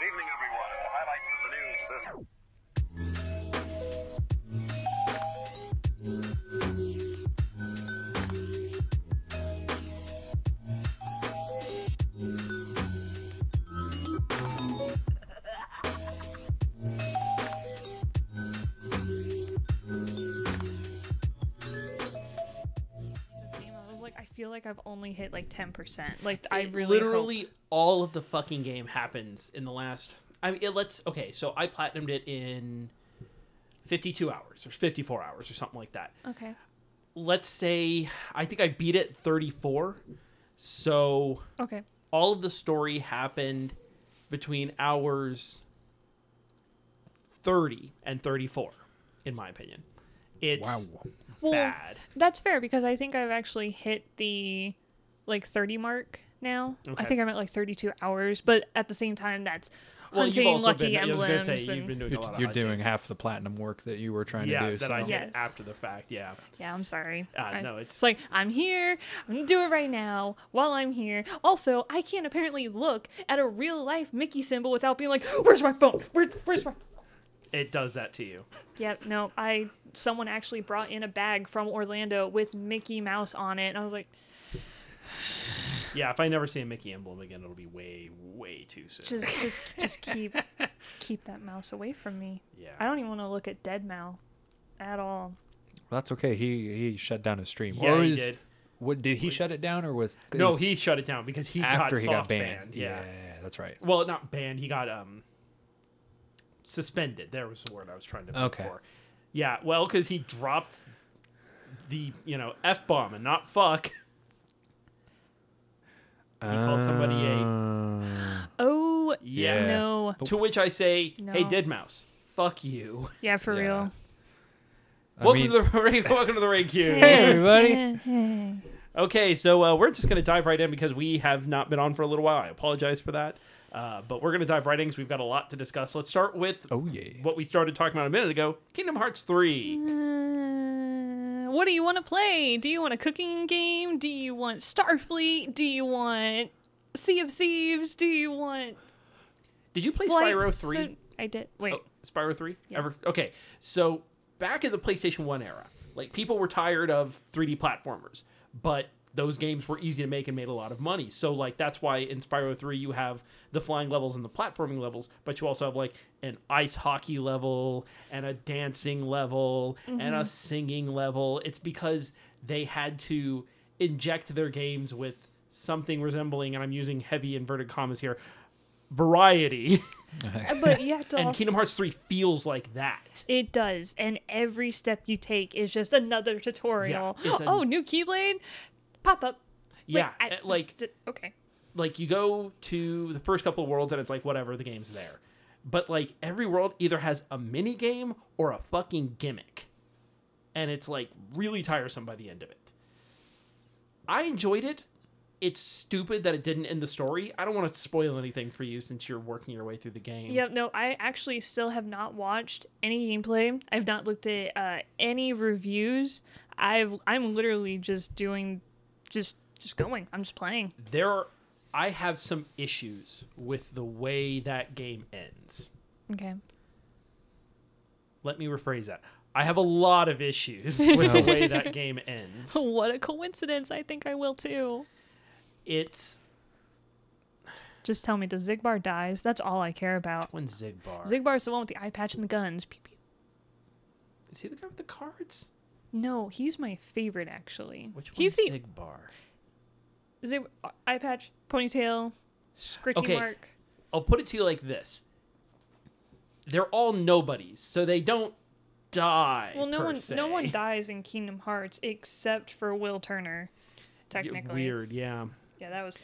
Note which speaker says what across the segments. Speaker 1: evening, everyone. The highlights of the news this
Speaker 2: this game. I was like, I feel like I've only hit like ten percent. Like I
Speaker 3: It
Speaker 2: really hope-
Speaker 3: literally all of the fucking game happens in the last. I mean, it lets okay. So I platinumed it in fifty-two hours or fifty-four hours or something like that.
Speaker 2: okay.
Speaker 3: Let's say I think I beat it thirty-four. So
Speaker 2: Okay.
Speaker 3: all of the story happened between hours 30 and 34 in my opinion it's
Speaker 2: Well,
Speaker 3: bad
Speaker 2: that's fair because I think I've actually hit the like thirty mark now. I
Speaker 3: Okay.
Speaker 2: think I'm at like thirty two hours, but at the same time, that's
Speaker 3: well
Speaker 2: hunting
Speaker 3: you've also
Speaker 2: lucky
Speaker 3: been, I was gonna
Speaker 2: emblems.
Speaker 3: say,
Speaker 2: and,
Speaker 3: you've been doing a lot
Speaker 4: You're,
Speaker 3: of
Speaker 4: you're
Speaker 3: hunting.
Speaker 4: doing half the platinum work that you were trying
Speaker 3: yeah
Speaker 4: to do.
Speaker 3: that i
Speaker 4: so-
Speaker 3: did
Speaker 2: Yes.
Speaker 3: after the fact yeah
Speaker 2: yeah, I'm sorry.
Speaker 3: Uh,
Speaker 2: I-
Speaker 3: no,
Speaker 2: it's
Speaker 3: it's-
Speaker 2: like I'm here. I'm gonna do it right now while I'm here. Also, I can't apparently look at a real life Mickey symbol without being like, "Where's my phone? Where, where's my?"
Speaker 3: it does that to you
Speaker 2: Yep, no, I someone actually brought in a bag from Orlando with Mickey Mouse on it, and I was like,
Speaker 3: yeah if i never see a mickey emblem again it'll be way way too soon
Speaker 2: just, just, just keep, keep that mouse away from me.
Speaker 3: Yeah.
Speaker 2: I don't even want to look at dead mouse at all.
Speaker 4: Well, that's okay. He he shut down his stream.
Speaker 3: Yeah,
Speaker 4: or
Speaker 3: he
Speaker 4: is-
Speaker 3: did.
Speaker 4: What did he shut it down or was? 'cause it
Speaker 3: no
Speaker 4: was
Speaker 3: he shut it down because he
Speaker 4: after
Speaker 3: got
Speaker 4: he
Speaker 3: soft
Speaker 4: got banned.
Speaker 3: yeah.
Speaker 4: that's right.
Speaker 3: well not banned he got um suspended there was the word i was trying to look
Speaker 4: Okay.
Speaker 3: for yeah well because he dropped the you know f-bomb and not fuck he called somebody
Speaker 4: Uh,
Speaker 3: a
Speaker 2: Oh,
Speaker 3: yeah,
Speaker 2: no,
Speaker 3: to which i say hey
Speaker 2: No.
Speaker 3: dead mouse fuck you
Speaker 2: yeah, for
Speaker 4: Yeah.
Speaker 2: real.
Speaker 3: welcome,
Speaker 4: mean-
Speaker 3: to the, raid- welcome to the raid queue
Speaker 4: Hey everybody.
Speaker 2: Hey.
Speaker 3: okay so uh, we're just going to dive right in because we have not been on for a little while i apologize for that uh, but we're going to dive right in because we've got a lot to discuss let's start with
Speaker 4: Oh yeah.
Speaker 3: what we started talking about a minute ago kingdom hearts 3
Speaker 2: Uh, what do you want to play? Do you want a cooking game? Do you want Starfleet? Do you want Sea of Thieves? Do you want
Speaker 3: Did you play
Speaker 2: Flight
Speaker 3: Spyro
Speaker 2: Sim-
Speaker 3: three?
Speaker 2: I did. Wait.
Speaker 3: Oh, Spyro three? Ever?
Speaker 2: Yes.
Speaker 3: Okay, so back in the PlayStation One era, like people were tired of 3D platformers, but those games were easy to make and made a lot of money. So like that's why in Spyro three you have the flying levels and the platforming levels, but you also have like an ice hockey level and a dancing level and
Speaker 2: Mm-hmm.
Speaker 3: a singing level. It's because they had to inject their games with something resembling, and I'm using heavy inverted commas here, variety.
Speaker 2: Uh, But you have to
Speaker 3: and
Speaker 2: also-
Speaker 3: Kingdom Hearts 3 feels like that.
Speaker 2: It does, and every step you take is just another tutorial.
Speaker 3: Yeah, it's a-
Speaker 2: oh, new Keyblade, pop up.
Speaker 3: Yeah,
Speaker 2: I-
Speaker 3: eh, like
Speaker 2: d- okay,
Speaker 3: like you go to the first couple of worlds and it's like whatever, the game's there. But like every world either has a mini game or a fucking gimmick. And it's like really tiresome by the end of it. I enjoyed it. It's stupid that it didn't end the story. I don't want to spoil anything for you since you're working your way through the game.
Speaker 2: yep. No, I actually still have not watched any gameplay. I've not looked at uh, any reviews. I've I'm literally just doing, just just going. I'm just playing.
Speaker 3: There are, I have some issues with the way that game ends.
Speaker 2: Okay.
Speaker 3: let me rephrase that. I have a lot of issues with the way that game ends.
Speaker 2: What a coincidence! I think I will too.
Speaker 3: It's
Speaker 2: Just tell me, does Zigbar dies? That's all I care about.
Speaker 3: when Zigbar.
Speaker 2: Zigbar's the one with the eye patch and the guns. Pew, pew.
Speaker 3: Is he the guy with the cards?
Speaker 2: No, he's my favorite actually.
Speaker 3: Which one's
Speaker 2: he's the
Speaker 3: Zigbar?
Speaker 2: Zig- uh, eye patch, ponytail, scritchy
Speaker 3: Okay.
Speaker 2: mark.
Speaker 3: I'll put it to you like this: They're all nobodies, so they don't die.
Speaker 2: Well, no
Speaker 3: Eh, per
Speaker 2: one,
Speaker 3: se.
Speaker 2: no one dies in Kingdom Hearts except for Will Turner.
Speaker 3: You're
Speaker 2: Technically,
Speaker 3: Weird, yeah.
Speaker 2: yeah, that was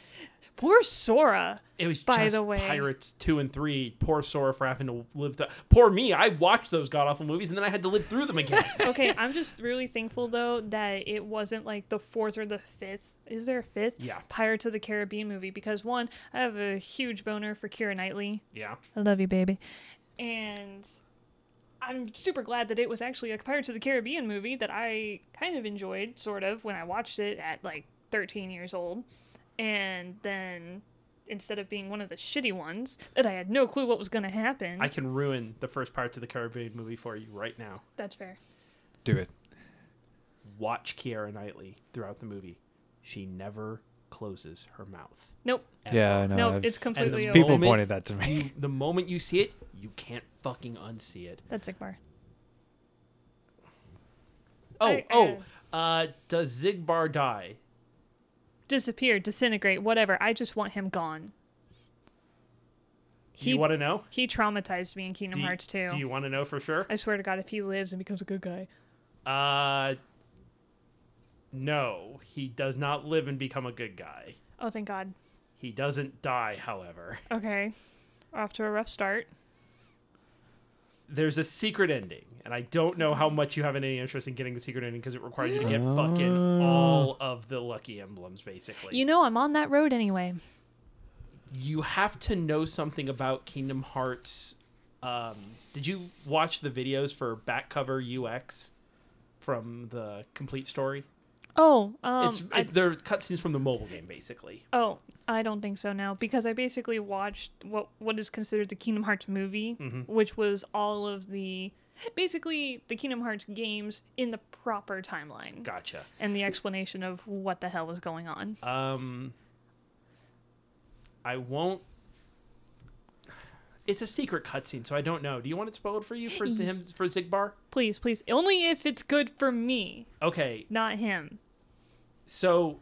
Speaker 2: poor Sora.
Speaker 3: It was
Speaker 2: By
Speaker 3: just
Speaker 2: the way-
Speaker 3: Pirates two and three. Poor Sora for having to live the. Poor me. I watched those god awful movies and then I had to live through them again.
Speaker 2: Okay, I'm just really thankful though that it wasn't like the fourth or the fifth. Is there a fifth?
Speaker 3: Yeah.
Speaker 2: Pirates of the Caribbean movie because one, I have a huge boner for Kira Knightley.
Speaker 3: yeah.
Speaker 2: I love you, baby. And I'm super glad that it was actually a Pirates of the Caribbean movie that I kind of enjoyed, sort of, when I watched it at like 13 years old. And then instead of being one of the shitty ones that I had no clue what was going to happen.
Speaker 3: I can ruin the first Pirates of the Caribbean movie for you right now.
Speaker 2: That's fair.
Speaker 4: Do it.
Speaker 3: Watch Kiara Knightley throughout the movie. She never closes her mouth.
Speaker 2: Nope.
Speaker 3: ever.
Speaker 4: Yeah, I know.
Speaker 2: No,
Speaker 4: I've-
Speaker 2: it's completely
Speaker 3: the
Speaker 2: over.
Speaker 4: People
Speaker 3: moment
Speaker 4: pointed that to me.
Speaker 3: You, the moment you see it, you can't fucking unsee it.
Speaker 2: That's Igbar.
Speaker 3: Oh,
Speaker 2: I- I-
Speaker 3: oh. uh, does Zigbar die?
Speaker 2: Disappear, disintegrate, whatever. I just want him gone. He
Speaker 3: you want to know?
Speaker 2: he traumatized me in Kingdom
Speaker 3: Do you,
Speaker 2: Hearts 2.
Speaker 3: do you want to know for sure?
Speaker 2: I swear to God, if he lives and becomes a good guy,
Speaker 3: Uh, no, he does not live and become a good guy.
Speaker 2: oh thank God.
Speaker 3: He doesn't die, however.
Speaker 2: Okay, off to a rough start.
Speaker 3: There's a secret ending, and I don't know how much you have any interest in getting the secret ending because it requires you to get fucking
Speaker 4: Uh.
Speaker 3: all of the lucky emblems, basically.
Speaker 2: You know, I'm on that road anyway.
Speaker 3: you have to know something about Kingdom Hearts. Um, did you watch the videos for back cover UX from the complete story?
Speaker 2: Oh, um,
Speaker 3: it's
Speaker 2: I-
Speaker 3: it, they're cutscenes from the mobile game, basically.
Speaker 2: Oh, I don't think so now because I basically watched what what is considered the Kingdom Hearts movie,
Speaker 3: Mm-hmm.
Speaker 2: which was all of the basically the Kingdom Hearts games in the proper timeline
Speaker 3: Gotcha.
Speaker 2: and the explanation of what the hell was going on.
Speaker 3: Um, I won't. It's a secret cutscene, so I don't know. Do you want it spoiled for you for him for Zigbar?
Speaker 2: Please, please, only if it's good for me,
Speaker 3: Okay,
Speaker 2: not him.
Speaker 3: so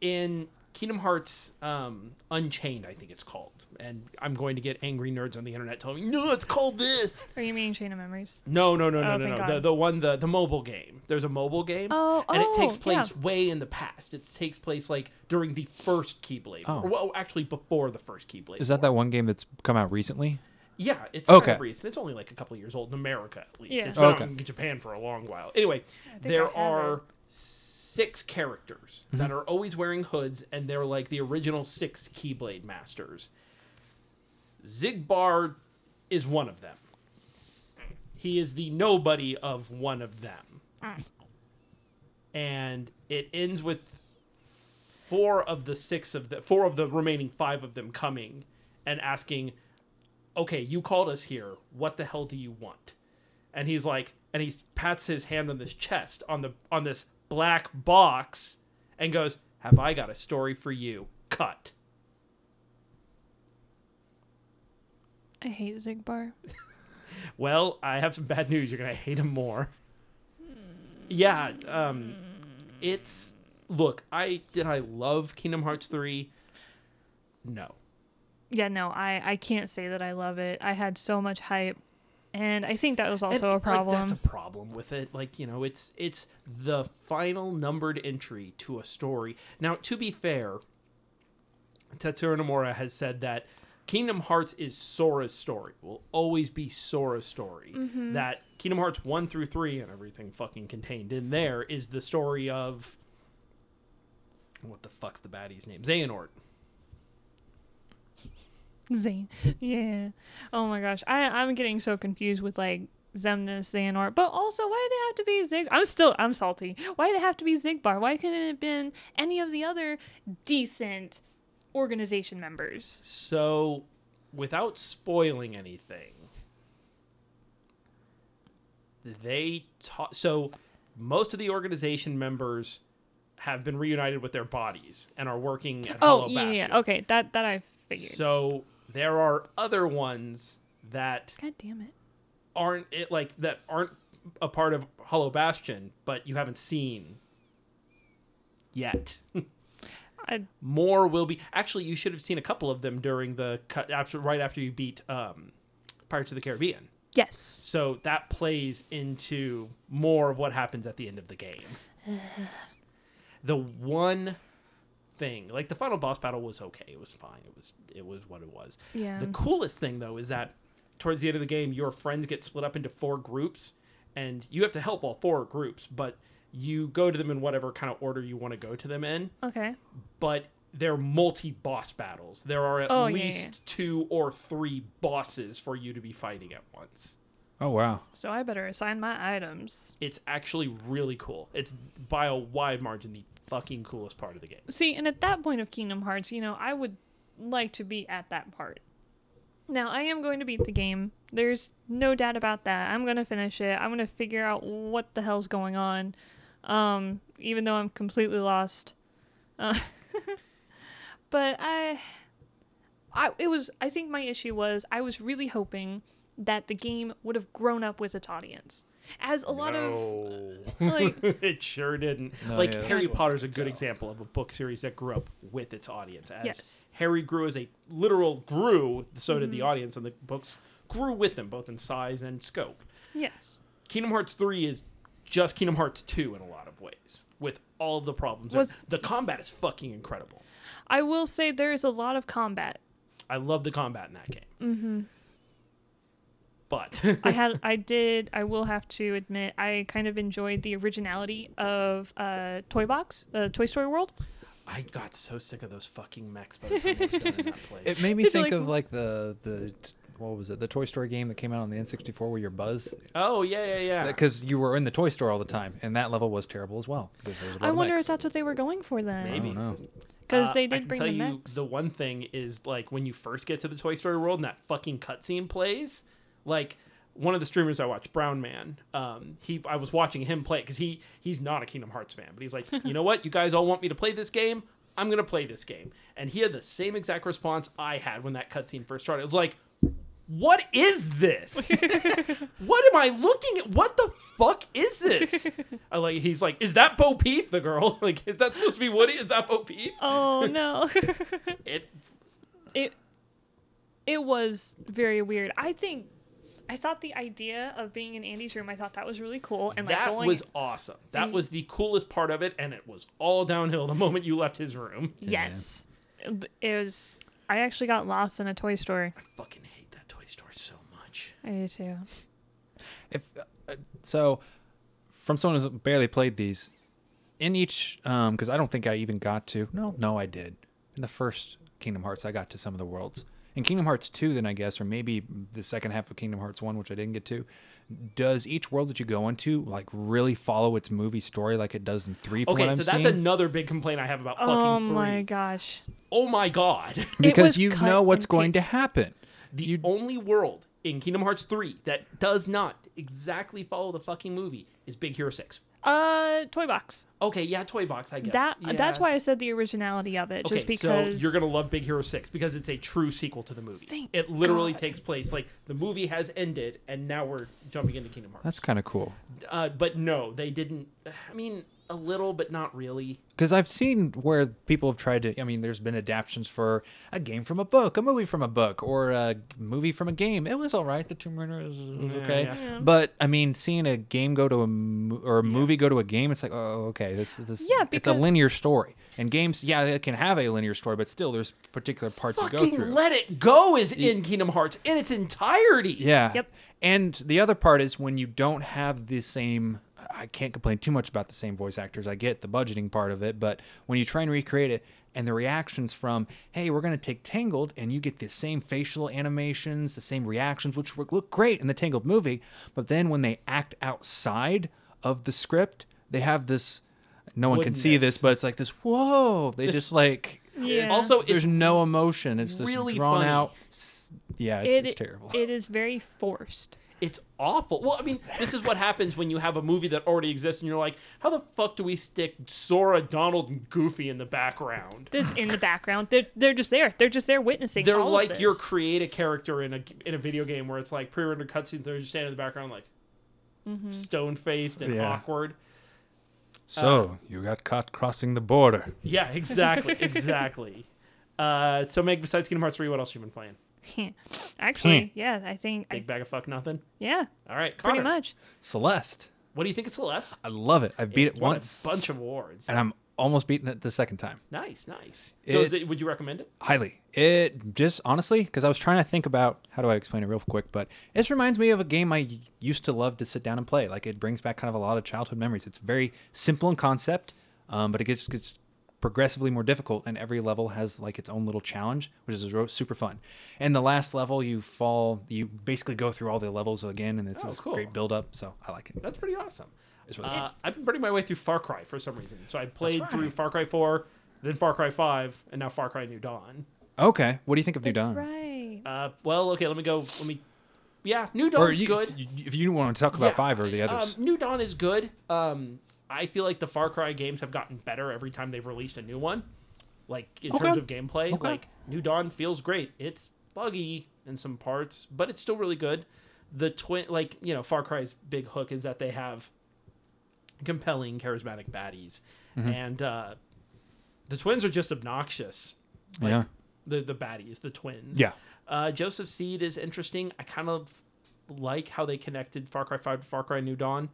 Speaker 3: in Kingdom Hearts um, Unchained, I think it's called, and I'm going to get angry nerds on the internet telling me, "No, it's called this."
Speaker 2: Are you meaning Chain of Memories?
Speaker 3: No, no, no, no,
Speaker 2: Oh,
Speaker 3: no,
Speaker 2: thank
Speaker 3: no.
Speaker 2: God.
Speaker 3: The, the one, the the mobile game. There's a mobile game,
Speaker 2: Oh,
Speaker 3: and
Speaker 2: oh,
Speaker 3: it takes place
Speaker 2: yeah.
Speaker 3: way in the past. It takes place like during the first Keyblade,
Speaker 4: Oh.
Speaker 3: or well, actually before the first Keyblade.
Speaker 4: Is that that one game that's come out recently?
Speaker 3: Yeah, it's okay. kind
Speaker 4: Okay.
Speaker 3: of recent. It's only like a couple of years old in America, at least.
Speaker 2: Yeah.
Speaker 3: It's been out
Speaker 4: Okay.
Speaker 3: in Japan for a long while. Anyway,
Speaker 2: think I
Speaker 3: there
Speaker 2: have
Speaker 3: are
Speaker 2: it.
Speaker 3: six characters that are always wearing hoods, and they're like the original six Keyblade Masters. Zigbar is one of them. He is the nobody of one of them.
Speaker 2: Mm.
Speaker 3: And it ends with four of the six of the four of the remaining five of them coming and asking, "Okay, you called us here. What the hell do you want?" And he's like, and he pats his hand on this chest on the on this black box, and goes, "Have I got a story for you?" Cut.
Speaker 2: I hate Zigbar.
Speaker 3: Well, I have some bad news. You're gonna hate him more. Yeah, um, it's look. I did I love Kingdom Hearts three. No,
Speaker 2: Yeah, no, I I can't say that I love it. I had so much hype, and I think that was also
Speaker 3: And,
Speaker 2: a
Speaker 3: like,
Speaker 2: problem.
Speaker 3: that's a problem with it. Like you know, it's it's the final numbered entry to a story. Now, to be fair, Tetsuya Nomura has said that Kingdom Hearts is Sora's story. Will always be Sora's story.
Speaker 2: Mm-hmm.
Speaker 3: That Kingdom Hearts one through three and everything fucking contained in there is the story of what the fuck's the baddie's name? Xehanort.
Speaker 2: Zane. Yeah. Oh my gosh. I I'm getting so confused with like Zemnis, Xehanort, but also why did it have to be Zig? I'm still I'm salty. Why did it have to be Zigbar? Why couldn't it have been any of the other decent organization members?
Speaker 3: So, without spoiling anything, they taught. So, most of the organization members have been reunited with their bodies and are working at
Speaker 2: Oh
Speaker 3: Hollow
Speaker 2: yeah, yeah.
Speaker 3: Bastion.
Speaker 2: yeah. Okay, that that I figured.
Speaker 3: So there are other ones that
Speaker 2: God damn it.
Speaker 3: aren't it like that aren't a part of Hollow Bastion, but you haven't seen yet.
Speaker 2: I
Speaker 3: more will be actually you should have seen a couple of them during the cut after right after you beat um pirates of the caribbean
Speaker 2: yes.
Speaker 3: so that plays into more of what happens at the end of the game the one thing like the final boss battle was okay it was fine it was it was what it was
Speaker 2: Yeah.
Speaker 3: the coolest thing though is that towards the end of the game your friends get split up into four groups and you have to help all four groups but you go to them in whatever kind of order you want to go to them in
Speaker 2: Okay.
Speaker 3: but they're multi boss battles. There are at
Speaker 2: Oh, yeah,
Speaker 3: least two or three bosses for you to be fighting at once.
Speaker 4: Oh wow.
Speaker 2: So I better assign my items.
Speaker 3: It's actually really cool. It's by a wide margin the fucking coolest part of the game.
Speaker 2: See, and at that point of Kingdom Hearts, you know, I would like to be at that part. Now, I am going to beat the game. There's no doubt about that. I'm going to finish it. I'm going to figure out what the hell's going on, um, even though I'm completely lost. Uh, but I, I, it was. I think my issue was I was really hoping that the game would have grown up with its audience, as a lot
Speaker 3: No.
Speaker 2: of like
Speaker 3: it sure didn't.
Speaker 4: No,
Speaker 3: like
Speaker 4: yeah, that's
Speaker 3: Harry
Speaker 4: what
Speaker 3: Potter's a good example of a book series that grew up with its audience. As
Speaker 2: Yes. Mm-hmm.
Speaker 3: Harry grew as a literal grew, so did the audience, and the books grew with them, both in size and scope.
Speaker 2: yes.
Speaker 3: Kingdom Hearts three is just Kingdom Hearts two in a lot of ways, with all of the problems. in it.
Speaker 2: What's-
Speaker 3: The combat is fucking incredible.
Speaker 2: I will say there is a lot of combat.
Speaker 3: I love the combat in that game. Mm-hmm. But
Speaker 2: I had, I did, I will have to admit, I kind of enjoyed the originality of uh, Toy Box, uh, Toy Story World.
Speaker 3: I got so sick of those fucking mechs by the time I was done in that place.
Speaker 4: It made me
Speaker 2: It's
Speaker 4: think
Speaker 2: like-
Speaker 4: of like the the what was it? The Toy Story game that came out on the N64 where you're Buzz
Speaker 3: oh yeah, yeah, yeah.
Speaker 4: because you were in the toy store all the time, and that level was terrible as well. Because there was a lot
Speaker 2: I
Speaker 4: of
Speaker 2: wonder if
Speaker 4: mics.
Speaker 2: that's what they were going for then,
Speaker 4: I
Speaker 3: Maybe.
Speaker 4: don't know.
Speaker 2: because
Speaker 3: Uh,
Speaker 2: they
Speaker 3: I
Speaker 2: did
Speaker 3: can
Speaker 2: bring
Speaker 3: tell
Speaker 2: the
Speaker 3: you
Speaker 2: mechs.
Speaker 3: The one thing is like when you first get to the Toy Story world and that fucking cutscene plays, like one of the streamers I watch, Brown Man, um, he I was watching him play because he he's not a Kingdom Hearts fan, but he's like, you know what, you guys all want me to play this game, I'm gonna play this game, and he had the same exact response I had when that cutscene first started. It was like. What is this? what am I looking at? What the fuck is this? I like he's like, is that Bo Peep the girl? Like, is that supposed to be Woody? Is that Bo Peep?
Speaker 2: oh no,
Speaker 3: It
Speaker 2: it it was very weird. I think I thought the idea of being in Andy's room, I thought that was really cool, and like
Speaker 3: that
Speaker 2: going, Mm.
Speaker 3: was awesome. That was the coolest part of it, and it was all downhill the moment you left his room.
Speaker 2: yes, it it was. I actually got lost in a toy store.
Speaker 3: I fucking hate that toy store so much.
Speaker 2: I do too.
Speaker 4: If uh, so, from someone who's barely played these, in each um because I don't think I even got to no no I did in the first Kingdom Hearts I got to some of the worlds in Kingdom Hearts two then I guess or maybe the second half of Kingdom Hearts one which I didn't get to. Does each world that you go into like really follow its movie story like it does in three? From
Speaker 3: Okay,
Speaker 4: what I'm
Speaker 3: so that's
Speaker 4: seeing?
Speaker 3: another big complaint I have about fucking
Speaker 2: Oh
Speaker 3: three.
Speaker 2: my gosh.
Speaker 3: Oh my god.
Speaker 4: because
Speaker 2: was
Speaker 4: you
Speaker 2: cut
Speaker 4: know what's
Speaker 2: and
Speaker 4: going to
Speaker 2: paste.
Speaker 4: happen.
Speaker 3: The only world in Kingdom Hearts 3 that does not exactly follow the fucking movie is Big Hero 6.
Speaker 2: Uh, toy box.
Speaker 3: Okay, yeah, Toy Box, I guess.
Speaker 2: that that's why I
Speaker 3: Yes.
Speaker 2: said the originality of it,
Speaker 3: Okay,
Speaker 2: just because.
Speaker 3: so you're gonna love Big Hero Six because it's a true sequel to the movie.
Speaker 2: Thank
Speaker 3: it literally
Speaker 2: God.
Speaker 3: takes place like the movie has ended, and now we're jumping into Kingdom Hearts.
Speaker 4: That's kind of cool.
Speaker 3: Uh, but no, they didn't. I mean, a little, but not really.
Speaker 4: Because I've seen where people have tried to. I mean, there's been adaptions for a game from a book, a movie from a book, or a movie from a game. It was all right. The Tomb Raider was was okay,
Speaker 3: yeah.
Speaker 4: but I mean, seeing a game go to a mo- or a movie go to a game, it's like, oh, okay, this this
Speaker 2: Yeah,
Speaker 4: it's a
Speaker 2: because-
Speaker 4: linear story. And games, yeah, it can have a linear story, but still, there's particular parts to go
Speaker 3: Fucking
Speaker 4: through.
Speaker 3: Let It Go is in Kingdom Hearts in its entirety.
Speaker 4: Yeah.
Speaker 2: Yep.
Speaker 4: And the other part is when you don't have the same. I can't complain too much about the same voice actors. I get the budgeting part of it, but when you try and recreate it, and the reactions from "Hey, we're going to take Tangled," and you get the same facial animations, the same reactions, which look look great in the Tangled movie, but then when they act outside of the script, they have this. No one can see
Speaker 3: Woodenness.
Speaker 4: this, but it's like this. Whoa! They just like.
Speaker 2: Yeah.
Speaker 3: Also, it's
Speaker 4: there's no emotion. It's this
Speaker 3: really
Speaker 4: drawn
Speaker 3: funny.
Speaker 4: out. s- Yeah, it's,
Speaker 2: It-
Speaker 4: it's terrible.
Speaker 2: It is very forced.
Speaker 3: It's awful. Well, I mean, this is what happens when you have a movie that already exists, and you're like, how the fuck do we stick Sora, Donald, and Goofy in the background?
Speaker 2: That's in the background. They're they're just there. They're just there witnessing.
Speaker 3: They're
Speaker 2: all of
Speaker 3: like
Speaker 2: this.
Speaker 3: your create a character in a in a video game where it's like pre-rendered cutscenes. They're just standing in the background, like
Speaker 2: Mm-hmm.
Speaker 3: stone faced and
Speaker 4: Yeah.
Speaker 3: awkward.
Speaker 4: So you got caught crossing the border.
Speaker 3: Yeah, exactly, exactly. Uh, so, Meg, besides Kingdom Hearts three, what else you been playing?
Speaker 2: Actually, yeah, I think I,
Speaker 3: Big bag of fuck nothing.
Speaker 2: yeah,
Speaker 3: All right, Connor,
Speaker 2: pretty much.
Speaker 4: Celeste,
Speaker 3: What do you think of Celeste?
Speaker 4: I love it. I've beat it,
Speaker 3: Won
Speaker 4: once,
Speaker 3: a bunch of awards.
Speaker 4: and I'm almost beating it the second time.
Speaker 3: Nice, nice. So, is
Speaker 4: It-
Speaker 3: it, would you recommend it?
Speaker 4: Highly. It just honestly, because I was trying to think about how do I explain it real quick, but it just reminds me of a game I y- used to love to sit down and play. Like it brings back kind of a lot of childhood memories. It's very simple in concept, um, but it gets gets progressively more difficult, and every level has like its own little challenge, which is ro- super fun. And the last level, you fall, you basically go through all the levels again, and it's
Speaker 3: Oh,
Speaker 4: this
Speaker 3: cool.
Speaker 4: great build up. So I like it.
Speaker 3: That's pretty awesome.
Speaker 4: It's really
Speaker 3: uh, I've been burning my way through Far Cry for some reason. So I played
Speaker 4: right.
Speaker 3: through Far Cry 4, then Far Cry 5, and now Far Cry New Dawn.
Speaker 4: Okay. What do you think of New Dawn?
Speaker 2: Right.
Speaker 3: Uh, well, okay, let me go. Let me. Yeah, New
Speaker 4: Or
Speaker 3: Dawn's
Speaker 4: you,
Speaker 3: good.
Speaker 4: you- if you want to talk about
Speaker 3: Yeah.
Speaker 4: five or the
Speaker 3: Um,
Speaker 4: others,
Speaker 3: New Dawn is good. Um, I feel like the Far Cry games have gotten better every time they've released a new one. Like in
Speaker 4: Okay.
Speaker 3: terms of gameplay,
Speaker 4: Okay.
Speaker 3: like New Dawn feels great. It's buggy in some parts, but it's still really good. The twin, like you know, Far Cry's big hook is that they have compelling, charismatic baddies,
Speaker 4: Mm-hmm.
Speaker 3: and uh, the twins are just obnoxious. Like,
Speaker 4: yeah,
Speaker 3: the the baddies, the twins.
Speaker 4: yeah,
Speaker 3: Uh, Joseph Seed is interesting. I kind of like how they connected Far Cry 5 to Far Cry New Dawn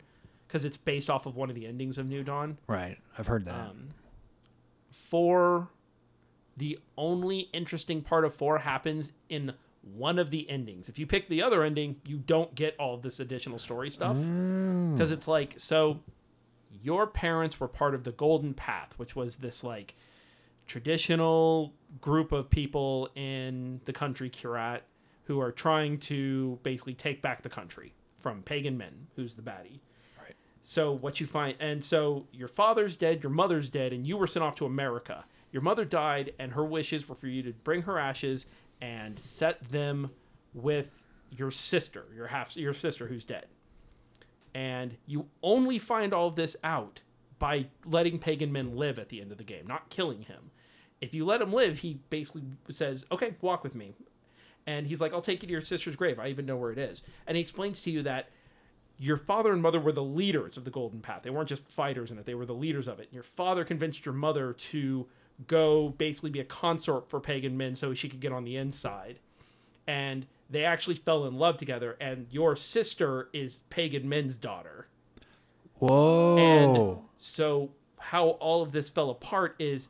Speaker 3: because it's based off of one of the endings of New Dawn.
Speaker 4: right. I've heard that.
Speaker 3: Um, four, the only interesting part of four happens in one of the endings. If you pick the other ending, you don't get all of this additional story stuff because it's like so. Your parents were part of the Golden Path, which was this like traditional group of people in the country Kirat who are trying to basically take back the country from pagan men, who's the baddie. So what you find, and so your father's dead, your mother's dead, and you were sent off to America. Your mother died, and her wishes were for you to bring her ashes and set them with your sister, your half, your sister who's dead. And you only find all of this out by letting pagan men live at the end of the game, not killing him. If you let him live, he basically says, "Okay, walk with me," and he's like, "I'll take you to your sister's grave. I even know where it is." And he explains to you that your father and mother were the leaders of the Golden Path. They weren't just fighters in it, they were the leaders of it. And your father convinced your mother to go basically be a consort for pagan men so she could get on the inside. And they actually fell in love together, and your sister is pagan men's daughter. And
Speaker 4: Whoa.
Speaker 3: so, how all of this fell apart is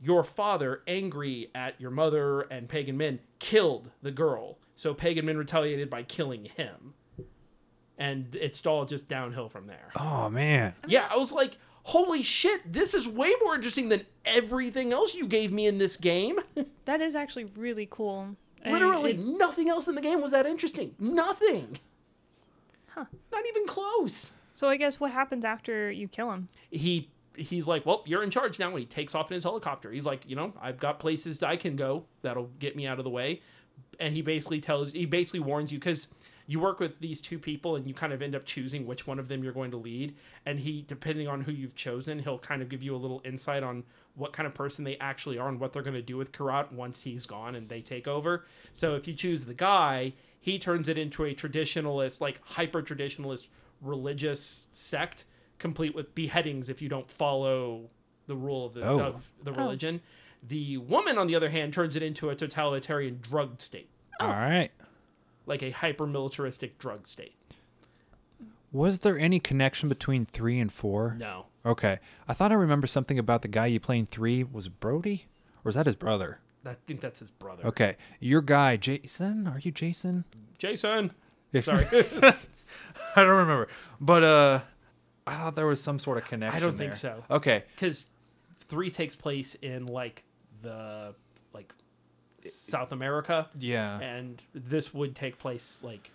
Speaker 3: your father, angry at your mother and pagan men, killed the girl. So, pagan men retaliated by killing him. And it's all just downhill from there.
Speaker 4: oh man.
Speaker 3: Yeah, I was like, holy shit, this is way more interesting than everything else you gave me in this game.
Speaker 2: That is actually really cool. And
Speaker 3: Literally,
Speaker 2: it-
Speaker 3: nothing else in the game was that interesting. Nothing.
Speaker 2: Huh.
Speaker 3: Not even close.
Speaker 2: so I guess what happens after you kill him?
Speaker 3: he he's like, "Well, you're in charge now." And he takes off in his helicopter. He's like, "You know, I've got places I can go that'll get me out of the way." And he basically tells, he basically warns you because you work with these two people and you kind of end up choosing which one of them you're going to lead. And he, depending on who you've chosen, he'll kind of give you a little insight on what kind of person they actually are and what they're going to do with Karat once he's gone and they take over. So if you choose the guy, he turns it into a traditionalist, like hyper traditionalist religious sect complete with beheadings if you don't follow the rule of the,
Speaker 4: Oh.
Speaker 3: of the religion. The woman, on the other hand, turns it into a totalitarian drug state,
Speaker 4: All right.
Speaker 3: like a hyper militaristic drug state.
Speaker 4: Was there any connection between three and four?
Speaker 3: No.
Speaker 4: Okay. I thought I remember something about the guy you playing three was it Brody, or is that his brother?
Speaker 3: I think that's his brother.
Speaker 4: Okay, your guy Jason. Are you Jason?
Speaker 3: Jason.
Speaker 4: If-
Speaker 3: Sorry.
Speaker 4: I don't remember. But uh, I thought there was some sort of connection.
Speaker 3: think
Speaker 4: there.
Speaker 3: so.
Speaker 4: Okay.
Speaker 3: Because three takes place in like the like South America,
Speaker 4: Yeah.
Speaker 3: and this would take place like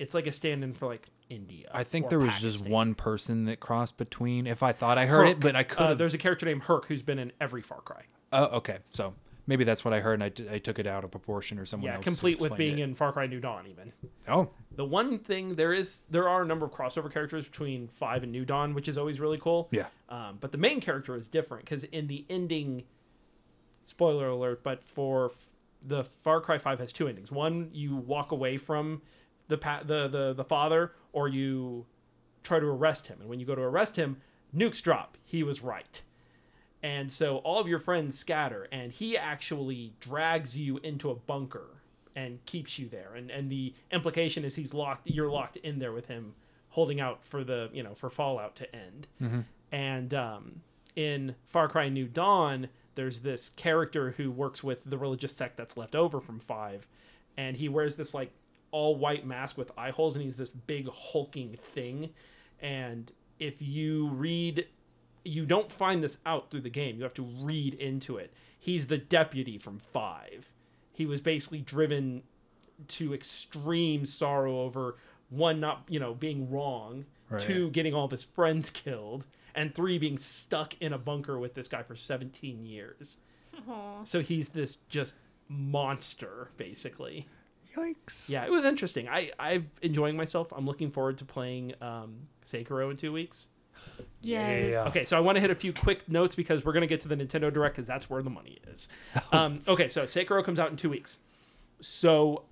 Speaker 3: it's like a stand-in for like India.
Speaker 4: I think
Speaker 3: or
Speaker 4: there was just
Speaker 3: Pakistan.
Speaker 4: one person that crossed between. If I thought I heard it,
Speaker 3: Herc.
Speaker 4: but I could
Speaker 3: Uh,
Speaker 4: have.
Speaker 3: there's a character named Herc who's been in every Far Cry.
Speaker 4: oh, okay. So maybe that's what I heard, and I, d- I took it out of proportion, or someone
Speaker 3: yeah,
Speaker 4: else
Speaker 3: complete with being
Speaker 4: explained
Speaker 3: in Far Cry New Dawn. Even
Speaker 4: it. Oh,
Speaker 3: the one thing there is, there are a number of crossover characters between Five and New Dawn, which is always really cool.
Speaker 4: Yeah.
Speaker 3: Um, but the main character is different because in the ending, spoiler alert, but for f- the Far Cry Five has two endings. One, you walk away from the pa- the the the father, or you try to arrest him. And when you go to arrest him, nukes drop. He was right. And so all of your friends scatter, and he actually drags you into a bunker and keeps you there. And and the implication is he's locked. You're locked in there with him, holding out for the you know for Fallout to end. And um, in Far Cry New Dawn, there's this character who works with the religious sect that's left over from Five, and he wears this like all white mask with eye holes, and he's this big hulking thing. And if you read you don't find this out through the game. You have to read into it. He's the deputy from Five. He was basically driven to extreme sorrow over one not you know being wrong,
Speaker 4: Right.
Speaker 3: two getting all of his friends killed, and three being stuck in a bunker with this guy for 17 years. So he's this just monster, basically.
Speaker 4: Yikes.
Speaker 3: Yeah, it was interesting. I I'm enjoying myself. I'm looking forward to playing um, Sekiro in two weeks.
Speaker 2: Yes.
Speaker 4: Yeah.
Speaker 3: Okay, so I want to hit a few quick notes because we're going to get to the Nintendo Direct because that's where the money is. Um, okay, so Sekiro comes out in two weeks. So,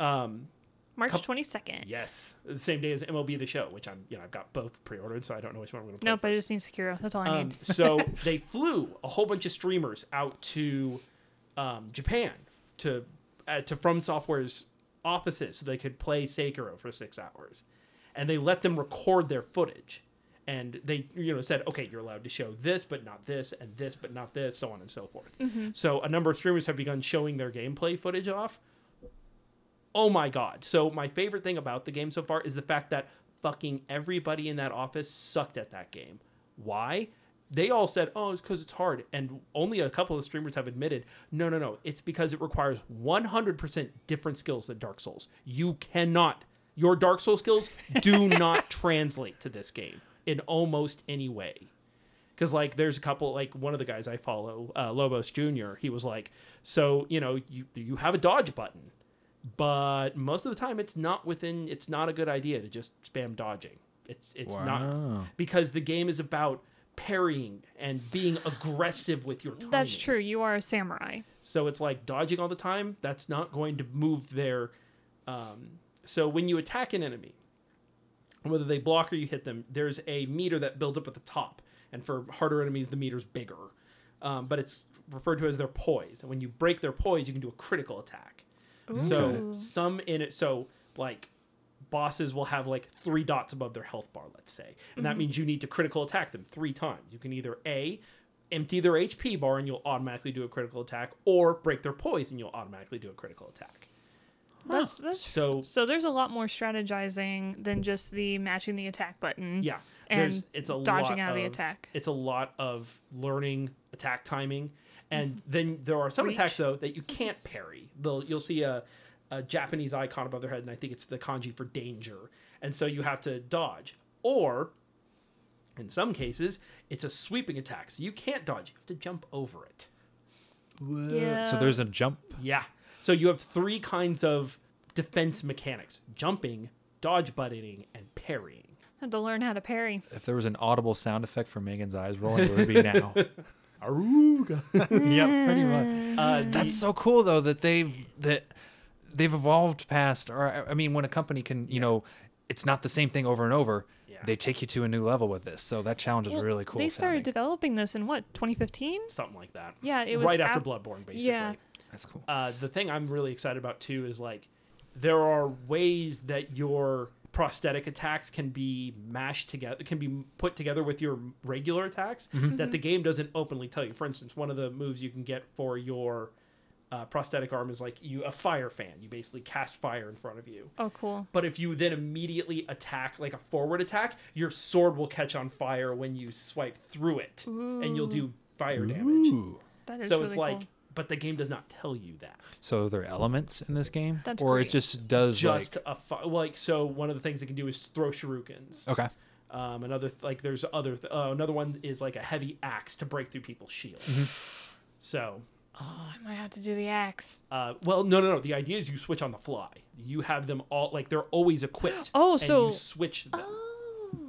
Speaker 3: um,
Speaker 2: March
Speaker 3: Couple-
Speaker 2: 22nd.
Speaker 3: yes, the same day as MLB The Show, which I'm, you know, I've got both pre-ordered, so I don't know which one I'm going to play.
Speaker 2: Nope, I
Speaker 3: first.
Speaker 2: just need Sekiro. That's all I
Speaker 3: Um,
Speaker 2: need.
Speaker 3: so they flew a whole bunch of streamers out to um, Japan to uh, to From Software's offices so they could play Sekiro for six hours, and they let them record their footage. And they, you know, said, okay, you're allowed to show this, but not this, and this, but not this, so on and so forth. So a number of streamers have begun showing their gameplay footage off. Oh my god! So my favorite thing about the game so far is the fact that fucking everybody in that office sucked at that game. Why? They all said, "Oh, it's because it's hard," and only a couple of streamers have admitted, "No, no, no, it's because it requires 100% different skills than Dark Souls. You cannot. Your Dark Souls skills do not translate to this game in almost any way." because like there's a couple like one of the guys I follow, uh, Lobos Jr. He was like, so you know you you have a dodge button, but most of the time it's not within it's not a good idea to just spam dodging. It's it's
Speaker 4: Wow.
Speaker 3: not because the game is about parrying and being aggressive with your timing.
Speaker 2: That's true. You are a samurai.
Speaker 3: So it's like dodging all the time. That's not going to move their. Um, so when you attack an enemy, whether they block or you hit them, there's a meter that builds up at the top. And for harder enemies, the meter's bigger. Um, but it's referred to as their poise. And when you break their poise, you can do a critical attack. So
Speaker 2: Ooh.
Speaker 3: some in it. So like bosses will have like three dots above their health bar, let's say. And that means you need to critical attack them three times. You can either A, empty their HP bar and you'll automatically do a critical attack, or break their poise and you'll automatically do a critical attack.
Speaker 2: That's that's
Speaker 3: So
Speaker 2: So there's a lot more strategizing than just the matching the attack button.
Speaker 3: yeah.
Speaker 2: And
Speaker 3: There's it's a
Speaker 2: dodging
Speaker 3: lot
Speaker 2: out of the
Speaker 3: of-
Speaker 2: attack.
Speaker 3: It's a lot of learning attack timing. And
Speaker 2: Mm-hmm.
Speaker 3: then there are some attacks though that you can't parry. They'll you'll see a, a Japanese icon above their head, and I think it's the kanji for danger. And so you have to dodge. Or in some cases, it's a sweeping attack. So you can't dodge. You have to jump over it.
Speaker 2: Yeah.
Speaker 4: So there's a jump.
Speaker 3: Yeah. So you have three kinds of defense mechanics jumping, dodge butting, and parrying.
Speaker 2: Had to learn how to parry.
Speaker 4: If there was an audible sound effect for Megan's eyes rolling, it would be now. Aruga. yep, pretty much.
Speaker 3: Uh, the-
Speaker 4: That's so cool though that they've that they've evolved past. Or I- I mean, when a company can, you know, it's not the same thing over and over.
Speaker 3: Yeah.
Speaker 4: They take you to a new level with this. So that challenge is
Speaker 2: Well,
Speaker 4: really cool.
Speaker 2: They started
Speaker 4: sounding.
Speaker 2: developing this in what 2015.
Speaker 3: something like that.
Speaker 2: Yeah, it was
Speaker 3: right after
Speaker 2: ab-
Speaker 3: Bloodborne, basically.
Speaker 2: Yeah.
Speaker 4: That's cool.
Speaker 3: Uh, the thing I'm really excited about too is like there are ways that your prosthetic attacks can be mashed together, can be put together with your regular attacks that
Speaker 2: Mm-hmm.
Speaker 3: the game doesn't openly tell you. For instance, one of the moves you can get for your uh, prosthetic arm is like you a fire fan. You basically cast fire in front of you.
Speaker 2: Oh, cool.
Speaker 3: But if you then immediately attack, like a forward attack, your sword will catch on fire when you swipe through it, and you'll do fire damage.
Speaker 4: Ooh.
Speaker 2: That is
Speaker 3: so
Speaker 2: really
Speaker 3: it's like,
Speaker 2: cool.
Speaker 3: but the game does not tell you that.
Speaker 4: So are there elements in this game,
Speaker 2: That's
Speaker 4: or
Speaker 2: great.
Speaker 4: it just does
Speaker 3: Just a fi- like so. One of the things it can do is throw shurikens.
Speaker 4: like okay.
Speaker 3: Um, another th- like there's other th- uh, another one is like a heavy axe to break through people's shields.
Speaker 4: Mm-hmm.
Speaker 3: So
Speaker 2: I might have to do the axe.
Speaker 3: Uh, well, no, no, no. The idea is you switch on the fly. You have them all like they're always equipped.
Speaker 2: Oh,
Speaker 3: and
Speaker 2: so-
Speaker 3: you switch them.
Speaker 2: Oh,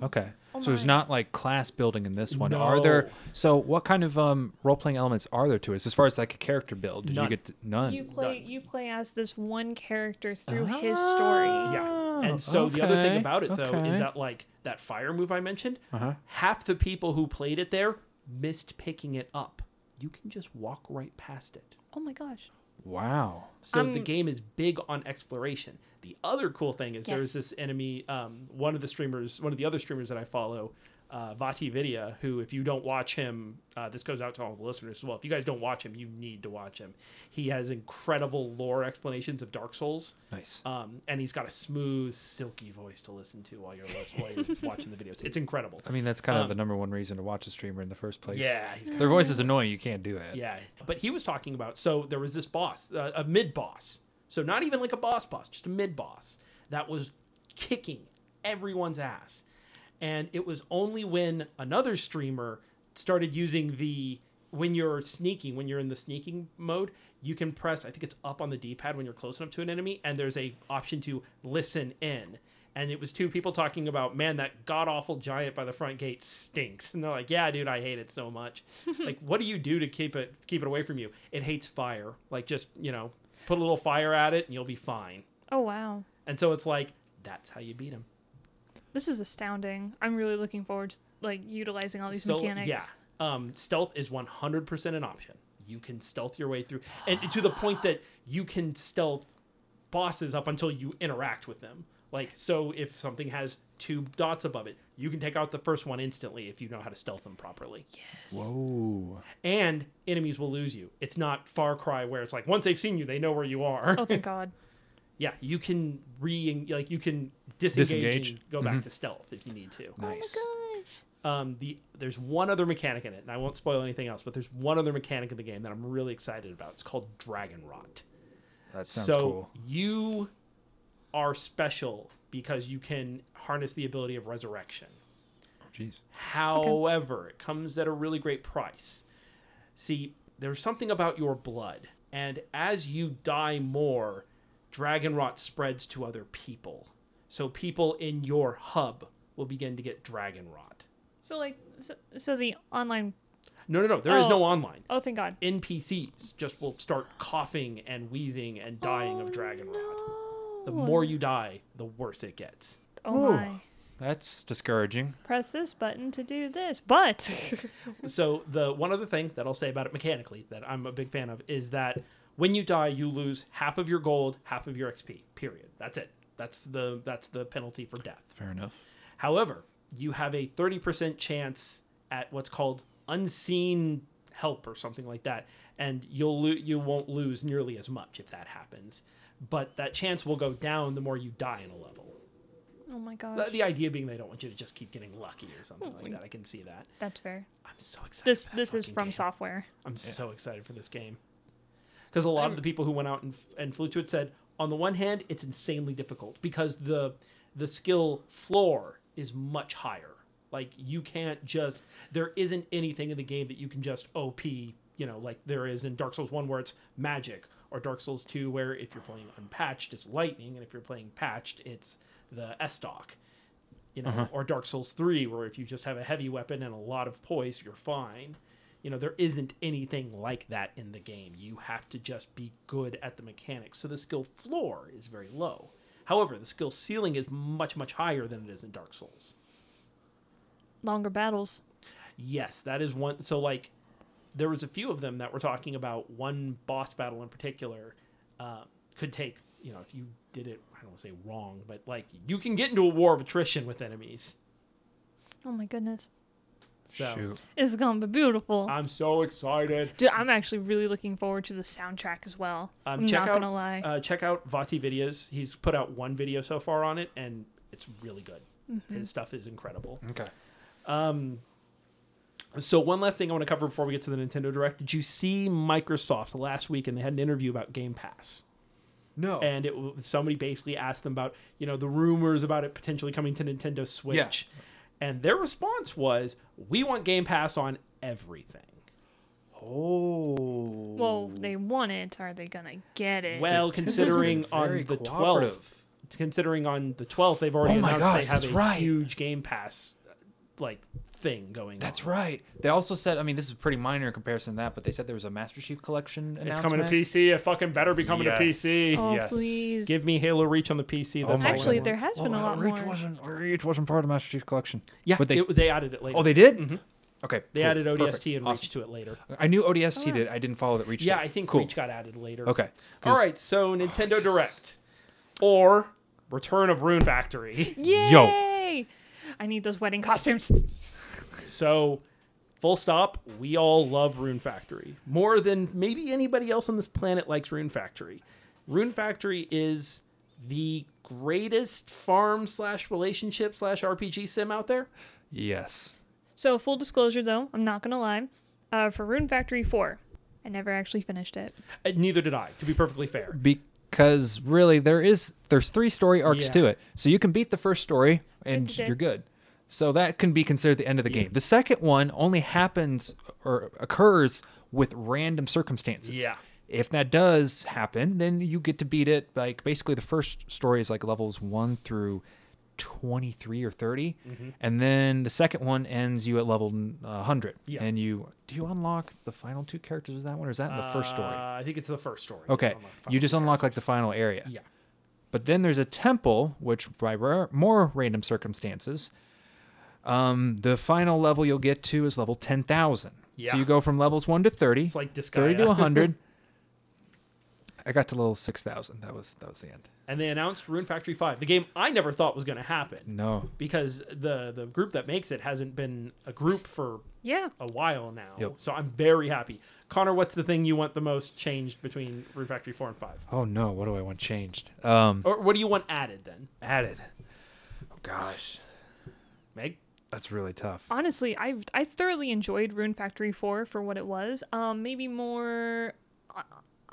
Speaker 4: Okay. so there's
Speaker 2: my.
Speaker 4: not like class building in this one. Are there
Speaker 3: No.
Speaker 4: so what kind of um role playing elements are there to it? As far as like a character build, did
Speaker 3: None.
Speaker 4: you get to, none?
Speaker 2: You play
Speaker 3: Done.
Speaker 2: you play as this one character through his story.
Speaker 3: Yeah.
Speaker 4: Oh,
Speaker 3: And so the other
Speaker 4: okay,
Speaker 3: thing about it though
Speaker 4: okay. Uh-huh.
Speaker 3: is that like that fire move I mentioned, half the people who played it there missed picking it up. You can just walk right past it.
Speaker 2: Oh my gosh.
Speaker 4: Wow.
Speaker 3: So the game is big on exploration. The other cool thing is there's
Speaker 2: Yes.
Speaker 3: this enemy, um, one of the streamers, one of the other streamers that I follow, uh, Vati Vidya, who, if you don't watch him, uh, this goes out to all the listeners as well. If you guys don't watch him, you need to watch him. He has incredible lore explanations of Dark Souls.
Speaker 4: Nice.
Speaker 3: Um, and he's got a smooth, silky voice to listen to while you're, while you're watching the videos. It's incredible.
Speaker 4: I mean that's kind of the number one reason to watch a streamer in the first place.
Speaker 3: um, Yeah, he's
Speaker 4: Their voice is annoying. You can't do that.
Speaker 3: Yeah, but he was talking about so there was this boss, uh, a mid boss. So not even like a boss boss, just a mid boss that was kicking everyone's ass. And it was only when another streamer started using the when you're sneaking, when you're in the sneaking mode, you can press. I think it's up on the D-pad when you're close enough to an enemy, and there's a option to listen in. And it was two people talking about, man, that god awful giant by the front gate stinks. And they're like, yeah, dude, I hate it so much. like, what do you do to keep it keep it away from you? It hates fire. Like, just you know, put a little fire at it, and you'll be fine.
Speaker 2: Oh wow.
Speaker 3: And so it's like that's how you beat him.
Speaker 2: This is astounding. I'm really looking forward to like utilizing all these
Speaker 3: So,
Speaker 2: mechanics.
Speaker 3: Yeah, um, stealth is 100% an option. You can stealth your way through, and to the point that you can stealth bosses up until you interact with them. Like, so if something has two dots above it, you can take out the first one instantly if you know how to stealth them properly.
Speaker 4: Whoa.
Speaker 2: Oh
Speaker 3: And enemies will lose you. It's not Far Cry where it's like once they've seen you, they know where you are.
Speaker 2: Oh thank God.
Speaker 3: Yeah, you can re like you can disengage,
Speaker 4: Disengage.
Speaker 3: and go back to stealth if you need to.
Speaker 4: Nice.
Speaker 3: um, the there's one other mechanic in it, and I won't spoil anything else, but there's one other mechanic in the game that I'm really excited about. It's called Dragon Rot.
Speaker 4: That sounds
Speaker 3: so
Speaker 4: cool.
Speaker 3: you are special because you can harness the ability of resurrection.
Speaker 4: Jeez.
Speaker 3: However, it comes at a really great price. See, there's something about your blood, and as you die more, dragon rot spreads to other people. So people in your hub will begin to get dragon rot.
Speaker 2: So like so, so the online
Speaker 3: No, no, no. There is
Speaker 2: Oh.
Speaker 3: no online.
Speaker 2: oh thank God.
Speaker 3: NPCs just will start coughing and wheezing and dying of dragon rot.
Speaker 2: Oh,
Speaker 3: The
Speaker 2: no.
Speaker 3: more you die, the worse it gets.
Speaker 2: Oh my.
Speaker 4: That's discouraging.
Speaker 2: Press this button to do this. But
Speaker 3: so the one other thing that I'll say about it mechanically that I'm a big fan of is that when you die, you lose half of your gold, half of your XP. Period. That's it. That's the that's the penalty for death.
Speaker 4: Fair enough.
Speaker 3: However, you have a 30% chance at what's called unseen help or something like that, and you'll lo- you won't lose nearly as much if that happens. But that chance will go down the more you die in a level.
Speaker 2: oh my
Speaker 3: The-
Speaker 2: gosh.
Speaker 3: The idea being they don't want you to just keep getting lucky or something like that. I can see that.
Speaker 2: That's fair.
Speaker 3: I'm so excited.
Speaker 2: Oh This
Speaker 3: for that
Speaker 2: this is
Speaker 3: fucking
Speaker 2: from
Speaker 3: game.
Speaker 2: software.
Speaker 3: I'm so excited for this game because a lot of the people who went out and, and flew to it said, on the one hand, it's insanely difficult because the the skill floor is much higher. Like you can't just there isn't anything in the game that you can just OP. You know, like there is in Dark Souls one where it's magic, or Dark Souls two where if you're playing unpatched, it's lightning, and if you're playing patched, it's the Estoc. You know, or Dark Souls three where if you just have a heavy weapon and a lot of poise, you're fine you know there isn't anything like that in the game you have to just be good at the mechanics so the skill floor is very low however the skill ceiling is much much higher than it is in dark souls
Speaker 2: Longer battles.
Speaker 3: yes that is one so like there was a few of them that were talking about one boss battle in particular uh, could take you know if you did it i don't want to say wrong but like you can get into a war of attrition with enemies
Speaker 2: Oh my goodness.
Speaker 3: so
Speaker 4: Shoot.
Speaker 2: It's gonna be beautiful.
Speaker 3: i'm so excited
Speaker 2: Dude, I'm actually really looking forward to the soundtrack as well.
Speaker 3: Um,
Speaker 2: I'm
Speaker 3: check
Speaker 2: not
Speaker 3: out
Speaker 2: gonna lie.
Speaker 3: Uh, check out Vati videos. He's put out one video so far on it, and it's really good.
Speaker 2: Mm-hmm.
Speaker 3: His stuff is incredible.
Speaker 4: Okay.
Speaker 3: So one last thing I want to cover before we get to the Nintendo Direct. Did you see Microsoft last week, and they had an interview about Game Pass?
Speaker 4: No.
Speaker 3: And it w- somebody basically asked them about you know the rumors about it potentially coming to Nintendo Switch, and their response was, "We want Game Pass on everything."
Speaker 4: oh.
Speaker 2: well, they want it. Are they gonna get it?
Speaker 3: Well, considering on
Speaker 4: very
Speaker 3: the twelfth,
Speaker 4: cooperative.
Speaker 3: considering on the twelfth, they've already
Speaker 4: Oh my
Speaker 3: announced
Speaker 4: gosh,
Speaker 3: they have
Speaker 4: that's
Speaker 3: a
Speaker 4: right.
Speaker 3: huge Game Pass like thing going.
Speaker 4: That's
Speaker 3: on.
Speaker 4: right. They also said, I mean, this is pretty minor in comparison to that, but they said there was a Master Chief Collection
Speaker 3: It's
Speaker 4: announcement.
Speaker 3: coming to PC. It fucking better be coming
Speaker 4: Yes.
Speaker 3: to PC.
Speaker 2: oh
Speaker 4: yes. Oh
Speaker 2: please.
Speaker 3: Give me Halo Reach on the PC. That's
Speaker 4: my
Speaker 3: all I
Speaker 2: Actually,
Speaker 3: want.
Speaker 2: there has been a lot
Speaker 4: Reach
Speaker 2: more.
Speaker 4: wasn't Reach wasn't part of Master Chief Collection.
Speaker 3: yeah,
Speaker 4: but they
Speaker 3: it- they added it later.
Speaker 4: oh they did. Okay,
Speaker 3: They
Speaker 4: cool.
Speaker 3: added ODST
Speaker 4: Perfect.
Speaker 3: and Reach
Speaker 4: Awesome.
Speaker 3: to it later.
Speaker 4: I knew
Speaker 2: Oh,
Speaker 4: ODST did. I didn't follow that Reach.
Speaker 3: Yeah,
Speaker 4: did.
Speaker 3: I think
Speaker 4: cool.
Speaker 3: Reach got added later.
Speaker 4: Okay.
Speaker 3: All
Speaker 4: 'Cause-
Speaker 3: right. So Nintendo Direct or Return of Rune Factory.
Speaker 2: Yay!
Speaker 4: Yo.
Speaker 2: I need those wedding costumes.
Speaker 3: So, full stop, we all love Rune Factory more than maybe anybody else on this planet likes Rune Factory. Rune Factory is the greatest farm slash relationship slash RPG sim out there.
Speaker 4: Yes.
Speaker 2: So full disclosure, though, I'm not gonna lie. Uh, for Rune Factory 4, I never actually finished it.
Speaker 3: Uh, neither did I, to be perfectly fair.
Speaker 4: Because really, there is there's three story arcs
Speaker 3: Yeah.
Speaker 4: to it. So you can beat the first story and
Speaker 2: Good to do.
Speaker 4: you're good. So that can be considered the end of the game. The second one only happens or occurs with random circumstances.
Speaker 3: Yeah.
Speaker 4: If that does happen, then you get to beat it. Like basically, the first story is like levels one through twenty-three or 30
Speaker 3: Mm-hmm.
Speaker 4: and then the second one ends you at level uh, hundred.
Speaker 3: Yeah.
Speaker 4: And you do you unlock the final two characters of that one, or is that in the first story?
Speaker 3: Uh, I think it's the first story.
Speaker 4: Okay, you just unlock like the final area.
Speaker 3: Yeah.
Speaker 4: But then there's a temple, which by rare, more random circumstances, um, the final level you'll get to is level 10,000.
Speaker 3: Yeah.
Speaker 4: So you go from levels 1 to 30.
Speaker 3: It's like
Speaker 4: 30 to
Speaker 3: Disgaea.
Speaker 4: 100. I got to level 6,000. That was that was the end.
Speaker 3: And they announced Rune Factory 5, the game I never thought was going to happen
Speaker 4: No.
Speaker 3: because the the group that makes it hasn't been a group for
Speaker 2: Yeah.
Speaker 3: a while now.
Speaker 4: Yep.
Speaker 3: So I'm very happy. Connor, what's the thing you want the most changed between Rune Factory 4 and 5?
Speaker 4: Oh no, what do I want changed? Um
Speaker 3: Or what do you want added then?
Speaker 4: added. Oh gosh.
Speaker 3: Meg?
Speaker 4: That's really tough.
Speaker 2: honestly, I I thoroughly enjoyed Rune Factory 4 for what it was. Um, maybe more. uh,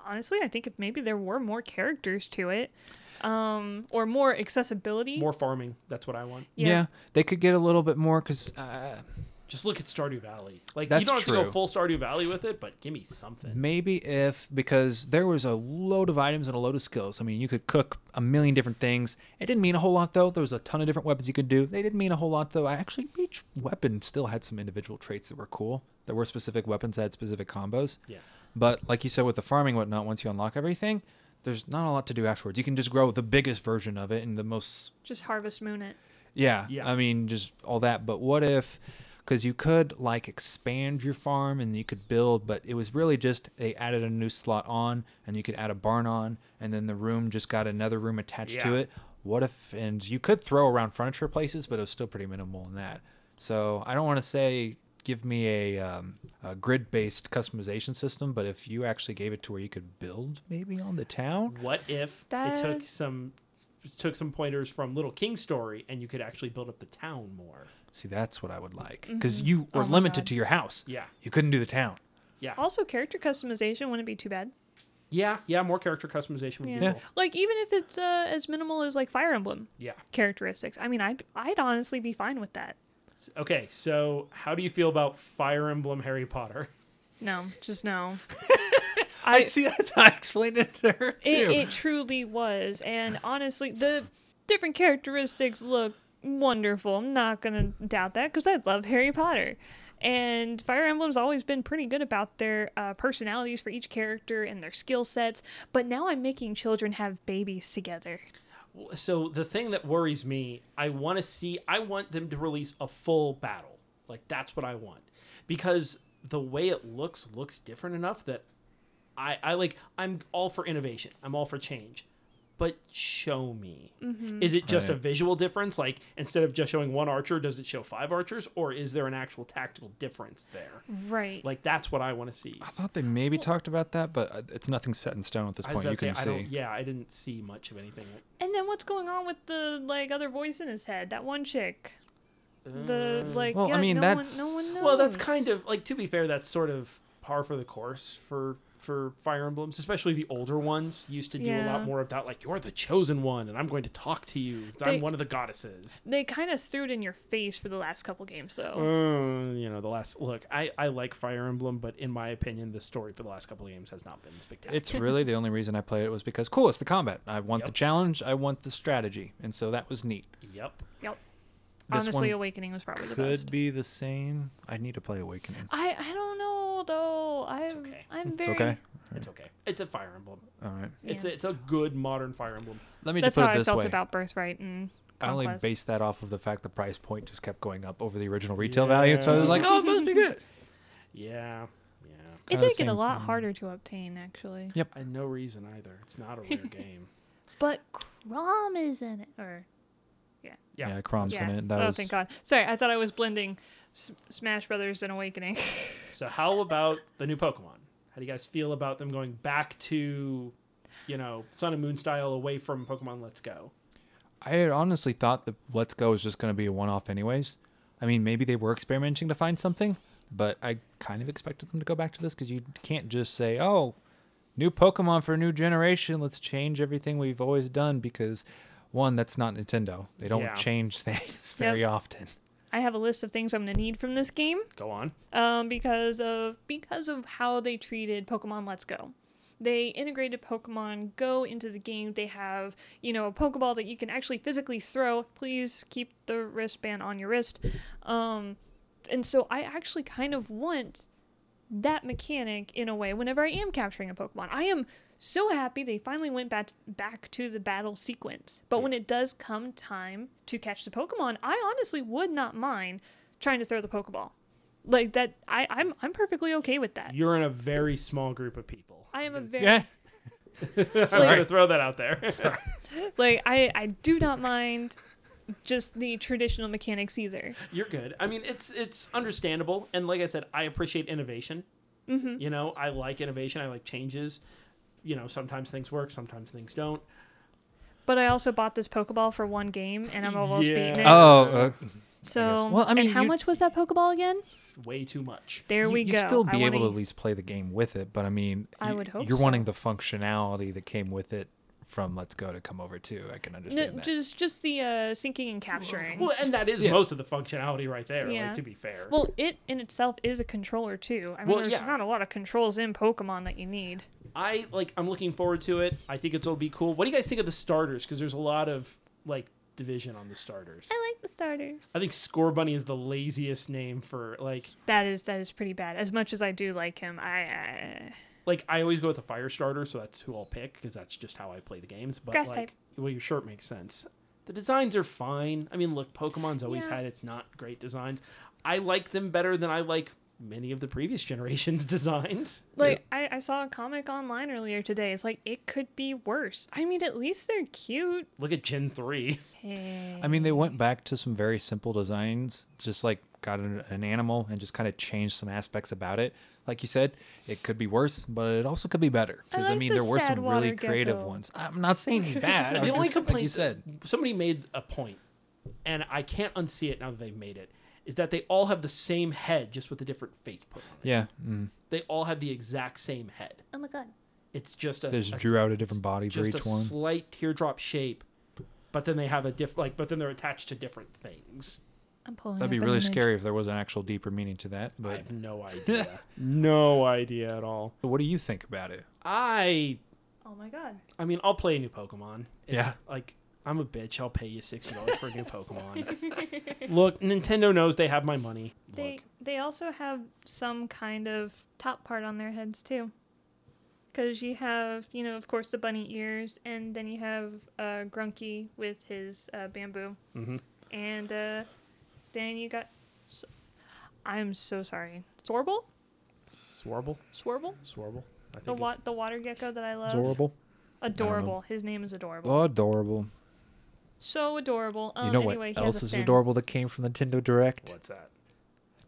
Speaker 2: Honestly, I think if maybe there were more characters to it, um, or more accessibility.
Speaker 3: More farming. That's what I want.
Speaker 4: Yeah. they could get a little bit more cuz uh,
Speaker 3: Just look at Stardew Valley. Like
Speaker 4: That's
Speaker 3: you don't have to go
Speaker 4: true.
Speaker 3: full Stardew Valley with it, but give me something.
Speaker 4: Maybe if because there was a load of items and a load of skills. I mean, you could cook a million different things. It didn't mean a whole lot though. There was a ton of different weapons you could do. They didn't mean a whole lot though. I actually each weapon still had some individual traits that were cool. There were specific weapons that had specific combos.
Speaker 3: Yeah.
Speaker 4: But like you said with the farming and whatnot, once you unlock everything, there's not a lot to do afterwards. You can just grow the biggest version of it and the most
Speaker 2: Just Harvest Moon it.
Speaker 4: yeah.
Speaker 3: Yeah.
Speaker 4: I mean, just all that. But what if, because you could like expand your farm and you could build, but it was really just they added a new slot on and you could add a barn on, and then the room just got another room attached to
Speaker 3: Yeah.
Speaker 4: it. What if, and you could throw around furniture places, but it was still pretty minimal in that. So I don't want to say give me a, um, a grid based customization system, but if you actually gave it to where you could build maybe on the town,
Speaker 3: What if it took
Speaker 2: That-
Speaker 3: some took some pointers from Little King's Story and you could actually build up the town more?
Speaker 4: see, that's what I would like. Because you were
Speaker 2: Oh my
Speaker 4: limited
Speaker 2: God.
Speaker 4: to your house.
Speaker 3: Yeah.
Speaker 4: You couldn't do the town.
Speaker 3: Yeah.
Speaker 2: Also, character customization wouldn't be too bad.
Speaker 3: Yeah, yeah, more character customization would
Speaker 2: Yeah.
Speaker 3: be
Speaker 4: Yeah.
Speaker 3: cool.
Speaker 2: Like even if it's uh, as minimal as like Fire Emblem
Speaker 3: Yeah.
Speaker 2: characteristics. I mean, I'd I'd honestly be fine with that.
Speaker 3: S- Okay, so how do you feel about Fire Emblem Harry Potter?
Speaker 2: No, just no.
Speaker 4: I see that's how I explained it to her too.
Speaker 2: It, it truly was. And honestly, the different characteristics look wonderful. I'm not going to doubt that because I love Harry Potter. And Fire Emblem's always been pretty good about their uh, personalities for each character and their skill sets. But now I'm making children have babies together.
Speaker 3: W- So the thing that worries me, I want to see I want them to release a full battle. Like that's what I want. Because the way it looks looks different enough that I I like I'm all for innovation. I'm all for change. But show me. Is
Speaker 4: Oh,
Speaker 3: it just a
Speaker 4: Right.
Speaker 3: visual difference? Like instead of just showing one archer, does it show five archers or is there an actual tactical difference there?
Speaker 2: Right.
Speaker 3: Like that's what I want to see.
Speaker 4: I thought they maybe talked about that, but uh, it's nothing set in stone at this
Speaker 3: I was
Speaker 4: point. You
Speaker 3: about to
Speaker 4: can
Speaker 3: say, I
Speaker 4: see.
Speaker 3: don't, yeah, I didn't see much of anything.
Speaker 2: and then what's going on with the like other voice in his head? That one chick. The like.
Speaker 4: Well, I
Speaker 2: yeah,
Speaker 4: mean,
Speaker 2: no
Speaker 4: that's-
Speaker 2: One, no one knows.
Speaker 3: Well, that's kind of like to be fair, that's sort of par for the course for for Fire Emblems, especially the older ones. Used to do a
Speaker 2: Yeah.
Speaker 3: lot more of that, like you're the chosen one, and I'm going to talk to you. 'cause
Speaker 2: They-
Speaker 3: I'm one of the goddesses.
Speaker 2: They kind of threw it in your face for the last couple games, though.
Speaker 3: Uh, you know, the last look, I I like Fire Emblem, but in my opinion, the story for the last couple of games has not been spectacular.
Speaker 4: It's really the only reason I played it was because cool, it's the combat. I want the
Speaker 3: Yep.
Speaker 4: challenge, I want the strategy, and so that was neat.
Speaker 3: yep.
Speaker 2: Yep.
Speaker 4: This
Speaker 2: Honestly,
Speaker 4: one
Speaker 2: Awakening was probably the best.
Speaker 4: Could be the same. I need to play Awakening.
Speaker 2: I I don't know though. I'm
Speaker 3: okay.
Speaker 2: I'm
Speaker 4: It's
Speaker 2: very.
Speaker 4: okay.
Speaker 3: It's okay. It's a Fire Emblem.
Speaker 4: All right.
Speaker 3: It's a, it's a good modern Fire Emblem.
Speaker 4: Let me
Speaker 2: That's
Speaker 4: just
Speaker 2: how
Speaker 4: put it
Speaker 2: I
Speaker 4: this
Speaker 2: felt
Speaker 4: way.
Speaker 2: about Birthright and
Speaker 4: I only
Speaker 2: Conquest.
Speaker 4: based that off of the fact the price point just kept going up over the original retail value, so I was like, oh, it must be good.
Speaker 3: Yeah, yeah.
Speaker 2: It
Speaker 4: kinda
Speaker 2: did get a
Speaker 4: uh, same
Speaker 2: lot
Speaker 4: thing.
Speaker 2: harder to obtain actually.
Speaker 4: Yep.
Speaker 3: I no reason either. It's not a rare game.
Speaker 2: But Crom is in it, or
Speaker 3: Yeah.
Speaker 4: Yeah, Crom's
Speaker 2: yeah.
Speaker 4: in it. That
Speaker 2: oh,
Speaker 4: was
Speaker 2: thank God. Sorry, I thought I was blending S- Smash Brothers and Awakening.
Speaker 3: So how about the new Pokemon? How do you guys feel about them going back to, you know, Sun and Moon style away from Pokemon Let's Go?
Speaker 4: I had honestly thought that Let's Go was just going to be a one off, anyways. I mean, maybe they were experimenting to find something, but I kind of expected them to go back to this because you can't just say, oh, new Pokemon for a new generation. Let's change everything we've always done because, one, that's not Nintendo. They don't
Speaker 3: Yeah.
Speaker 4: change things very often.
Speaker 2: I have a list of things I'm going to need from this game
Speaker 3: Go on.
Speaker 2: um, because of because of how they treated Pokemon Let's Go. They integrated Pokemon Go into the game. They have you know a Pokeball that you can actually physically throw. Please keep the wristband on your wrist. Um, and so I actually kind of want that mechanic in a way whenever I am capturing a Pokemon. I am so happy they finally went back back to the battle sequence. But when it does come time to catch the Pokemon, I honestly would not mind trying to throw the Pokeball. Like that I, I'm I'm perfectly okay with that.
Speaker 3: You're in a very small group of people.
Speaker 2: I am a very
Speaker 4: Yeah.
Speaker 3: I'm going to throw that out there.
Speaker 2: like I, I do not mind just the traditional mechanics either.
Speaker 3: You're good. I mean, it's it's understandable, and like I said, I appreciate innovation. You know, I like innovation. I like changes. You know, sometimes things work, sometimes things don't.
Speaker 2: But I also bought this Pokeball for one game and I'm almost beating
Speaker 3: Yeah.
Speaker 2: it.
Speaker 4: Oh, uh,
Speaker 2: so
Speaker 4: Well, I mean,
Speaker 2: and how
Speaker 4: you-
Speaker 2: much was that Pokeball again?
Speaker 3: Way too much.
Speaker 2: There
Speaker 4: you,
Speaker 2: we
Speaker 4: you'd
Speaker 2: go.
Speaker 4: still
Speaker 2: I
Speaker 4: be able to
Speaker 2: wanna-
Speaker 4: at least play the game with it, but I mean,
Speaker 2: I
Speaker 4: you-
Speaker 2: would hope
Speaker 4: you're
Speaker 2: so.
Speaker 4: wanting the functionality that came with it from Let's Go to come over too. I can
Speaker 2: No,
Speaker 4: understand that.
Speaker 2: just just the uh, syncing and capturing.
Speaker 3: Well,
Speaker 2: Well,
Speaker 3: and that is
Speaker 4: Yeah.
Speaker 3: most of the functionality right there.
Speaker 2: Yeah.
Speaker 3: Like to be fair.
Speaker 2: it in itself is a controller too. I mean,
Speaker 3: Well,
Speaker 2: there's
Speaker 3: yeah.
Speaker 2: not a lot of controls in Pokemon that you need.
Speaker 3: I like. I'm looking forward to it. I think it'll be cool. What do you guys think of the starters? Because there's a lot of like division on the starters.
Speaker 2: I like the starters.
Speaker 3: I think Score Bunny is the laziest name for like
Speaker 2: That is that is pretty bad. As much as I do like him, I, I
Speaker 3: like I always go with a fire starter, so that's who I'll pick because that's just how I play the games. But
Speaker 2: Grass
Speaker 3: like,
Speaker 2: type.
Speaker 3: well, your shirt makes sense. The designs are fine. I mean, look, Pokemon's always
Speaker 2: Yeah.
Speaker 3: had its not great designs. I like them better than I like many of the previous generations' designs.
Speaker 2: like I, I saw a comic online earlier today. It's like it could be worse. I mean, at least they're cute.
Speaker 3: Look at Gen Three.
Speaker 2: Hey.
Speaker 4: I mean, they went back to some very simple designs, just like got an, an animal and just kind of changed some aspects about it. Like you said, it could be worse, but it also could be better.
Speaker 2: I
Speaker 4: Because I,
Speaker 2: like
Speaker 4: mean,
Speaker 2: the
Speaker 4: there were some
Speaker 2: Sadwater
Speaker 4: really creative
Speaker 2: gecko.
Speaker 4: ones. I'm not saying he's bad. I'm
Speaker 3: the only
Speaker 4: just- like you
Speaker 3: complaint
Speaker 4: said,
Speaker 3: somebody made a point, and I can't unsee it now that they've made it. Is that they all have the same head, just with a different face put on it.
Speaker 4: yeah, mm,
Speaker 3: They all have the exact same head.
Speaker 2: oh my god.
Speaker 3: It's just a.
Speaker 4: they just
Speaker 3: a-
Speaker 4: drew out a different body for
Speaker 3: just
Speaker 4: each
Speaker 3: a
Speaker 4: one.
Speaker 3: slight teardrop shape, but then they have a diff like, but then they're attached to different things.
Speaker 2: I'm pulling.
Speaker 4: That'd
Speaker 2: up
Speaker 4: be
Speaker 2: an
Speaker 4: really
Speaker 2: image.
Speaker 4: scary if there was an actual deeper meaning to that.
Speaker 3: I
Speaker 4: But
Speaker 3: have no idea. no idea at all.
Speaker 4: what do you think about it?
Speaker 3: I,
Speaker 2: Oh my god.
Speaker 3: I mean, I'll play a new Pokemon. It's
Speaker 4: Yeah.
Speaker 3: Like, I'm a bitch. I'll pay you sixty dollars for a new Pokemon. Look, Nintendo knows they have my money.
Speaker 2: They
Speaker 3: Look,
Speaker 2: they also have some kind of top part on their heads too. Because you have, you know, of course, the bunny ears, and then you have uh, Grunky with his uh, bamboo,
Speaker 4: Mm-hmm.
Speaker 3: Mhm.
Speaker 2: and uh, then you got. S I'm so sorry, Sorble,
Speaker 3: Swarble,
Speaker 2: Swarble,
Speaker 3: Swarble. I
Speaker 2: the
Speaker 3: think
Speaker 2: wa-
Speaker 3: it's
Speaker 2: the water gecko that I love,
Speaker 4: Adorable.
Speaker 2: adorable. His name is adorable,
Speaker 4: Adorable.
Speaker 2: so adorable. Um,
Speaker 4: you know
Speaker 2: anyway,
Speaker 4: what
Speaker 2: he has
Speaker 4: else
Speaker 2: a
Speaker 4: is
Speaker 2: fin.
Speaker 4: adorable that came from Nintendo Direct?
Speaker 3: what's that?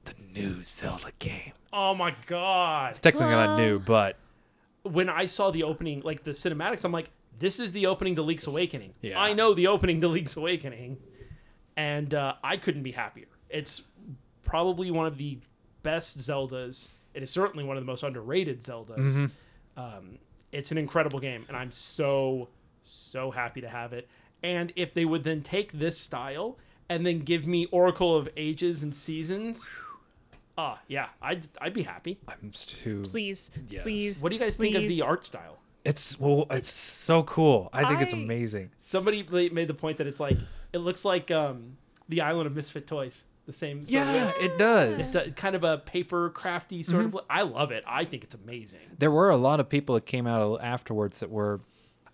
Speaker 4: The new Zelda game.
Speaker 3: Oh my god!
Speaker 4: It's technically not
Speaker 2: Well-
Speaker 4: new, but
Speaker 3: When I saw the opening, like the cinematics, I'm like, this is the opening to Leaks Awakening.
Speaker 4: Yeah.
Speaker 3: I know the opening to Leaks Awakening, and uh, I couldn't be happier. It's probably one of the best Zeldas. It is certainly one of the most underrated Zeldas. Um, it's an incredible game, and I'm so so happy to have it. And if they would then take this style and then give me Oracle of Ages and Seasons, ah, yeah, I'd I'd be happy.
Speaker 4: I'm too.
Speaker 2: Please,
Speaker 4: Yes.
Speaker 2: please.
Speaker 3: What do you guys think of
Speaker 2: please.
Speaker 3: the art style?
Speaker 4: It's well, it's so cool. I think it's
Speaker 2: I-
Speaker 4: amazing.
Speaker 3: Somebody ma- made the point that it's like it looks like um, the Island of Misfit Toys, the same. Sort of look.
Speaker 4: it does.
Speaker 3: it's a, kind of a paper crafty sort of. Look. I love it. I think it's amazing.
Speaker 4: There were a lot of people that came out a- afterwards that were.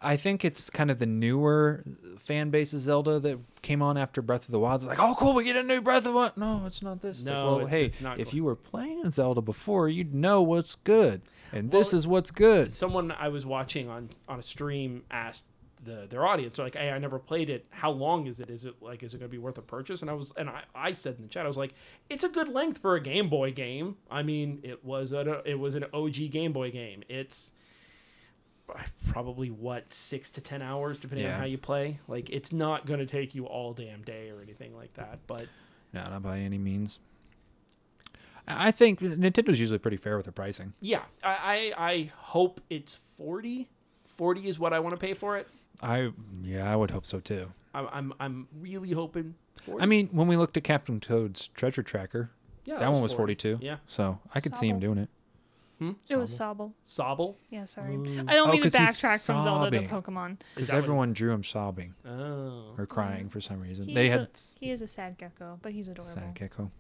Speaker 4: I think it's kind of the newer fan base of Zelda that came on after Breath of the Wild. They're like, oh, cool, we get a new Breath of the Wild. No, it's not this. It's like,
Speaker 3: No,
Speaker 4: well,
Speaker 3: it's-
Speaker 4: hey,
Speaker 3: it's not
Speaker 4: if
Speaker 3: cool.
Speaker 4: you were playing Zelda before, you'd know what's good, and this
Speaker 3: Well,
Speaker 4: is what's good.
Speaker 3: Someone I was watching on on a stream asked the their audience they're like, "Hey, I never played it. How long is it? Is it like is it going to be worth a purchase?" And I was and I, I said in the chat, I was like, "It's a good length for a Game Boy game. I mean, it was a it was an OG Game Boy game. It's probably what six to ten hours depending
Speaker 4: Yeah.
Speaker 3: on how you play like it's not going to take you all damn day or anything like that but
Speaker 4: No, not by any means. I I think Nintendo's usually pretty fair with their pricing.
Speaker 3: yeah i i, I hope it's 40 40 is what i want to pay for it
Speaker 4: I yeah, I would hope so too.
Speaker 3: I'm, I'm i'm really hoping 40.
Speaker 4: I mean, when we looked at Captain Toad's Treasure Tracker,
Speaker 3: Yeah,
Speaker 4: that one was 42.
Speaker 3: Yeah.
Speaker 4: So I could see him
Speaker 2: Sobble.
Speaker 4: doing it.
Speaker 2: It was Sobble.
Speaker 3: Sobble.
Speaker 2: Yeah, sorry. I don't
Speaker 4: Oh,
Speaker 2: mean to
Speaker 4: 'cause he's
Speaker 2: backtrack from Zelda to
Speaker 4: sobbing.
Speaker 2: Pokemon.
Speaker 3: Is
Speaker 4: Because
Speaker 3: that what-
Speaker 4: everyone drew him sobbing
Speaker 3: Oh.
Speaker 4: or crying for some reason.
Speaker 2: He
Speaker 4: they
Speaker 2: is
Speaker 4: had
Speaker 2: Mm-hmm. a, he is a sad gecko, but he's adorable.
Speaker 4: sad gecko.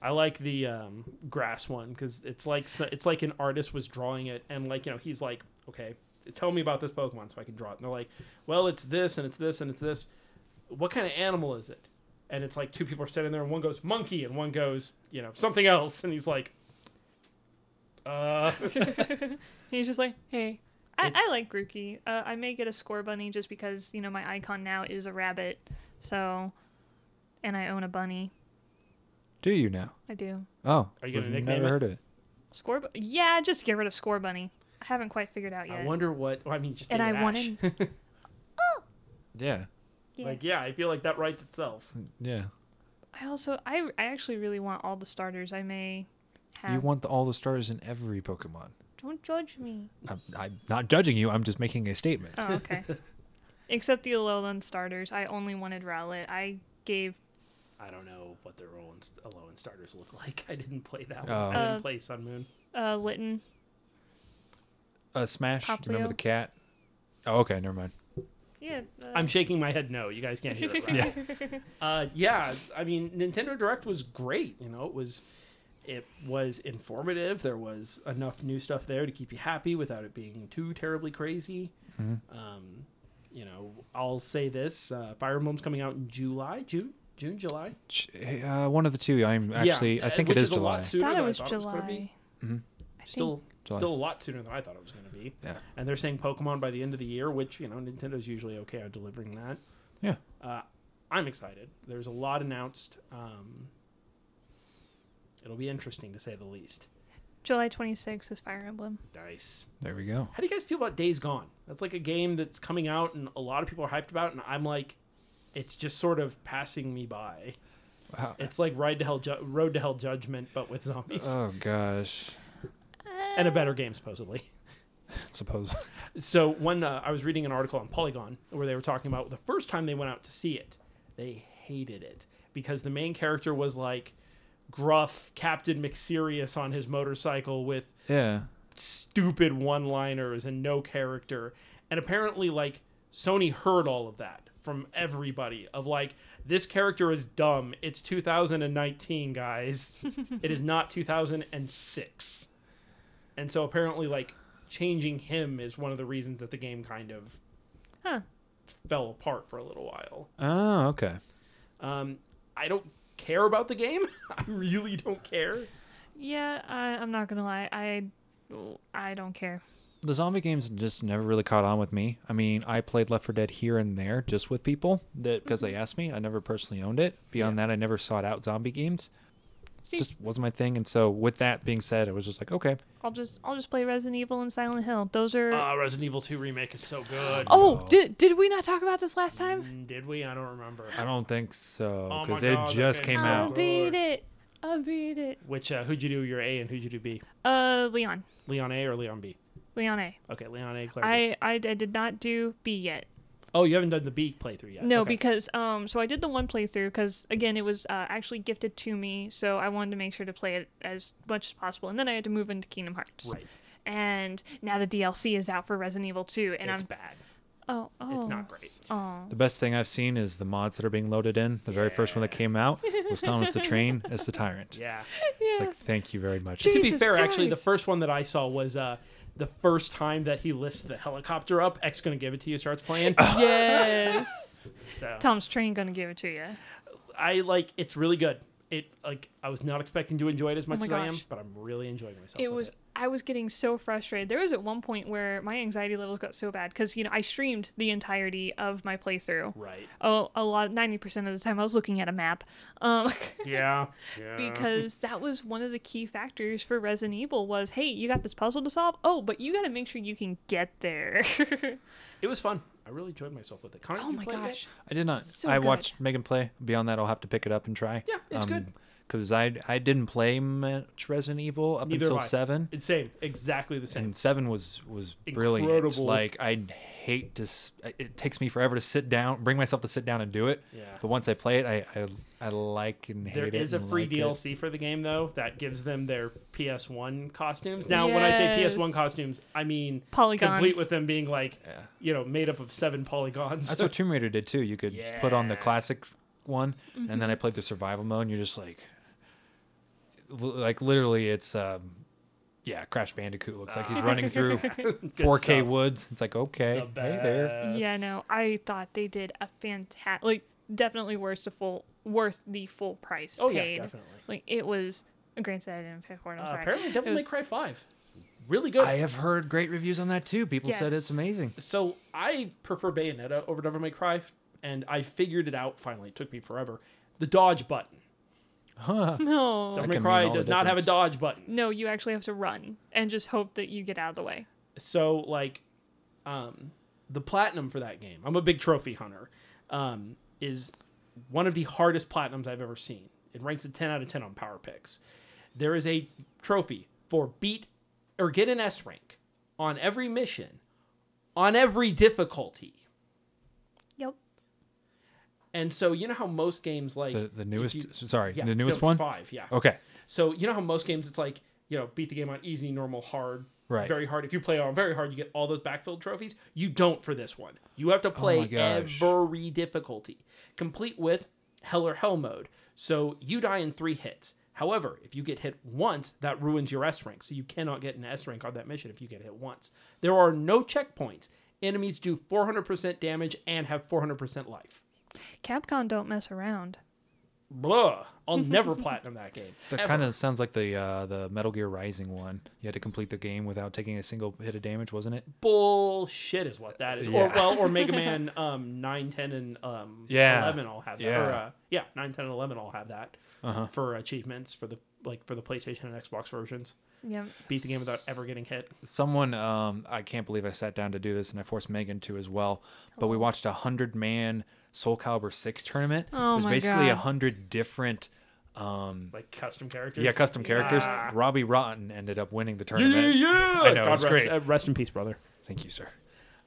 Speaker 3: I like the um, grass one because it's like s- it's like an artist was drawing it, and like you know he's like, okay, tell me about this Pokemon so I can draw it. And they're like, well, it's this and it's this and it's this. What kind of animal is it? And it's like two people are sitting there, and one goes monkey, and one goes you know something else, and he's like, uh,
Speaker 2: He's just like, hey. I,
Speaker 3: It's-
Speaker 2: I like Grookey. Uh, I may get a score bunny just because, you know, my icon now is a rabbit. So, and I own a bunny.
Speaker 4: Do you now?
Speaker 2: I do.
Speaker 4: Oh,
Speaker 3: Are you gonna
Speaker 4: we've
Speaker 3: nickname
Speaker 4: never
Speaker 3: it?
Speaker 4: heard of it.
Speaker 2: Score, bu- yeah, just to get rid of score bunny. I haven't quite figured out yet.
Speaker 3: I wonder what. Well, I mean, just
Speaker 2: And
Speaker 3: name it
Speaker 2: I want
Speaker 3: Ash.
Speaker 4: Yeah,
Speaker 2: Yeah.
Speaker 3: like yeah, I feel like that writes itself.
Speaker 4: yeah.
Speaker 2: I also, I, I actually really want all the starters. I may have.
Speaker 4: You want the, all the stars in every Pokemon.
Speaker 2: Don't judge me.
Speaker 4: I'm, I'm not judging you. I'm just making a statement.
Speaker 2: Oh, okay. Except the Alolan starters. I only wanted Rowlet. I gave
Speaker 3: I don't know what their Alolan Alolan starters look like. I didn't play that one.
Speaker 4: Oh.
Speaker 3: I didn't
Speaker 2: Uh,
Speaker 3: play Sun Moon.
Speaker 2: uh, Litten.
Speaker 4: Uh, Smash. Remember
Speaker 2: Popplio.
Speaker 4: the cat? Oh, okay. Never mind.
Speaker 2: Yeah. Uh,
Speaker 3: I'm shaking my head no. You guys can't hear it. Right?
Speaker 4: Yeah.
Speaker 3: Uh, yeah, I mean, Nintendo Direct was great. You know, it was it was informative. There was enough new stuff there to keep you happy without it being too terribly crazy.
Speaker 4: Mm-hmm.
Speaker 3: Um, you know, I'll say this: uh, Fire Emblem's coming out in July, June, June, July.
Speaker 4: Ch- Uh, one of the two. I'm actually.
Speaker 3: Yeah, uh,
Speaker 4: I think
Speaker 3: which
Speaker 4: it is
Speaker 3: a lot
Speaker 4: July.
Speaker 2: I
Speaker 3: sooner
Speaker 2: thought
Speaker 3: than
Speaker 2: it was
Speaker 3: gonna be.
Speaker 2: July.
Speaker 4: Mm-hmm.
Speaker 2: I
Speaker 3: Still,
Speaker 4: July.
Speaker 3: still a lot sooner than I thought it was going to be.
Speaker 4: Yeah.
Speaker 3: And they're saying Pokemon by the end of the year, which you know Nintendo's usually okay on delivering that.
Speaker 4: Yeah.
Speaker 3: Uh, I'm excited. There's a lot announced. Um, it'll be interesting to say the least.
Speaker 2: July 26th is Fire Emblem.
Speaker 3: Nice.
Speaker 4: There we go.
Speaker 3: How do you guys feel about Days Gone? That's like a game that's coming out and a lot of people are hyped about, and I'm like, it's just sort of passing me by.
Speaker 4: Wow.
Speaker 3: It's like Ride to Hell, Ju- Road to Hell Judgment, but with zombies
Speaker 4: Oh gosh.
Speaker 3: and a better game supposedly.
Speaker 4: Suppose.
Speaker 3: So one, uh, I was reading an article on Polygon where they were talking about the first time they went out to see it, they hated it because the main character was like gruff Captain McSerious on his motorcycle with
Speaker 4: Yeah.
Speaker 3: stupid one-liners and no character, and apparently like Sony heard all of that from everybody of like this character is dumb. It's 2019, guys. it is not 2006. And so apparently, like, changing him is one of the reasons that the game kind of
Speaker 2: Huh.
Speaker 3: fell apart for a little while.
Speaker 4: Oh, okay.
Speaker 3: Um, I don't care about the game. I really don't care.
Speaker 2: Yeah, I, I'm not going to lie. I, I don't care.
Speaker 4: The zombie games just never really caught on with me. I mean, I played Left 4 Dead here and there just with people that because
Speaker 3: Mm-hmm.
Speaker 4: they asked me. I never personally owned it. Beyond that, I never sought out zombie games.
Speaker 2: See,
Speaker 4: just wasn't my thing. And so, with that being said, I was just like, okay,
Speaker 2: I'll just I'll just play Resident Evil and Silent Hill. Those are.
Speaker 3: Uh, Resident Evil 2 remake is so good.
Speaker 2: oh, did did we not talk about this last time?
Speaker 3: Mm, Did we? I don't remember.
Speaker 4: I don't think
Speaker 3: Oh
Speaker 4: so
Speaker 3: my
Speaker 4: because
Speaker 3: God,
Speaker 4: it
Speaker 3: that
Speaker 4: just
Speaker 3: game's
Speaker 4: came
Speaker 3: so
Speaker 2: I'll
Speaker 4: out.
Speaker 3: good.
Speaker 2: beat it. I'll beat it.
Speaker 3: Which uh, who'd you do your A and who'd you do B?
Speaker 2: Uh, Leon,
Speaker 3: Leon A or Leon B?
Speaker 2: Leon A.
Speaker 3: Okay, Leon A. Claire. B.
Speaker 2: I I, I did not do B yet.
Speaker 3: Oh, you haven't done the B playthrough yet.
Speaker 2: No,
Speaker 3: Okay.
Speaker 2: because um, so I did the one playthrough because again, it was uh, actually gifted to me, so I wanted to make sure to play it as much as possible, and then I had to move into Kingdom Hearts.
Speaker 3: right,
Speaker 2: And now the DLC is out for Resident Evil 2, and
Speaker 3: it's
Speaker 2: I'm
Speaker 3: bad.
Speaker 2: oh oh
Speaker 3: It's not great.
Speaker 2: oh
Speaker 4: The best thing I've seen is the mods that are being loaded in. The very first one that came out was Thomas the Train as the Tyrant.
Speaker 3: Yeah.
Speaker 4: It's like,
Speaker 2: yes.
Speaker 4: thank you very much.
Speaker 2: Jeez.
Speaker 3: to be
Speaker 2: Jesus
Speaker 3: fair, actually, the
Speaker 2: Christ.
Speaker 3: first one that I saw was uh, the first time that he lifts the helicopter up. X gonna give it to you starts playing.
Speaker 2: yes.
Speaker 3: so
Speaker 2: Tom's train gonna give it to you.
Speaker 3: I like it's really good. It like I was not expecting to enjoy it as much
Speaker 2: Oh my
Speaker 3: as I am,
Speaker 2: gosh.
Speaker 3: but I'm really enjoying myself.
Speaker 2: It
Speaker 3: with
Speaker 2: was. I was getting so frustrated. There was at one point where my anxiety levels got so bad because you know I streamed the entirety of my playthrough.
Speaker 3: right.
Speaker 2: Oh, a lot, ninety percent of the time I was looking at a map. Um,
Speaker 3: Yeah.
Speaker 2: because that was one of the key factors for Resident Evil was hey you got this puzzle to solve oh but you got to make sure you can get there
Speaker 3: it was fun. I really enjoyed myself with it. Connor,
Speaker 2: oh
Speaker 3: you
Speaker 2: my
Speaker 3: played it?
Speaker 2: gosh
Speaker 4: I did not.
Speaker 2: So
Speaker 4: I
Speaker 2: good.
Speaker 4: watched Megan play. Beyond that, I'll have to pick it up and try.
Speaker 3: Yeah, it's good.
Speaker 4: Because I I didn't play much Resident Evil up
Speaker 3: Neither
Speaker 4: until
Speaker 3: have I.
Speaker 4: seven,
Speaker 3: It's same, exactly the same.
Speaker 4: and seven was was brilliant.
Speaker 3: Incredible.
Speaker 4: Like I hate to. s- It takes me forever to sit down, bring myself to sit down and do it.
Speaker 3: Yeah.
Speaker 4: But once I play it, I I, I like and hate
Speaker 3: There
Speaker 4: it.
Speaker 3: is a
Speaker 4: and
Speaker 3: free
Speaker 4: like it.
Speaker 3: DLC for the game though that gives them their PS1 costumes. Now, when I say PS1
Speaker 2: Yes.
Speaker 3: costumes, I mean complete
Speaker 2: Polygons.
Speaker 3: with them being like, you know, made up of seven polygons.
Speaker 4: That's what Tomb Raider did too. You could put on the classic one, and then I played the survival mode. and You're just like, l- like literally, it's um, yeah, Crash Bandicoot looks like he's running through 4K
Speaker 3: stuff.
Speaker 4: woods. It's like okay,
Speaker 3: The
Speaker 4: hey there.
Speaker 2: Yeah,
Speaker 3: best.
Speaker 2: no, I thought they did a fantastic, like definitely worth the full worth the full price
Speaker 3: Oh, yeah,
Speaker 2: paid.
Speaker 3: definitely.
Speaker 2: Like it was. Granted, I didn't pay for it. I'm
Speaker 3: Uh,
Speaker 2: sorry.
Speaker 3: apparently,
Speaker 2: It
Speaker 3: Devil May
Speaker 2: was-
Speaker 3: Cry Five, really good.
Speaker 4: I have heard great reviews on that too. People said it's
Speaker 2: Yes.
Speaker 4: amazing.
Speaker 3: so I prefer Bayonetta over Devil May Cry, and I figured it out finally. It took me forever. The dodge button.
Speaker 2: No,
Speaker 3: Devil May
Speaker 4: can
Speaker 3: Cry
Speaker 4: mean all the
Speaker 3: does not have a
Speaker 4: difference.
Speaker 3: dodge button.
Speaker 2: no, you actually have to run and just hope that you get out of the way.
Speaker 3: So like, um, the platinum for that game. I'm a big trophy hunter. Um, is one of the hardest platinums I've ever seen. It ranks a 10 out of 10 on Power Picks. There is a trophy for beat or get an S rank on every mission, on every difficulty.
Speaker 2: Yep.
Speaker 3: And so you know how most games like
Speaker 4: The the
Speaker 3: if
Speaker 4: newest,
Speaker 3: you-
Speaker 4: sorry,
Speaker 3: yeah,
Speaker 4: the newest
Speaker 3: Doom
Speaker 4: one.
Speaker 3: five, yeah.
Speaker 4: Okay,
Speaker 3: So you know how most games it's like you know beat the game on easy, normal, hard,
Speaker 4: Right.
Speaker 3: very hard. If you play on very hard, you get all those backfield trophies. You don't for this one. You have to play
Speaker 4: Oh gosh.
Speaker 3: every difficulty, complete with hell or hell mode. So you die in three hits. However, if you get hit once, that ruins your S rank. So you cannot get an S rank on that mission if you get hit once. There are no checkpoints. Enemies do 400% damage and have 400% life.
Speaker 2: Capcom don't mess around.
Speaker 3: Blah. I'll never platinum that game.
Speaker 4: that
Speaker 3: Ever.
Speaker 4: kind of sounds like the uh, the Metal Gear Rising one. You had to complete the game without taking a single hit of damage, wasn't it?
Speaker 3: bullshit is what that is. Or
Speaker 4: Yeah.
Speaker 3: well, or Mega Man um 9, 10, and um
Speaker 4: Yeah.
Speaker 3: eleven all have that.
Speaker 4: Yeah. Uh-huh.
Speaker 3: Or, uh, yeah, 9, 10, and eleven all have that for achievements for the like for the PlayStation and Xbox versions.
Speaker 2: Yep.
Speaker 3: Beat the game without ever getting hit.
Speaker 4: someone um, i can't believe i sat down to do this and i forced megan to as well but we watched a hundred man soul calibur 6 tournament
Speaker 2: Oh
Speaker 4: it was
Speaker 2: my
Speaker 4: basically a
Speaker 2: God.
Speaker 4: hundred different um,
Speaker 3: Like custom characters.
Speaker 4: yeah custom characters robbie rotten ended up winning the tournament i know
Speaker 3: God
Speaker 4: it's
Speaker 3: rest,
Speaker 4: great
Speaker 3: uh, rest in peace, brother.
Speaker 4: thank you sir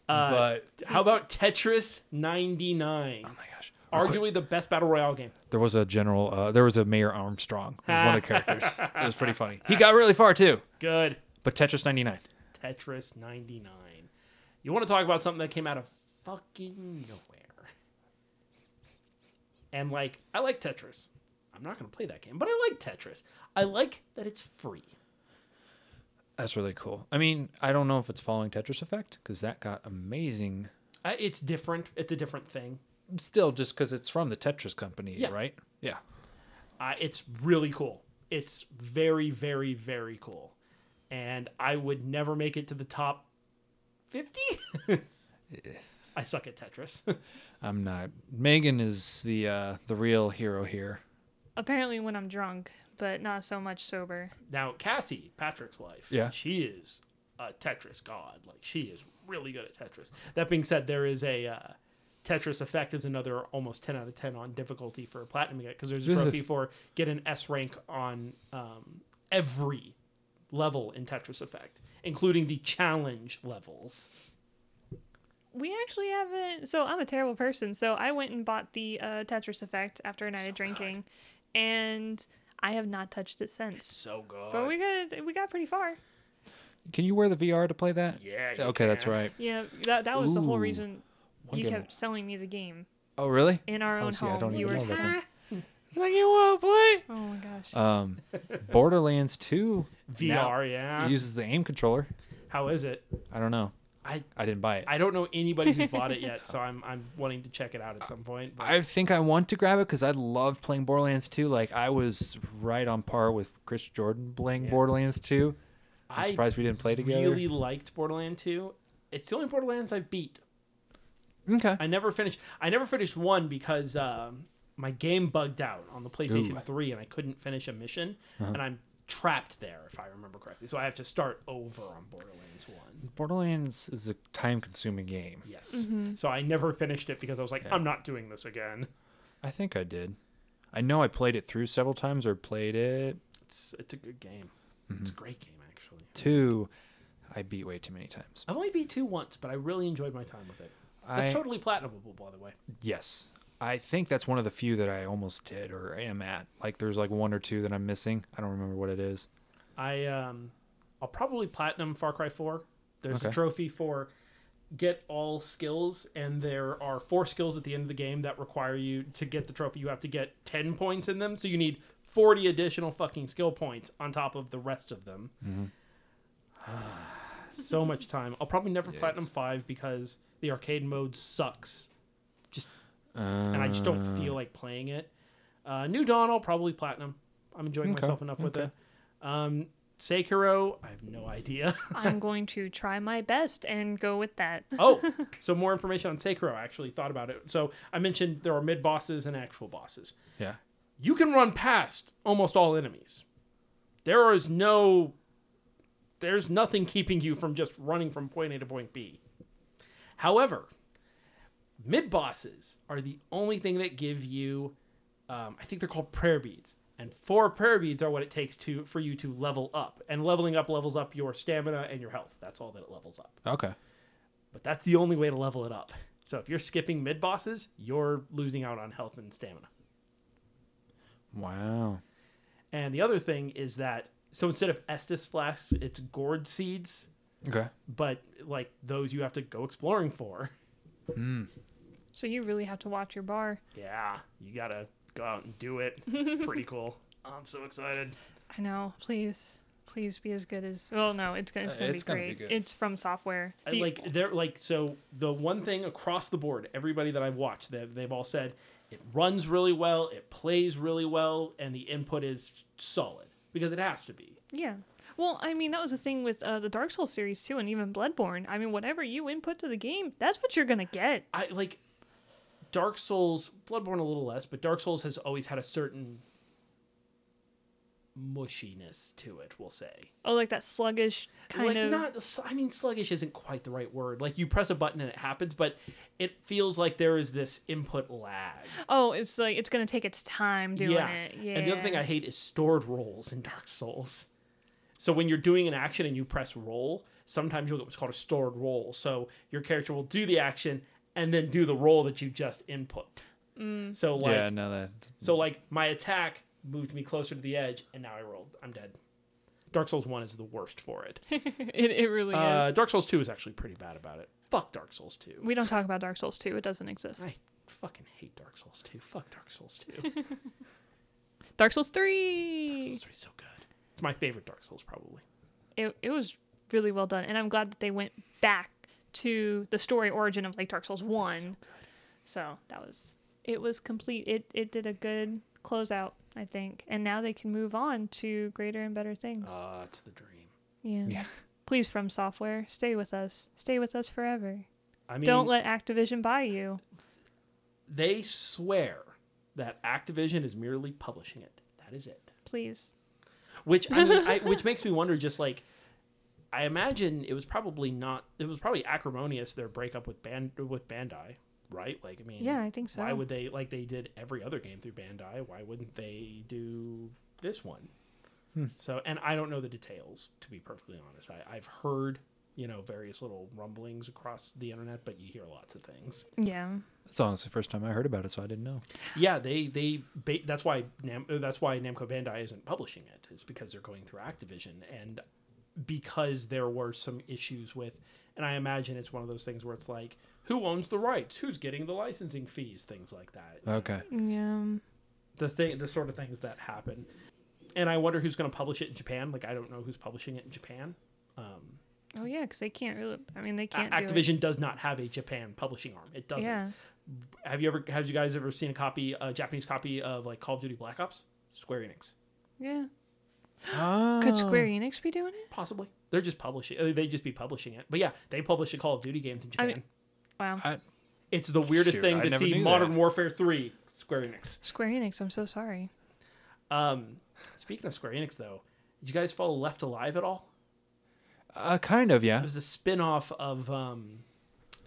Speaker 3: Uh,
Speaker 4: but
Speaker 3: How about Tetris 99?
Speaker 4: oh my gosh Real quick,
Speaker 3: Arguably the best battle royale game.
Speaker 4: there was a general uh, there was a mayor armstrong who was one of the characters it was pretty funny he got really far too
Speaker 3: Good.
Speaker 4: but tetris 99
Speaker 3: Tetris 99. You want to talk about something that came out of fucking nowhere. And like, I like Tetris. I'm not going to play that game, but I like Tetris. I like that it's free.
Speaker 4: that's really cool i mean i don't know if it's following tetris effect because that got amazing
Speaker 3: Uh, it's different. It's a different thing.
Speaker 4: still just because it's from the Tetris company,
Speaker 3: Yeah.
Speaker 4: right? Yeah.
Speaker 3: Uh, it's really cool. It's very, very, very cool. And I would never make it to the top 50. I suck at Tetris.
Speaker 4: I'm not. Megan is the uh, the real hero here.
Speaker 2: Apparently, when I'm drunk, but not so much sober.
Speaker 3: Now, Cassie, Patrick's wife,
Speaker 4: Yeah.
Speaker 3: she is a Tetris god. Like she is really good at Tetris. That being said, there is a uh, Tetris effect is another almost ten out of ten on difficulty for platinum because there's a trophy for get an S rank on um, every level in Tetris effect, including the challenge levels.
Speaker 2: We actually haven't. So I'm a terrible person. So I went and bought the uh, Tetris Effect after a night of drinking, and I have not touched it since.
Speaker 3: So good.
Speaker 2: But we got we got pretty far.
Speaker 4: Can you wear the VR to play that?
Speaker 3: Yeah, you
Speaker 4: Okay, that's
Speaker 3: can.
Speaker 4: right.
Speaker 2: Yeah, that that was the
Speaker 4: Ooh.
Speaker 2: whole reason
Speaker 4: One
Speaker 2: you
Speaker 4: game-
Speaker 2: kept selling me the game
Speaker 4: Oh, really?
Speaker 2: in our
Speaker 4: Oh,
Speaker 2: own
Speaker 4: see, I
Speaker 2: home.
Speaker 4: don't
Speaker 2: You
Speaker 4: even
Speaker 2: were
Speaker 4: know that
Speaker 2: saying,
Speaker 4: one.
Speaker 2: like you want to play? Oh my gosh.
Speaker 4: Um, Borderlands 2
Speaker 3: VR,
Speaker 4: now
Speaker 3: yeah.
Speaker 4: uses the aim controller.
Speaker 3: How is it?
Speaker 4: I don't know.
Speaker 3: I
Speaker 4: I didn't buy it. I,
Speaker 3: I don't know anybody who's bought it yet, so I'm I'm wanting to check it out at some point. But
Speaker 4: think I want to grab it because I love playing Borderlands 2. Like I was right on par with Chris Jordan playing Borderlands 2. I'm
Speaker 3: I
Speaker 4: surprised we didn't play together.
Speaker 3: really liked Borderland 2. It's the only Borderlands I've beat.
Speaker 4: Okay.
Speaker 3: I never finished I never finished 1 because um, my game bugged out on the PlayStation
Speaker 4: Ooh. Uh-huh.
Speaker 3: 3 and I couldn't finish a mission and I'm trapped there if I remember correctly. So I have to start over on Borderlands 1.
Speaker 4: Borderlands is a time-consuming game.
Speaker 3: Yes. So I never finished it because I was like I'm not doing this again.
Speaker 4: I think I did. I know I played it through several times or played it Mm-hmm.
Speaker 3: It's it's a good game. It's a great game actually.
Speaker 4: two. I beat way too many times.
Speaker 3: I've only beat two once, but I really enjoyed my time with it. That's
Speaker 4: I-
Speaker 3: totally platinumable, by the way.
Speaker 4: Yes. I think that's one of the few that I almost did or am at. Like there's like one or two that I'm missing. I don't remember what it is.
Speaker 3: I um, I'll probably platinum Far Cry Four. There's a
Speaker 4: Okay.
Speaker 3: trophy for get all skills, and there are four skills at the end of the game that require you to get the trophy. You have to get ten points in them, so you need forty additional fucking skill points on top of the rest of them. so much time. I'll probably never platinum five because the arcade mode sucks, and I just
Speaker 4: Uh,
Speaker 3: don't feel like playing it. Uh, New Dawn, I'll probably platinum. I'm enjoying
Speaker 4: Okay,
Speaker 3: myself enough with
Speaker 4: okay.
Speaker 3: it. Um, Sekiro, I have no idea.
Speaker 2: I'm going to try my best and go with that.
Speaker 3: oh, so more information on Sekiro. I actually thought about it. So I mentioned there are mid bosses and actual bosses.
Speaker 4: Yeah.
Speaker 3: You can run past almost all enemies. There is no, there's nothing keeping you from just running from point A to point B. However, mid bosses are the only thing that give you, um, I think they're called prayer beads. And four prayer beads are what it takes to for you to level up. And leveling up levels up your stamina and your health. That's all that it levels up
Speaker 4: Okay.
Speaker 3: but that's the only way to level it up. So if you're skipping mid bosses, you're losing out on health and stamina.
Speaker 4: Wow.
Speaker 3: And the other thing is that so instead of Estus flasks, it's gourd seeds,
Speaker 4: Okay.
Speaker 3: but like those you have to go exploring for.
Speaker 2: So you really have to watch your bar.
Speaker 3: Yeah, you gotta go out and do it. It's pretty cool. I'm so excited.
Speaker 2: I know. Please, please be as good as. Well, no, it's gonna, it's
Speaker 4: Uh,
Speaker 2: gonna
Speaker 4: it's
Speaker 2: be
Speaker 4: gonna be
Speaker 2: great.
Speaker 4: good.
Speaker 2: It's from software.
Speaker 3: I-
Speaker 2: The-
Speaker 3: like they're like so the one thing across the board everybody that i've watched they've, they've all said it runs really well it plays really well and the input is solid because it has to be
Speaker 2: yeah. Well, I mean, that was the thing with uh, the Dark Souls series too, and even Bloodborne. I mean, whatever you input to the game, that's what you're gonna get.
Speaker 3: I like Dark Souls, Bloodborne a little less, but Dark Souls has always had a certain mushiness to it, we'll say.
Speaker 2: Oh, like that sluggish kind
Speaker 3: like
Speaker 2: of.
Speaker 3: not I mean sluggish isn't quite the right word. Like you press a button and it happens, but it feels like there is this input lag.
Speaker 2: Oh, it's like it's gonna take its time doing
Speaker 3: yeah.
Speaker 2: it. Yeah.
Speaker 3: And the other thing I hate is stored rolls in Dark Souls. So when you're doing an action and you press roll, sometimes you'll get what's called a stored roll. So your character will do the action and then do the roll that you just input.
Speaker 2: Mm.
Speaker 3: So like
Speaker 4: yeah, no that
Speaker 3: So like my attack moved me closer to the edge, and now I rolled. I'm dead. Dark Souls One is the worst for it.
Speaker 2: it, it really
Speaker 3: Uh,
Speaker 2: is.
Speaker 3: Dark Souls Two is actually pretty bad about it. Fuck Dark Souls Two.
Speaker 2: We don't talk about Dark Souls 2. It doesn't exist.
Speaker 3: I fucking hate Dark Souls Two. Fuck Dark Souls Two. Dark
Speaker 2: Dark Souls 3.
Speaker 3: Souls Three is so good. It's my favorite Dark Souls probably.
Speaker 2: it, it was really well done and i'm glad that they went back to the story origin of like dark souls 1 so, that was it was complete it it did a good closeout i think and now they can move on to greater and better things
Speaker 3: Ah, it's the dream.
Speaker 2: yeah. please from software stay with us stay with us forever
Speaker 3: I mean,
Speaker 2: don't let activision buy you
Speaker 3: they swear that Activision is merely publishing it. That is it.
Speaker 2: please
Speaker 3: which I mean, I, which makes me wonder just like I imagine it was probably not it was probably acrimonious their breakup with Band with Bandai, right? Like I mean,
Speaker 2: Yeah, I think so.
Speaker 3: Why would they like they did every other game through Bandai? Why wouldn't they do this one? So, and I don't know the details to be perfectly honest. I, I've heard you know various little rumblings across the internet, but you hear lots of things.
Speaker 2: yeah
Speaker 4: That's honestly the first time I heard about it, so I didn't know.
Speaker 3: Yeah, they they ba- that's why Nam- uh, that's why Namco Bandai isn't publishing it. It's because they're going through Activision and because there were some issues with and I imagine it's one of those things where it's like who owns the rights? Who's getting the licensing fees? Things like that.
Speaker 4: Okay.
Speaker 2: yeah
Speaker 3: The thing the sort of things that happen. And I wonder who's going to publish it in Japan. Like I don't know who's publishing it in Japan. Um,
Speaker 2: oh yeah because they can't really i mean they
Speaker 3: A-
Speaker 2: can't do it.
Speaker 3: Activision does not have a Japan publishing arm. It doesn't.
Speaker 2: yeah
Speaker 3: Have you ever have you guys ever seen a copy a Japanese copy of like Call of Duty Black Ops? Square Enix.
Speaker 2: yeah
Speaker 4: Oh.
Speaker 2: could square enix be doing it
Speaker 3: Possibly. They're just publishing. uh, They'd just be publishing it. But yeah, they publish the Call of Duty games in
Speaker 2: I
Speaker 3: Japan.
Speaker 2: mean- wow
Speaker 4: I,
Speaker 3: it's the weirdest
Speaker 4: Shoot,
Speaker 3: thing
Speaker 4: I
Speaker 3: to
Speaker 4: never
Speaker 3: see
Speaker 4: knew
Speaker 3: Modern
Speaker 4: that.
Speaker 3: Warfare 3 Square Enix.
Speaker 2: square enix i'm so sorry
Speaker 3: Um, speaking of Square Enix, though, did you guys follow Left Alive at all?
Speaker 4: uh, kind of,
Speaker 3: It
Speaker 4: yeah.
Speaker 3: was a spin off of um,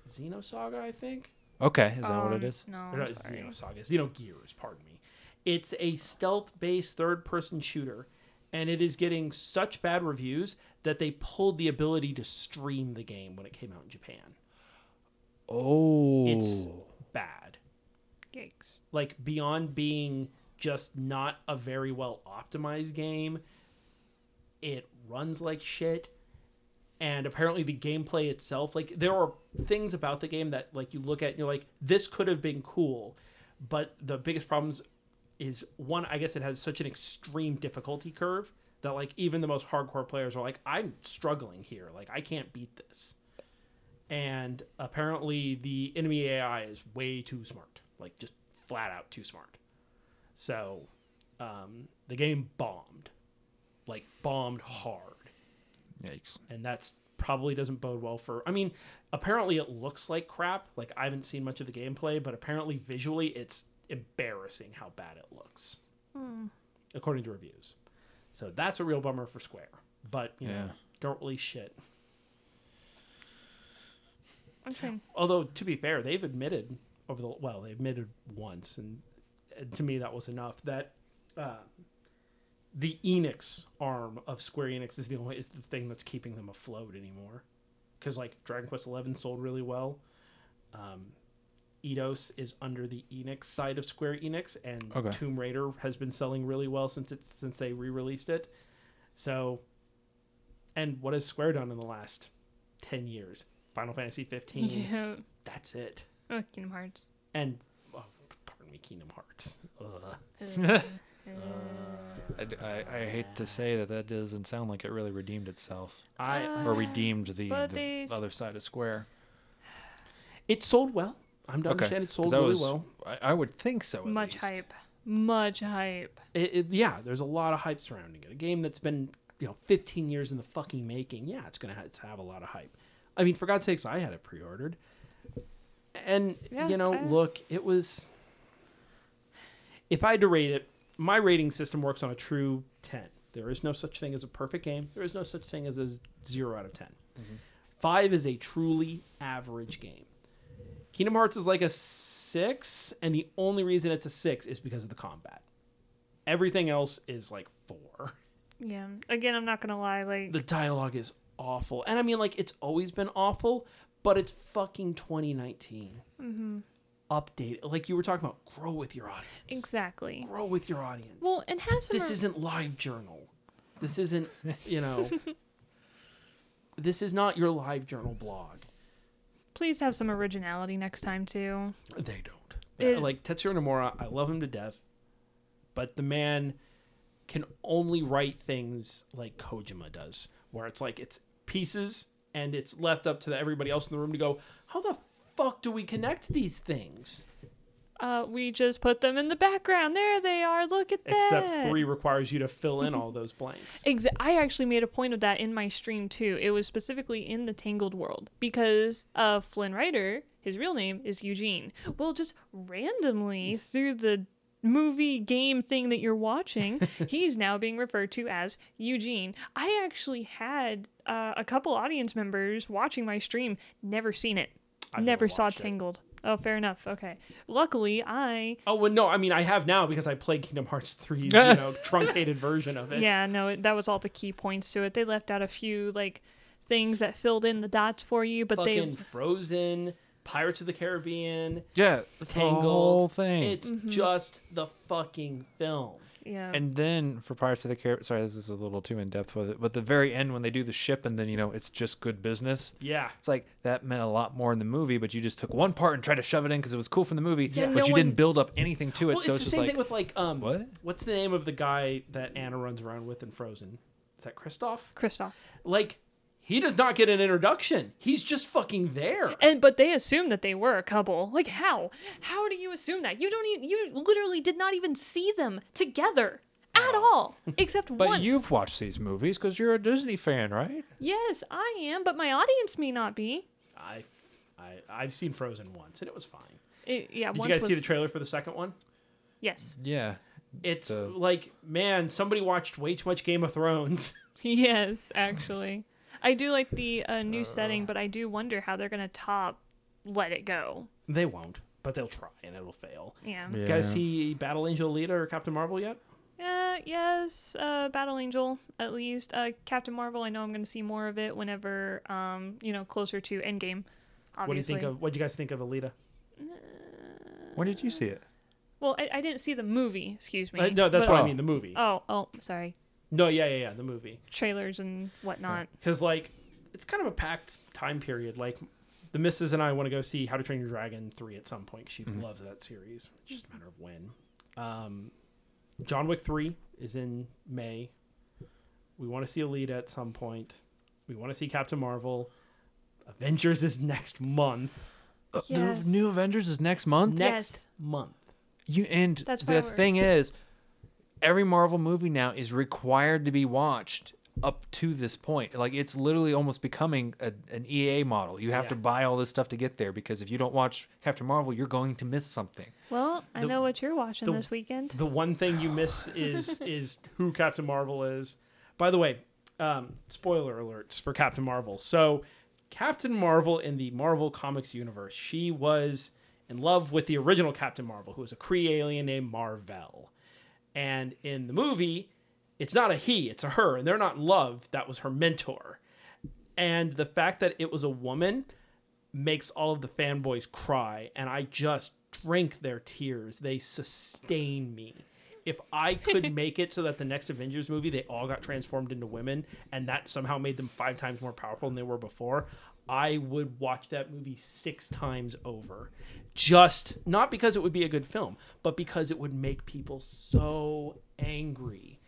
Speaker 3: Xenosaga, I think.
Speaker 4: Okay. Is that what
Speaker 2: Um,
Speaker 4: it is?
Speaker 2: No,
Speaker 3: Or
Speaker 2: I'm
Speaker 3: not
Speaker 2: sorry.
Speaker 3: Xenosaga, Xenogears, pardon me. It's a stealth based third person shooter, and it is getting such bad reviews that they pulled the ability to stream the game when it came out in Japan.
Speaker 4: Oh,
Speaker 3: It's bad.
Speaker 2: Yikes.
Speaker 3: Like beyond being just not a very well optimized game, it runs like shit. And apparently the gameplay itself, like there are things about the game that like you look at and you're like, this could have been cool. But the biggest problems is one, I guess it has such an extreme difficulty curve that like even the most hardcore players are like, I'm struggling here. Like I can't beat this and apparently the enemy AI is way too smart, like just flat out too smart. So um, the game bombed, like bombed hard,
Speaker 4: yikes!
Speaker 3: and that's probably doesn't bode well for. I mean, apparently it looks like crap. Like I haven't seen much of the gameplay, but apparently visually it's embarrassing how bad it looks, according to reviews. So that's a real bummer for Square, but you know,
Speaker 4: Yeah.
Speaker 3: don't release shit.
Speaker 2: I'm trying.
Speaker 3: Although to be fair, they've admitted over the well, they admitted once, and and to me that was enough that uh, the Enix arm of Square Enix is the only is the thing that's keeping them afloat anymore. Because like Dragon Quest Eleven sold really well, um, Eidos is under the Enix side of Square Enix, and
Speaker 4: Okay.
Speaker 3: Tomb Raider has been selling really well since it's since they re-released it. So, and what has Square done in the last ten years? Final Fantasy
Speaker 4: Hmm.
Speaker 3: fifteen
Speaker 2: Yeah.
Speaker 3: that's it.
Speaker 2: Oh, Kingdom Hearts.
Speaker 3: And oh, pardon me, Kingdom Hearts. Ugh.
Speaker 2: Uh,
Speaker 3: Uh,
Speaker 4: I, d- I- I hate to say that that doesn't sound like it really redeemed itself
Speaker 3: I
Speaker 4: or redeemed the,
Speaker 2: but
Speaker 4: the
Speaker 2: they s-
Speaker 4: other side of Square.
Speaker 3: it sold well. I'm to understand it
Speaker 4: 'cause
Speaker 3: sold
Speaker 4: that
Speaker 3: really
Speaker 4: was-
Speaker 3: well.
Speaker 4: I, I would think so. At
Speaker 2: Much
Speaker 4: least.
Speaker 2: hype. Much hype.
Speaker 3: It, it- yeah, there's a lot of hype surrounding it. A game that's been you know 15 years in the fucking making. Yeah, it's gonna ha- it's have a lot of hype. I mean, for God's sakes, I had it pre-ordered. And
Speaker 2: Yeah,
Speaker 3: you know,
Speaker 2: I-
Speaker 3: look, it was. If I had to rate it, my rating system works on a true 10. There is no such thing as a perfect game. There is no such thing as a zero out of 10. Five is a truly average game. Kingdom Hearts is like a six, and the only reason it's a six is because of the combat. Everything else is like four.
Speaker 2: Yeah. Again, I'm not gonna lie. Like,
Speaker 3: The dialogue is awful. And I mean, like, it's always been awful, but it's fucking 2019. Update. Like, you were talking about grow with your audience.
Speaker 2: exactly.
Speaker 3: Grow with your audience.
Speaker 2: Well, and have some.
Speaker 3: this
Speaker 2: re-
Speaker 3: isn't live journal. This isn't, you know, this is not your live journal blog.
Speaker 2: please have some originality next time too.
Speaker 3: They don't.
Speaker 2: It-
Speaker 3: like Tetsuya Nomura, I love him to death, but the man can only write things like Kojima does, where it's like it's pieces and it's left up to everybody else in the room to go, how the fuck do we connect these things?
Speaker 2: Uh, we just put them in the background. There they are. Look at that.
Speaker 3: Except three requires you to fill in all those blanks.
Speaker 2: Exa- I actually made a point of that in my stream too. It was specifically in the Tangled world because uh, Flynn Rider, his real name is Eugene, will just randomly through the movie game thing that you're watching, he's now being referred to as Eugene. I actually had uh, a couple audience members watching my stream never seen it,
Speaker 3: I've never
Speaker 2: never saw
Speaker 3: watched it.
Speaker 2: Tangled. Oh, fair enough. Okay. Luckily, I
Speaker 3: Oh well, no, I mean I have now because I played Kingdom Hearts 3's you know truncated version of it.
Speaker 2: Yeah, no, it, that was all the key points to it. They left out a few like things that filled in the dots for you, but
Speaker 3: Fucking
Speaker 2: they
Speaker 3: Frozen, Pirates of the Caribbean,
Speaker 4: Yeah, it's the
Speaker 3: Tangled.
Speaker 4: whole thing.
Speaker 3: It's just the fucking film.
Speaker 2: yeah.
Speaker 4: And then for Pirates of the Caribbean, sorry, this is a little too in depth with it, but the very end when they do the ship and then, you know, it's just good business.
Speaker 3: Yeah.
Speaker 4: It's like that meant a lot more in the movie, but you just took one part and tried to shove it in because it was cool from the movie,
Speaker 2: Yeah,
Speaker 4: but
Speaker 2: no
Speaker 4: you
Speaker 2: one-
Speaker 4: didn't build up anything to it.
Speaker 3: Well,
Speaker 4: so
Speaker 3: it's
Speaker 4: it's
Speaker 3: the
Speaker 4: just
Speaker 3: same
Speaker 4: like,
Speaker 3: thing with like um,
Speaker 4: what?
Speaker 3: What's the name of the guy that Anna runs around with in Frozen? Is that Kristoff?
Speaker 2: Kristoff.
Speaker 3: Like, he does not get an introduction. He's just fucking there.
Speaker 2: And but they assumed that they were a couple. Like how? How do you assume that? You don't even you literally did not even see them together at all except
Speaker 4: but
Speaker 2: once.
Speaker 4: you've watched these movies because you're a Disney fan, right?
Speaker 2: Yes, I am, but my audience may not be.
Speaker 3: I, I, I've seen Frozen once, and it was fine.
Speaker 2: It- yeah,
Speaker 3: Did
Speaker 2: once
Speaker 3: you guys
Speaker 2: was
Speaker 3: see the trailer for the second one?
Speaker 2: yes.
Speaker 4: Yeah.
Speaker 3: It's
Speaker 4: The-
Speaker 3: like, man, somebody watched way too much Game of Thrones.
Speaker 2: Yes, actually. I do like the uh, new setting, but I do wonder how they're going to top Let It Go.
Speaker 3: they won't, but they'll try, and it'll fail.
Speaker 2: Yeah.
Speaker 3: You guys see Battle Angel Alita or Captain Marvel yet?
Speaker 2: Uh, yes, uh, Battle Angel at least. Uh, Captain Marvel. I know I'm going to see more of it whenever, um, you know, closer to Endgame. Obviously.
Speaker 3: What do you think of? What do you guys think of Alita?
Speaker 4: When did you see it?
Speaker 2: Well, I, I didn't see the movie. Excuse me.
Speaker 3: Uh, no, that's
Speaker 2: but-
Speaker 3: what I
Speaker 4: Oh.
Speaker 3: mean. The movie.
Speaker 2: Oh, oh, sorry.
Speaker 3: no, yeah, yeah, yeah. The movie.
Speaker 2: Trailers and whatnot.
Speaker 3: Because like, it's kind of a packed time period. Like, the missus and I want to go see How to Train Your Dragon three at some point. 'cause She loves that series. It's just a matter of when. Um, John Wick three is in May. We want to see Alita at some point. We want to see Captain Marvel. Avengers is next month.
Speaker 2: Yes.
Speaker 4: Uh, The new Avengers is next month.
Speaker 3: Next
Speaker 2: Yes.
Speaker 3: month.
Speaker 4: You and
Speaker 2: That's
Speaker 4: the
Speaker 2: fireworks.
Speaker 4: thing is, every Marvel movie now is required to be watched up to this point. Like it's literally almost becoming a, an EA model. You have to
Speaker 3: Yeah.
Speaker 4: buy all this stuff to get there because if you don't watch Captain Marvel, you're going to miss something.
Speaker 2: Well, I
Speaker 3: The-
Speaker 2: know what you're watching
Speaker 3: the-
Speaker 2: this weekend.
Speaker 3: The one thing you miss is is who Captain Marvel is. By the way, um, spoiler alerts for Captain Marvel. So, Captain Marvel in the Marvel Comics universe, she was in love with the original Captain Marvel, who was a Kree alien named Marvell. And in the movie, it's not a he, it's a her, and they're not in love. That was her mentor. And the fact that it was a woman makes all of the fanboys cry, and I just drink their tears. They sustain me. If I could make it so that the next Avengers movie they all got transformed into women and that somehow made them five times more powerful than they were before, I would watch that movie six times over. Just not because it would be a good film, but because it would make people so angry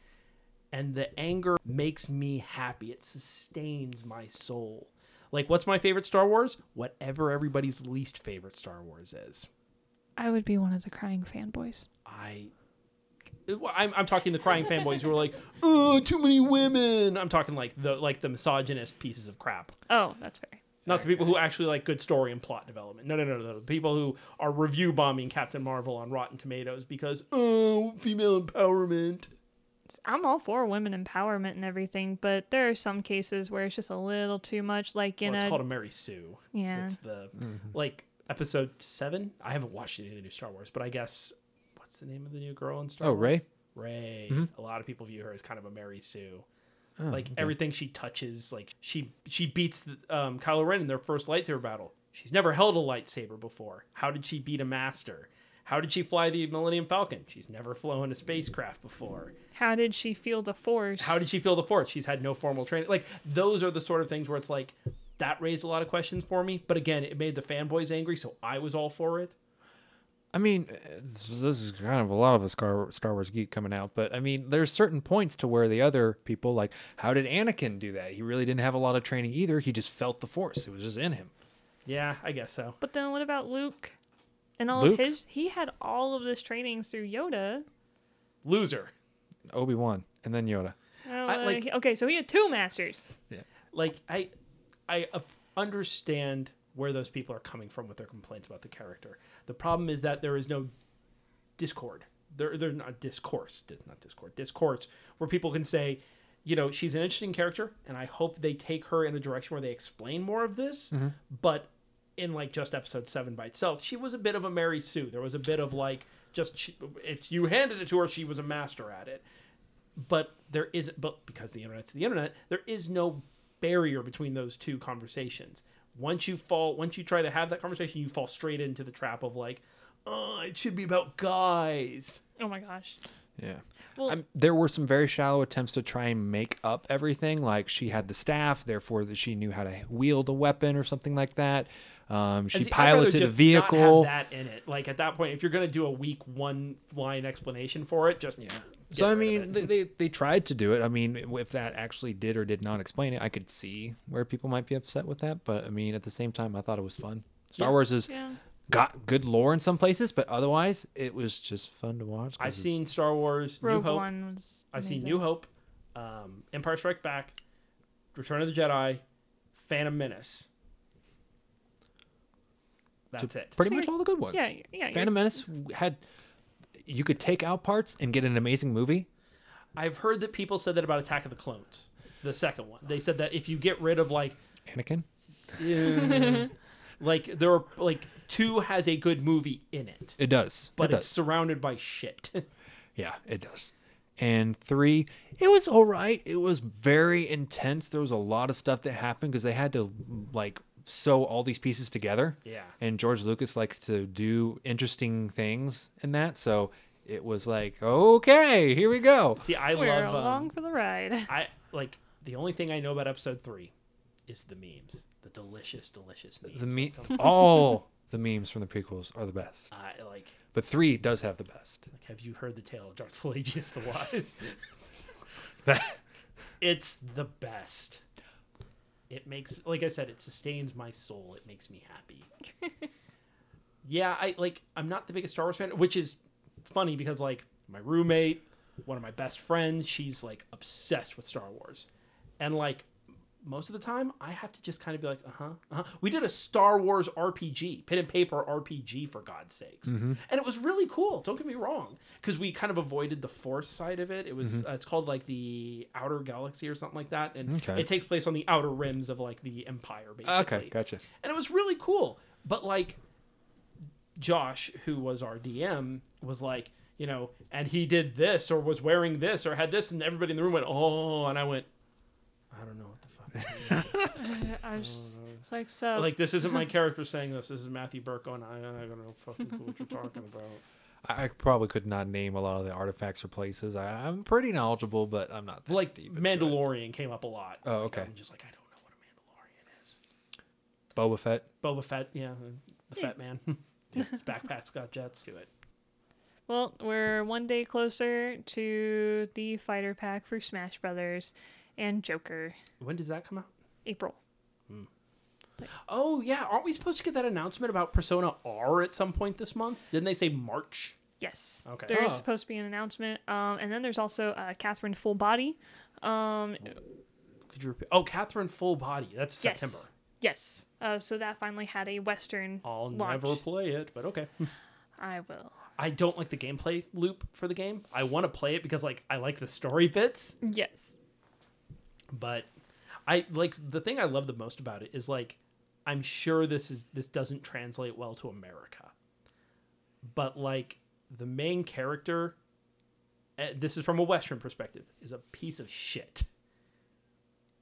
Speaker 3: and the anger makes me happy. It sustains my soul. Like, what's my favorite Star Wars? Whatever everybody's least favorite Star Wars is.
Speaker 2: I would be one of the crying fanboys.
Speaker 3: I. I'm, I'm talking the crying fanboys who are like, oh, too many women. I'm talking like the like the misogynist pieces of crap,
Speaker 2: Oh, that's fair.
Speaker 3: not the people who actually like good story and plot development. No, no, no, no. The people who are review bombing Captain Marvel on Rotten Tomatoes because oh, female empowerment.
Speaker 2: I'm all for women empowerment and everything, but there are some cases where it's just a little too much. Like in
Speaker 3: Well, it's
Speaker 2: a
Speaker 3: called a Mary Sue.
Speaker 2: Yeah.
Speaker 3: It's the like episode seven. I haven't watched any of the new Star Wars, but I guess what's the name of the new girl in Star
Speaker 4: Oh,
Speaker 3: Wars?
Speaker 4: Ray.
Speaker 3: Ray. A lot of people view her as kind of a Mary Sue. like everything she touches, like she she beats the, um, Kylo Ren in their first lightsaber battle. She's never held a lightsaber before. How did she beat a master? How did she fly the Millennium Falcon? She's never flown a spacecraft before
Speaker 2: how did she feel the force?
Speaker 3: how did she feel the force? She's had no formal training. Like those are the sort of things where it's like that raised a lot of questions for me. But again, it made the fanboys angry, so I was all for it.
Speaker 4: I mean, uh, this this is kind of a lot of a Star Star Wars geek coming out, but I mean, there's certain points to where the other people like, how did Anakin do that? He really didn't have a lot of training either. He just felt the Force; it was just in him.
Speaker 3: Yeah, I guess so.
Speaker 2: But then what about Luke? And all
Speaker 4: Luke?
Speaker 2: of his he had all of this trainings through Yoda.
Speaker 3: Loser.
Speaker 4: Obi Wan, and then Yoda.
Speaker 2: Uh,
Speaker 3: like-
Speaker 2: okay, so he had two masters.
Speaker 3: Like I, I uh, understand where those people are coming from with their complaints about the character. The problem is that there is no discord. They're, they're not discourse, di- not discord, discourse, where people can say, you know, she's an interesting character, and I hope they take her in a direction where they explain more of this. But in like just episode seven by itself, she was a bit of a Mary Sue. There was a bit of like, just she, if you handed it to her, she was a master at it. But there isn't, but because the internet's the internet, there is no barrier between those two conversations. Once you fall, once you try to have that conversation, you fall straight into the trap of like, oh, it should be about guys.
Speaker 2: Oh my gosh.
Speaker 4: Yeah.
Speaker 2: Well-
Speaker 4: I'm, there were some very shallow attempts to try and make up everything. Like she had the staff, therefore that she knew how to wield a weapon or something like that. Um, she
Speaker 3: And see, I'd rather
Speaker 4: piloted a
Speaker 3: just not have
Speaker 4: vehicle.
Speaker 3: that in it. Like at that point, if you're gonna do a weak one line explanation for it, just get
Speaker 4: So
Speaker 3: rid
Speaker 4: I
Speaker 3: of
Speaker 4: mean,
Speaker 3: it.
Speaker 4: they, they they tried to do it. I mean, if that actually did or did not explain it, I could see where people might be upset with that. But I mean, at the same time, I thought it was fun. Star
Speaker 3: Yeah.
Speaker 4: Wars has
Speaker 2: Yeah.
Speaker 4: got good lore in some places, but otherwise, it was just fun to watch. 'cause
Speaker 3: I've
Speaker 4: it's-
Speaker 3: seen Star Wars,
Speaker 2: Rogue
Speaker 3: New Hope.
Speaker 2: One was
Speaker 3: I've seen
Speaker 2: amazing.
Speaker 3: New Hope, um, Empire Strike Back, Return of the Jedi, Phantom Menace. That's it.
Speaker 4: pretty
Speaker 2: So
Speaker 4: much
Speaker 2: you're-
Speaker 4: all the good ones.
Speaker 2: Yeah, yeah, yeah.
Speaker 4: Phantom Menace had you could take out parts and get an amazing movie.
Speaker 3: I've heard that people said that about Attack of the Clones, the second one. They said that if you get rid of like
Speaker 4: Anakin.
Speaker 3: like there are like two has a good movie in it,
Speaker 4: It does.
Speaker 3: but
Speaker 4: it
Speaker 3: it's
Speaker 4: does.
Speaker 3: surrounded by shit.
Speaker 4: Yeah, it does. and three it was all right it was very intense there was a lot of stuff that happened because they had to like sew all these pieces together
Speaker 3: Yeah.
Speaker 4: and george lucas likes to do interesting things in that so it was like okay here we go
Speaker 3: See, I
Speaker 2: We're
Speaker 3: love.
Speaker 2: along
Speaker 3: Um,
Speaker 2: for the ride.
Speaker 3: I like the only thing I know about episode three is the memes, the delicious, delicious memes.
Speaker 4: the me- all the memes from the prequels are the best
Speaker 3: I like.
Speaker 4: but three does have the best
Speaker 3: Like, have you heard the tale of Darth Pelagius the Wise?
Speaker 4: That-
Speaker 3: it's the best. It makes, like I said, it sustains my soul. It makes me happy. yeah, I like. I'm not the biggest Star Wars fan, which is funny because like my roommate, one of my best friends, she's like obsessed with Star Wars, and like most of the time, I have to just kind of be like, uh huh, uh huh. We did a Star Wars RPG, pen and paper RPG, for God's sakes,
Speaker 4: Mm-hmm.
Speaker 3: and it was really cool. Don't get me wrong, because we kind of avoided the Force side of it. It was
Speaker 4: Mm-hmm.
Speaker 3: uh, it's called like the Outer Galaxy or something like that, and
Speaker 4: Okay.
Speaker 3: it takes place on the outer rims of like the Empire, basically
Speaker 4: okay gotcha
Speaker 3: and it was really cool. But like, Josh, who was our DM, was like, you know, and he did this or was wearing this or had this, and everybody in the room went, oh, and I went, I don't know what the fuck. that is."
Speaker 2: I was it's like so.
Speaker 3: Oh, like, this isn't my character saying this. This is Matthew Burke going, I, I don't know fucking clue what you're talking about.
Speaker 4: I I probably could not name a lot of the artifacts or places. I, I'm pretty knowledgeable, but I'm not that
Speaker 3: Like,
Speaker 4: deep. into it.
Speaker 3: Mandalorian came up a lot.
Speaker 4: Oh, okay.
Speaker 3: I'm just like, I don't know what a Mandalorian is.
Speaker 4: Boba Fett.
Speaker 3: Boba Fett, yeah, the Fett man. His backpack's got jets. Do it.
Speaker 2: Well, we're one day closer to the fighter pack for Smash Brothers and Joker.
Speaker 3: When does that come out?
Speaker 2: April.
Speaker 3: Oh yeah, aren't we supposed to get that announcement about Persona R at some point this month? Didn't they say March?
Speaker 2: Yes.
Speaker 3: Okay.
Speaker 2: There's
Speaker 3: Oh.
Speaker 2: supposed to be an announcement. Um, and then there's also uh, Catherine Full Body. Um,
Speaker 3: Could you repeat? Oh, Catherine Full Body. That's
Speaker 2: yes.
Speaker 3: September.
Speaker 2: Yes. Uh, so that finally had a Western
Speaker 3: I'll
Speaker 2: launch.
Speaker 3: never play it, but okay.
Speaker 2: I will.
Speaker 3: I don't like the gameplay loop for the game. I want to play it because like I like the story bits,
Speaker 2: Yes.
Speaker 3: but I like the thing I love the most about it is like I'm sure this is this doesn't translate well to America. But like the main character uh, this is from a western perspective is a piece of shit.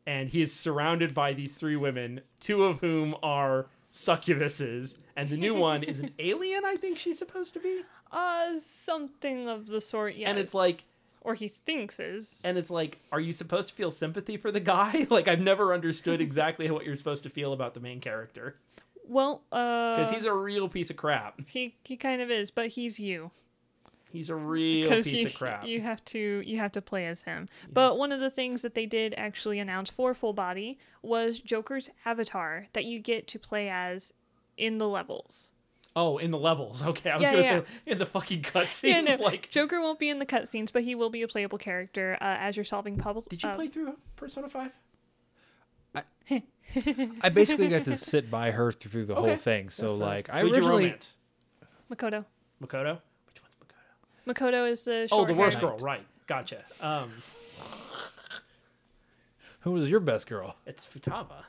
Speaker 3: And he is surrounded by these three women, two of whom are succubuses, and the new one is an alien I think she's supposed to be.
Speaker 2: Uh, something of the sort. Yes.
Speaker 3: And it's like
Speaker 2: or he thinks is.
Speaker 3: and it's like are you supposed to feel sympathy for the guy like i've never understood exactly what you're supposed to feel about the main character
Speaker 2: Well, uh,
Speaker 3: because he's a real piece of crap
Speaker 2: he he kind of is, but he's you.
Speaker 3: he's a real
Speaker 2: because
Speaker 3: piece
Speaker 2: you,
Speaker 3: of crap
Speaker 2: you have to you have to play as him. But one of the things that they did actually announce for Full Body was Joker's avatar that you get to play as in the levels.
Speaker 3: oh in the levels okay i was
Speaker 2: Yeah,
Speaker 3: gonna
Speaker 2: yeah.
Speaker 3: say in the fucking cutscenes
Speaker 2: Yeah, no,
Speaker 3: like
Speaker 2: Joker won't be in the cutscenes, but he will be a playable character uh, as you're solving puzzles.
Speaker 3: did you
Speaker 2: uh,
Speaker 3: play through persona 5
Speaker 4: I basically got to sit by her through the whole
Speaker 3: Okay.
Speaker 4: thing. So like, I
Speaker 3: Who'd you
Speaker 4: originally
Speaker 3: romance?
Speaker 2: Makoto?
Speaker 3: makoto which one's makoto
Speaker 2: Makoto is the
Speaker 3: oh the
Speaker 2: short-haired-
Speaker 3: worst girl right gotcha um
Speaker 4: who was your best girl?
Speaker 3: it's futaba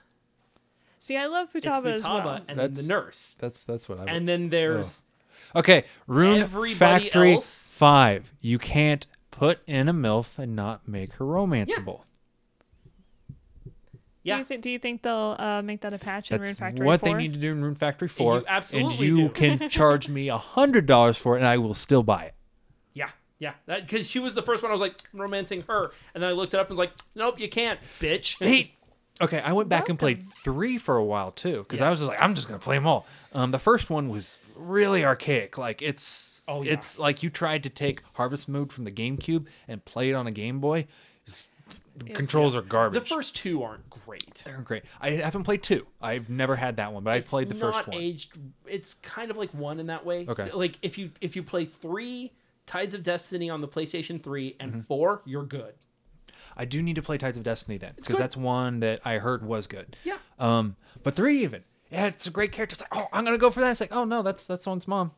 Speaker 2: See, I love
Speaker 3: it's
Speaker 2: Futaba,
Speaker 3: futaba
Speaker 2: as well.
Speaker 3: and then the
Speaker 4: That's- Oh.
Speaker 3: nurse
Speaker 4: That's that's what I.
Speaker 3: and then there's
Speaker 4: okay, Rune
Speaker 3: everybody
Speaker 4: Factory
Speaker 3: else-
Speaker 4: Five. You can't put in a milf and not make her romanceable.
Speaker 2: Do
Speaker 3: yeah
Speaker 2: you, thi- do you think they'll uh, make that a patch in Rune
Speaker 4: That's
Speaker 2: Factory
Speaker 4: what
Speaker 2: 4?
Speaker 4: they need to do in Rune Factory Four. and
Speaker 3: absolutely
Speaker 4: you
Speaker 3: do.
Speaker 4: can charge me a hundred dollars for it, and I will still buy it.
Speaker 3: Yeah, yeah. That because she was the first one. I was like romancing her, and then I looked it up and was like, nope, you can't, bitch.
Speaker 4: Hey, okay, I went back and played three for a while too, because I was just like, I'm just gonna play them all. Um, the first one was really archaic. Like it's,
Speaker 3: Oh, yeah.
Speaker 4: it's like you tried to take Harvest Moon from the GameCube and play it on a Game Boy. It's- the controls are
Speaker 3: the
Speaker 4: garbage.
Speaker 3: first two aren't great.
Speaker 4: They're great. I haven't played two. I've never had that one, but I played the
Speaker 3: It's
Speaker 4: first
Speaker 3: not
Speaker 4: one.
Speaker 3: aged. It's kind of like one in that way.
Speaker 4: Okay.
Speaker 3: Like if you if you play three Tides of Destiny on the PlayStation Three and
Speaker 4: Mm-hmm.
Speaker 3: four, you're good.
Speaker 4: I do need to play Tides of Destiny then, because
Speaker 3: good.
Speaker 4: that's one that I heard was good.
Speaker 3: Yeah.
Speaker 4: Um, but three even. Yeah, it's a great character. It's like, oh, I'm gonna go for that. It's like, oh no, that's that's someone's mom.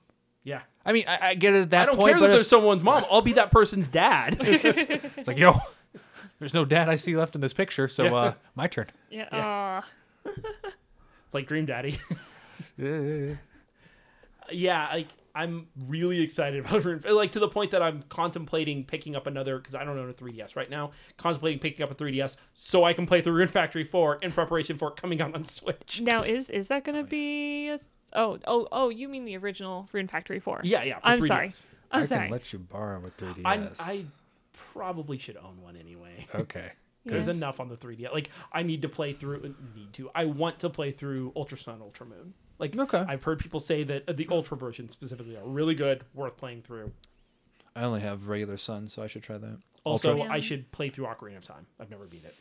Speaker 3: Yeah.
Speaker 4: I mean, I, I get it at that
Speaker 3: I don't
Speaker 4: point.
Speaker 3: care
Speaker 4: but
Speaker 3: that
Speaker 4: if-
Speaker 3: there's someone's mom. I'll be that person's dad.
Speaker 4: It's like, yo, there's no dad I see left in this picture, so
Speaker 3: Yeah.
Speaker 4: uh, my turn.
Speaker 2: Yeah. uh,
Speaker 3: like Dream Daddy. yeah, like I'm really excited about Rune, like to the point that I'm contemplating picking up another because I don't own a 3DS right now. Contemplating picking up a 3DS so I can play through Rune Factory 4 in preparation for it coming out on Switch.
Speaker 2: Now is is that gonna be? A th- oh oh oh! You mean the original Rune Factory Four?
Speaker 3: Yeah, yeah. for
Speaker 2: I'm
Speaker 3: 3DS.
Speaker 2: sorry. I'm
Speaker 4: I
Speaker 2: sorry.
Speaker 4: can let you borrow a 3DS.
Speaker 3: I I probably should own one anyway.
Speaker 4: okay.
Speaker 3: There's
Speaker 2: Yes.
Speaker 3: enough on the 3D. Like I need to play through. uh, Need to. I want to play through Ultra Sun, Ultra Moon. Like
Speaker 4: Okay.
Speaker 3: I've heard people say that uh, the Ultra versions specifically are really good, worth playing through.
Speaker 4: I only have regular Sun, so I should try that.
Speaker 3: Also,
Speaker 2: Ultra.
Speaker 3: I should play through Ocarina of Time. I've never beat it.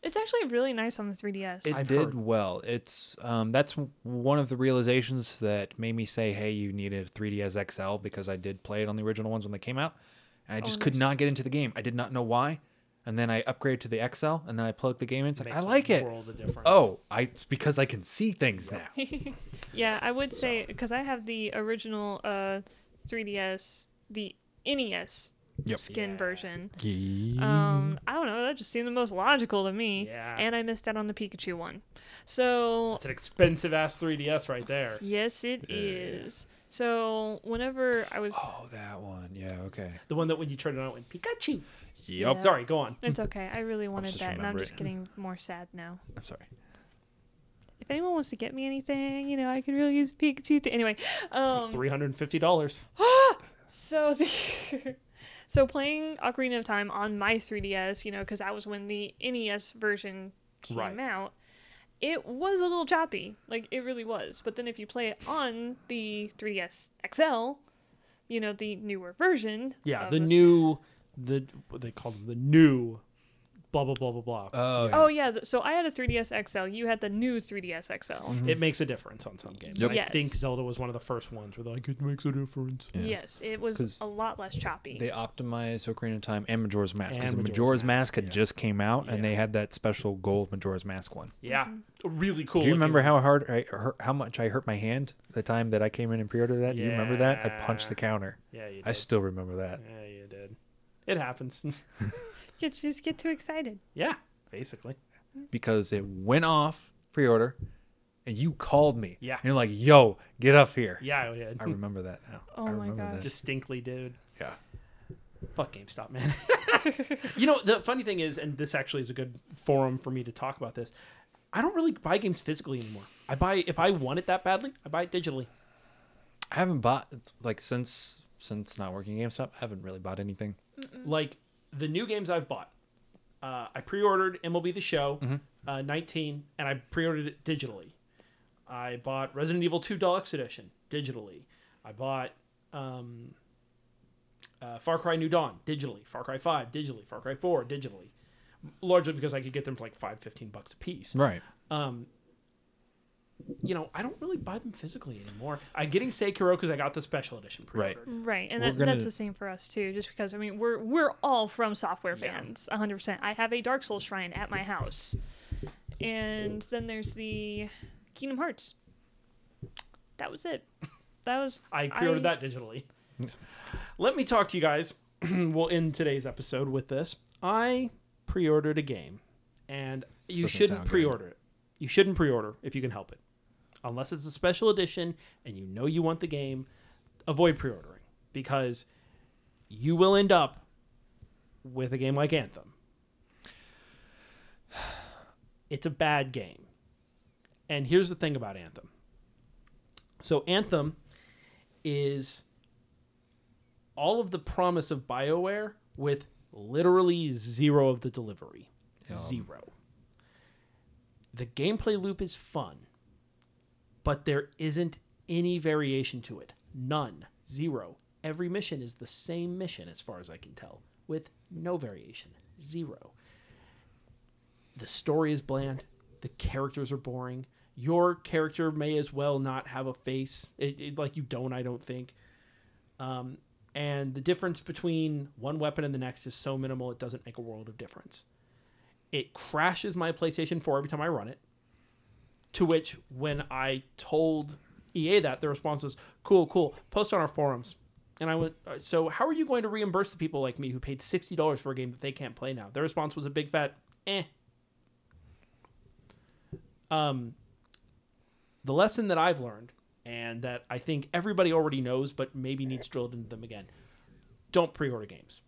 Speaker 2: It's actually really nice on the 3DS.
Speaker 4: It
Speaker 3: I've
Speaker 4: did
Speaker 3: heard.
Speaker 4: well. It's um, that's w- one of the realizations that made me say, "Hey, you needed a 3ds XL," because I did play it on the original ones when they came out, and I just could
Speaker 2: Oh, nice.
Speaker 4: not get into the game. I did not know why, and then I upgraded to the XL, and then I plugged the game in. It's like
Speaker 3: Makes
Speaker 4: I
Speaker 3: a
Speaker 4: like it.
Speaker 3: World of difference.
Speaker 4: Oh, I, it's because I can see things now.
Speaker 2: yeah, I would say because I have the original uh 3DS, the NES
Speaker 4: Yep.
Speaker 2: skin
Speaker 3: Yeah.
Speaker 2: version.
Speaker 4: Ye-
Speaker 2: Um, I don't know. That just seemed the most logical to me.
Speaker 3: Yeah.
Speaker 2: And I missed out on the Pikachu one. So
Speaker 3: it's an expensive ass 3DS right there.
Speaker 2: yes, it is. So whenever I was,
Speaker 4: Oh, that one. Yeah. Okay.
Speaker 3: The one that when you turn it on, it went Pikachu.
Speaker 4: Yep.
Speaker 2: Yeah.
Speaker 3: Sorry, go on.
Speaker 2: it's okay. I really wanted
Speaker 4: just
Speaker 2: that, and I'm
Speaker 4: remember
Speaker 2: just
Speaker 4: it.
Speaker 2: getting more sad now.
Speaker 4: I'm sorry.
Speaker 2: If anyone wants to get me anything, you know, I could really use Pikachu. To, anyway, um,
Speaker 3: Three hundred and fifty dollars.
Speaker 2: So the so playing Ocarina of Time on my 3DS, you know, because that was when the NES version came
Speaker 3: Right.
Speaker 2: out. It was a little choppy, like it really was. But then if you play it on the 3DS XL, you know, the newer version.
Speaker 3: Yeah,
Speaker 2: of
Speaker 3: the
Speaker 2: this-
Speaker 3: new, the what they called them the new, blah blah blah blah blah.
Speaker 4: Oh.
Speaker 2: Oh yeah, th- so I had a 3DS XL. You had the new 3DS XL.
Speaker 3: it makes a difference on some games.
Speaker 4: Mm. Yep.
Speaker 3: I think
Speaker 2: Yes.
Speaker 3: Zelda was one of the first ones where they're like, it makes a difference.
Speaker 2: Yes, it
Speaker 4: 'Cause
Speaker 2: was a lot less choppy.
Speaker 4: They optimized Ocarina of Time and Majora's Mask because
Speaker 3: And
Speaker 4: Majora's,
Speaker 3: Majora's
Speaker 4: Mask,
Speaker 3: Mask,
Speaker 4: had
Speaker 3: yeah.
Speaker 4: just came out, and they
Speaker 3: Yeah.
Speaker 4: had that special gold Majora's Mask one.
Speaker 3: Yeah, really cool.
Speaker 4: Do you
Speaker 3: looking.
Speaker 4: remember how hard I hurt, how much I hurt my hand the time that I came in and pre-ordered that? Do you remember that? I punched the
Speaker 3: Yeah.
Speaker 4: counter.
Speaker 3: Yeah, you did.
Speaker 4: I still remember that.
Speaker 3: yeah, you did. It happens.
Speaker 2: You just get too excited.
Speaker 3: yeah, basically.
Speaker 4: because it went off pre-order, and you called me.
Speaker 3: Yeah.
Speaker 4: and you're like, "Yo, get up here."
Speaker 3: Yeah, you did.
Speaker 4: I remember that now.
Speaker 2: Oh
Speaker 4: I
Speaker 2: my
Speaker 4: remember
Speaker 2: gosh.
Speaker 4: that.
Speaker 3: Distinctly, dude.
Speaker 4: yeah.
Speaker 3: Fuck GameStop, man. you know the funny thing is, and this actually is a good forum for me to talk about this. I don't really buy games physically anymore. I buy if I want it that badly, I buy it digitally.
Speaker 4: I haven't bought like since since not working at GameStop. I haven't really bought anything.
Speaker 3: like the new games I've bought. Uh, I pre-ordered MLB The Show
Speaker 4: Mm-hmm.
Speaker 3: uh, 19, and I pre-ordered it digitally. I bought Resident Evil 2 Deluxe Edition digitally. I bought um, uh, Far Cry New Dawn digitally. Far Cry 5 digitally. Far Cry 4 digitally. Largely because I could get them for like five, fifteen bucks a piece.
Speaker 4: Right.
Speaker 3: You know, I don't really buy them physically anymore. I'm getting Sekiro because I got the special edition
Speaker 4: Right.
Speaker 3: pre-ordered.
Speaker 2: Right, and
Speaker 4: We're
Speaker 2: that,
Speaker 4: gonna-
Speaker 2: that's the same for us too. Just because I mean, we're we're all from software fans, one hundred percent. I have a Dark Souls shrine at my house, and then there's the Kingdom Hearts. That was it. That was
Speaker 3: I pre-ordered that digitally. Let me talk to you guys. we'll end today's episode with this. I pre-ordered a game, and you
Speaker 4: doesn't
Speaker 3: shouldn't
Speaker 4: sound good.
Speaker 3: pre-order it. You shouldn't pre-order if you can help it, unless it's a special edition and you know you want the game. Avoid pre-ordering because you will end up with a game like Anthem. It's a bad game. And here's the thing about Anthem. So Anthem is all of the promise of BioWare with literally zero of the delivery. Zero. The gameplay loop is fun, but there isn't any variation to it. None. Zero. Every mission is the same mission, as far as I can tell, with no variation. Zero. The story is bland. The characters are boring. Your character may as well not have a face. It, it- like you don't, I don't think. Um, and the difference between one weapon and the next is so minimal it doesn't make a world of difference. It crashes my PlayStation 4 every time I run it. To which, when I told EA that, the response was, "Cool, cool. Post on our forums." And I went, "Uh, "So how are you going to reimburse the people like me who paid sixty dollars for a game that they can't play now?" Their response was a big fat, "Eh." Um, the lesson that I've learned, and that I think everybody already knows, but maybe needs drilled into them again. Don't pre-order games.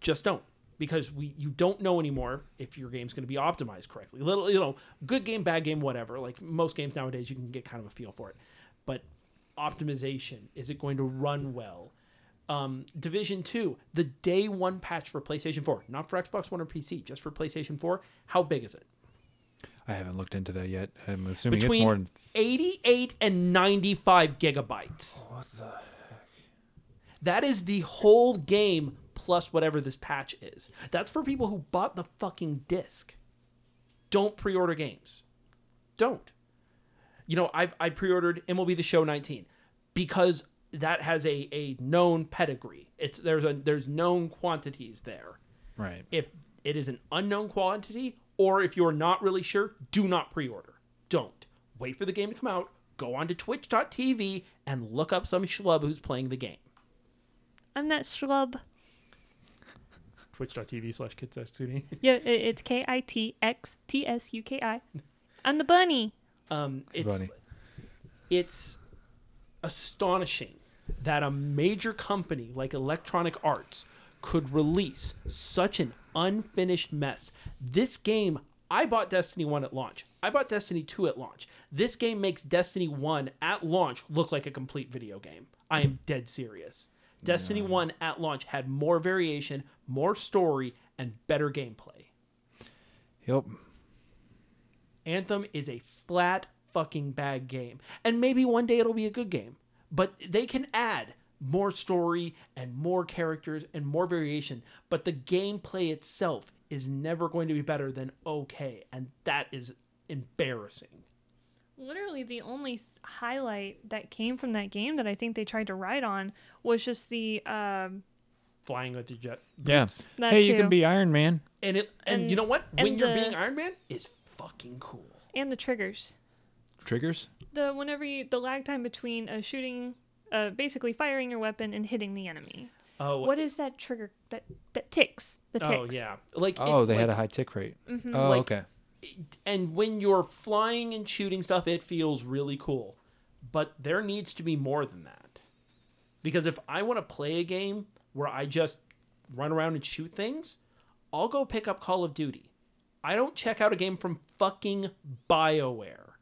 Speaker 3: Just don't, because we you don't know anymore if your game's going to be optimized correctly. Little, you know, good game, bad game, whatever. Like most games nowadays, you can get kind of a feel for it, but optimization is it going to run well? um, Division 2, the day one patch for PlayStation 4, not for Xbox One or PC, just for PlayStation 4. How big is it?
Speaker 4: I haven't looked into that yet. I'm assuming it's
Speaker 3: Between
Speaker 4: more than
Speaker 3: 88 and 95 gigabytes. Oh, What the heck? That is the whole game plus whatever this patch is. That's for people who bought the fucking disc. Don't pre order games. Don't. You know, I've, I pre ordered MLB The Show 19 because that has a, a known pedigree. It's there's a there's known quantities there
Speaker 4: right.
Speaker 3: if it is an unknown quantity or if you're not really sure, do not pre order. Don't. Wait for the game to come out, go onto twitch.tv and look up some schlub who's playing the game.
Speaker 2: I'm that schlub.
Speaker 3: Twitch.tv slash kitsetsuni.
Speaker 2: Yeah, i- it's K I T X T S U K I. I'm the bunny.
Speaker 3: Um, it's,
Speaker 4: Bunny.
Speaker 3: it's astonishing that a major company like Electronic Arts could release such an unfinished mess. This game, I bought Destiny 1 at launch. I bought Destiny 2 at launch. This game makes Destiny 1 at launch look like a complete video game. I am dead serious. Destiny 1 at launch had more variation, more story, and better gameplay.
Speaker 4: Yep.
Speaker 3: Anthem is a flat fucking bag game. And maybe one day it'll be a good game. But they can add more story and more characters and more variation. But the gameplay itself is never going to be better than okay. And that is embarrassing.
Speaker 2: Literally, the only th- highlight that came from that game that I think they tried to ride on was just the. Um,
Speaker 3: Flying with the jet.
Speaker 4: Yeah.
Speaker 2: That
Speaker 4: hey, you
Speaker 2: too.
Speaker 4: can be Iron Man.
Speaker 3: And it and,
Speaker 2: And-
Speaker 3: you know what? When
Speaker 2: and
Speaker 3: you're
Speaker 2: the-
Speaker 3: being Iron Man is fucking cool.
Speaker 2: and the triggers.
Speaker 4: Triggers.
Speaker 2: The whenever you the lag time between uh, shooting, uh, basically firing your weapon and hitting the enemy.
Speaker 3: Oh,
Speaker 2: What is that trigger that that ticks? The ticks.
Speaker 3: oh yeah. Like
Speaker 4: Oh,
Speaker 3: it-
Speaker 4: they
Speaker 3: like,
Speaker 4: had a high tick rate. Oh,
Speaker 3: Like-
Speaker 4: okay.
Speaker 3: and when you're flying and shooting stuff, it feels really cool. But there needs to be more than that. Because if I want to play a game where I just run around and shoot things, I'll go pick up Call of Duty. I don't check out a game from fucking BioWare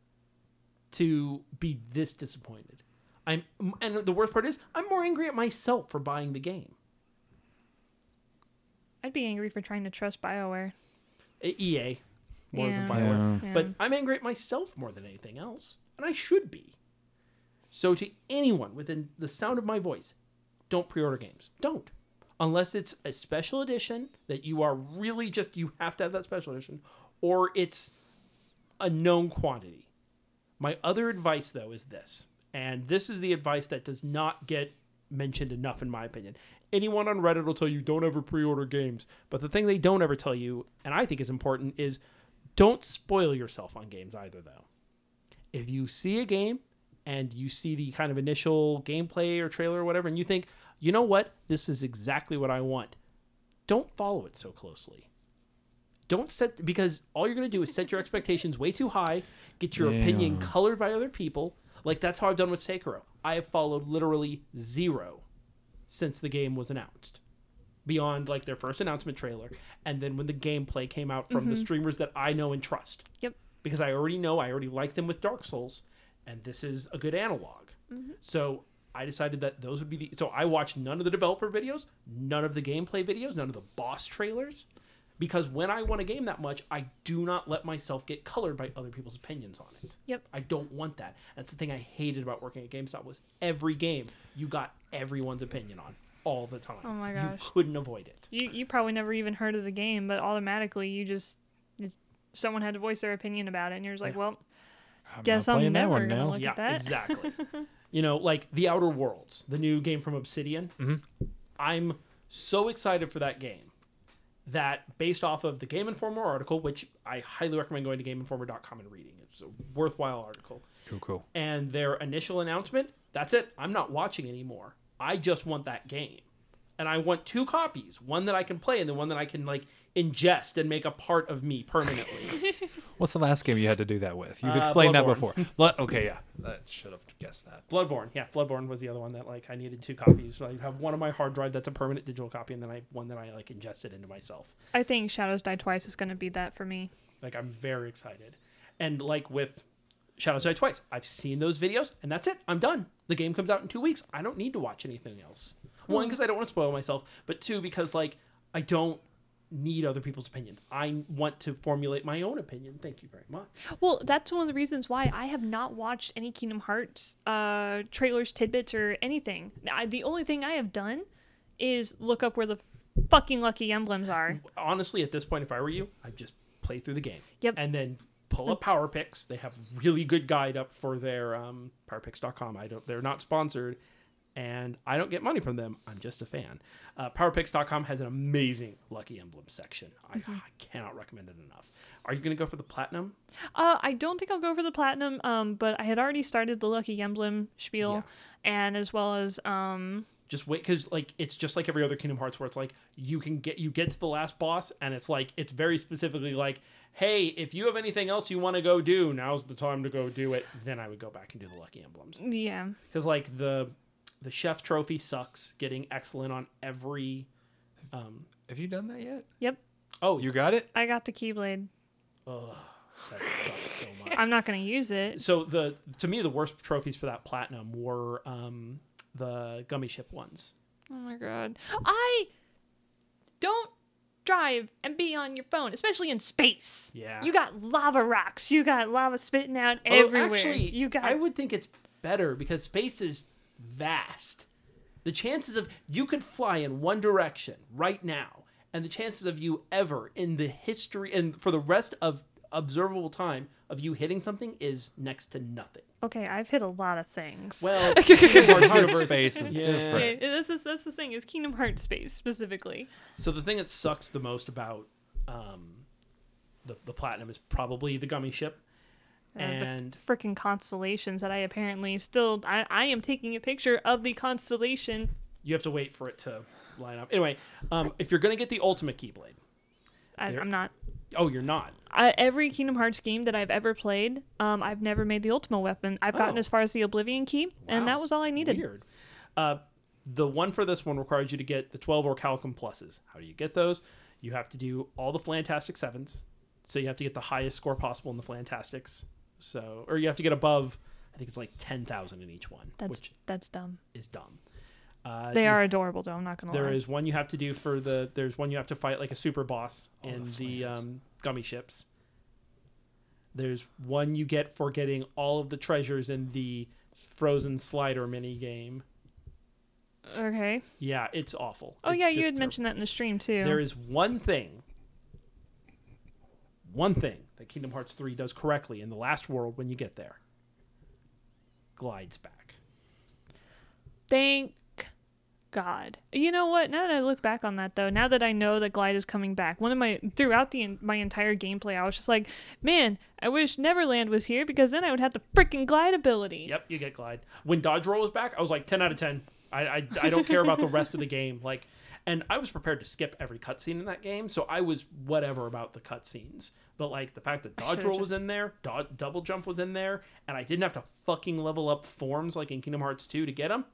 Speaker 3: to be this disappointed. I'm and the worst part is I'm more angry at myself for buying the game.
Speaker 2: I'd be angry for trying to trust Bioware.
Speaker 3: EA E more than
Speaker 2: Yeah.
Speaker 3: BioWare.
Speaker 2: Yeah.
Speaker 3: But I'm angry at myself more than anything else, and I should be. So to anyone within the sound of my voice, don't pre-order games. Don't. Unless it's a special edition that you are really just you have to have that special edition or it's a known quantity. My other advice though is this. And this is the advice that does not get mentioned enough in my opinion. Anyone on Reddit will tell you don't ever pre-order games, but the thing they don't ever tell you and I think is important is don't spoil yourself on games either though if you see a game and you see the kind of initial gameplay or trailer or whatever and you think you know what this is exactly what i want don't follow it so closely don't set because all you're going to do is set your expectations way too high get your opinion colored by other people like that's how i've done with sekiro i have followed literally zero since the game was announced beyond like their first announcement trailer and then when the gameplay came out from the streamers that i know and trust
Speaker 2: Yep.
Speaker 3: because I already know I already like them with Dark Souls, and this is a good analog.
Speaker 2: Mm-hmm.
Speaker 3: So I decided that those would be the. So I watched none of the developer videos, none of the gameplay videos, none of the boss trailers, because when I want a game that much, I do not let myself get colored by other people's opinions on it.
Speaker 2: Yep.
Speaker 3: I don't want that. That's the thing I hated about working at GameStop was every game you got everyone's opinion on all the time.
Speaker 2: Oh my
Speaker 3: You
Speaker 2: gosh.
Speaker 3: couldn't avoid it.
Speaker 2: You you probably never even heard of the game, but automatically you just it's- someone had to voice their opinion about it, and you're just like, well,
Speaker 4: I'm
Speaker 2: guess I'm never gonna look
Speaker 3: yeah,
Speaker 2: at that.
Speaker 3: exactly. you know, like The Outer Worlds, the new game from Obsidian. I'm so excited for that game that based off of the Game Informer article, which I highly recommend going to gameinformer.com and reading. It's a worthwhile article.
Speaker 4: Cool, cool.
Speaker 3: And their initial announcement, that's it. I'm not watching anymore. I just want that game. and I want two copies, one that I can play and the one that I can like ingest and make a part of me permanently.
Speaker 4: What's the last game you had to do that with? You've
Speaker 3: Uh,
Speaker 4: explained that
Speaker 3: Bloodborne.
Speaker 4: before. Blo- okay, yeah. That should have guessed that.
Speaker 3: Bloodborne, yeah, Bloodborne was the other one that like I needed two copies. So I have one on my hard drive that's a permanent digital copy, and then I one that I like ingested into myself.
Speaker 2: I think Shadows Die Twice is going to be that for me.
Speaker 3: Like I'm very excited, and like with Shadows Die Twice, I've seen those videos, and that's it. I'm done. The game comes out in two weeks. I don't need to watch anything else. One, because I don't want to spoil myself, but two, because like I don't need other people's opinions. I want to formulate my own opinion. Thank you very much.
Speaker 2: Well, that's one of the reasons why I have not watched any Kingdom Hearts uh, trailers, tidbits, or anything. I, the only thing I have done is look up where the fucking lucky emblems are.
Speaker 3: Mm-hmm. honestly, at this point, if I were you, I'd just play through the game.
Speaker 2: Yep.
Speaker 3: And then pull up Power Picks. They have really good guide up for their um, PowerPicks.com. I don't. They're not sponsored, and I don't get money from them. I'm just a fan. Uh, PowerPicks.com has an amazing Lucky Emblem section. I, I cannot recommend it enough. Are you going to go for the platinum?
Speaker 2: Uh, I don't think I'll go for the platinum, um, but I had already started the lucky emblem spiel, and as well as um,
Speaker 3: just wait because like it's just like every other kingdom hearts where it's like you can get you get to the last boss and it's like it's very specifically like hey if you have anything else you want to go do now's the time to go do it then i would go back and do the lucky emblems
Speaker 2: yeah,
Speaker 3: because like the the chef trophy sucks getting excellent on every
Speaker 4: Have you done that yet?
Speaker 2: yep,
Speaker 3: oh
Speaker 4: You
Speaker 3: you
Speaker 4: got it?
Speaker 2: I got the keyblade.
Speaker 3: that sucks so much
Speaker 2: I'm not gonna use it.
Speaker 3: so the to me the worst trophies for that platinum were um the gummy ship ones
Speaker 2: Oh my god, I don't drive and be on your phone, especially in space.
Speaker 3: Yeah.
Speaker 2: you got lava rocks, you got lava spitting out
Speaker 3: Although,
Speaker 2: everywhere.
Speaker 3: Actually,
Speaker 2: you got
Speaker 3: I would think it's better because space is vast. The chances of you could fly in one direction right now, and the chances of you ever in the history and for the rest of observable time of you hitting something is next to nothing.
Speaker 2: okay. I've hit a lot of things.
Speaker 3: Well, Kingdom Hearts
Speaker 4: Hard
Speaker 3: universe-
Speaker 4: space is
Speaker 3: Yeah.
Speaker 4: different.
Speaker 2: Yeah, this is that's the thing is Kingdom Hearts space specifically.
Speaker 3: So the thing that sucks the most about um, the the platinum is probably the gummy ship,
Speaker 2: Uh, the
Speaker 3: and
Speaker 2: freaking constellations that I apparently still I, I am taking a picture of the constellation.
Speaker 3: you have to wait for it to line up. Anyway, um, if you're gonna get the ultimate keyblade,
Speaker 2: I,
Speaker 3: There-
Speaker 2: I'm not.
Speaker 3: oh, you're not.
Speaker 2: I, every Kingdom Hearts game that I've ever played, um, I've never made the Ultima weapon. I've gotten
Speaker 3: Oh.
Speaker 2: as far as the Oblivion key, and
Speaker 3: Wow.
Speaker 2: that was all I needed.
Speaker 3: Weird. Uh, the one for this one requires you to get the 12 or Calcum pluses. How do you get those? You have to do all the Flantastic Sevens. So you have to get the highest score possible in the Flantastics. So, or you have to get above, I think it's like 10,000 in each one,
Speaker 2: That's
Speaker 3: which
Speaker 2: that's dumb.
Speaker 3: is dumb. Uh,
Speaker 2: They
Speaker 3: you-
Speaker 2: are adorable, though. I'm not gonna
Speaker 3: There
Speaker 2: lie.
Speaker 3: is one you have to do for the. There's one you have to fight like a super boss in the um, gummy ships. There's one you get for getting all of the treasures in the frozen slider mini game.
Speaker 2: okay.
Speaker 3: Yeah, it's awful.
Speaker 2: Oh
Speaker 3: It's
Speaker 2: yeah, you
Speaker 3: just
Speaker 2: had
Speaker 3: terrible.
Speaker 2: mentioned that in the stream too.
Speaker 3: There is one thing, one thing that Kingdom Hearts 3 does correctly in the last world when you get there glides back.
Speaker 2: Thank God. You know what? Now that I look back on that, though, now that I know that Glide is coming back, one of my throughout the my entire gameplay, I was just like, man, I wish Neverland was here because then I would have the freaking Glide ability.
Speaker 3: Yep, you get glide. When dodge roll was back, I was like 10 out of 10. I, I, I don't care about the rest of the game. Like, and I was prepared to skip every cutscene in that game, so I was whatever about the cutscenes. But like the fact that dodge
Speaker 2: should've
Speaker 3: roll was
Speaker 2: just-
Speaker 3: in there, do- double jump was in there, and I didn't have to fucking level up forms like in Kingdom Hearts 2 to get them.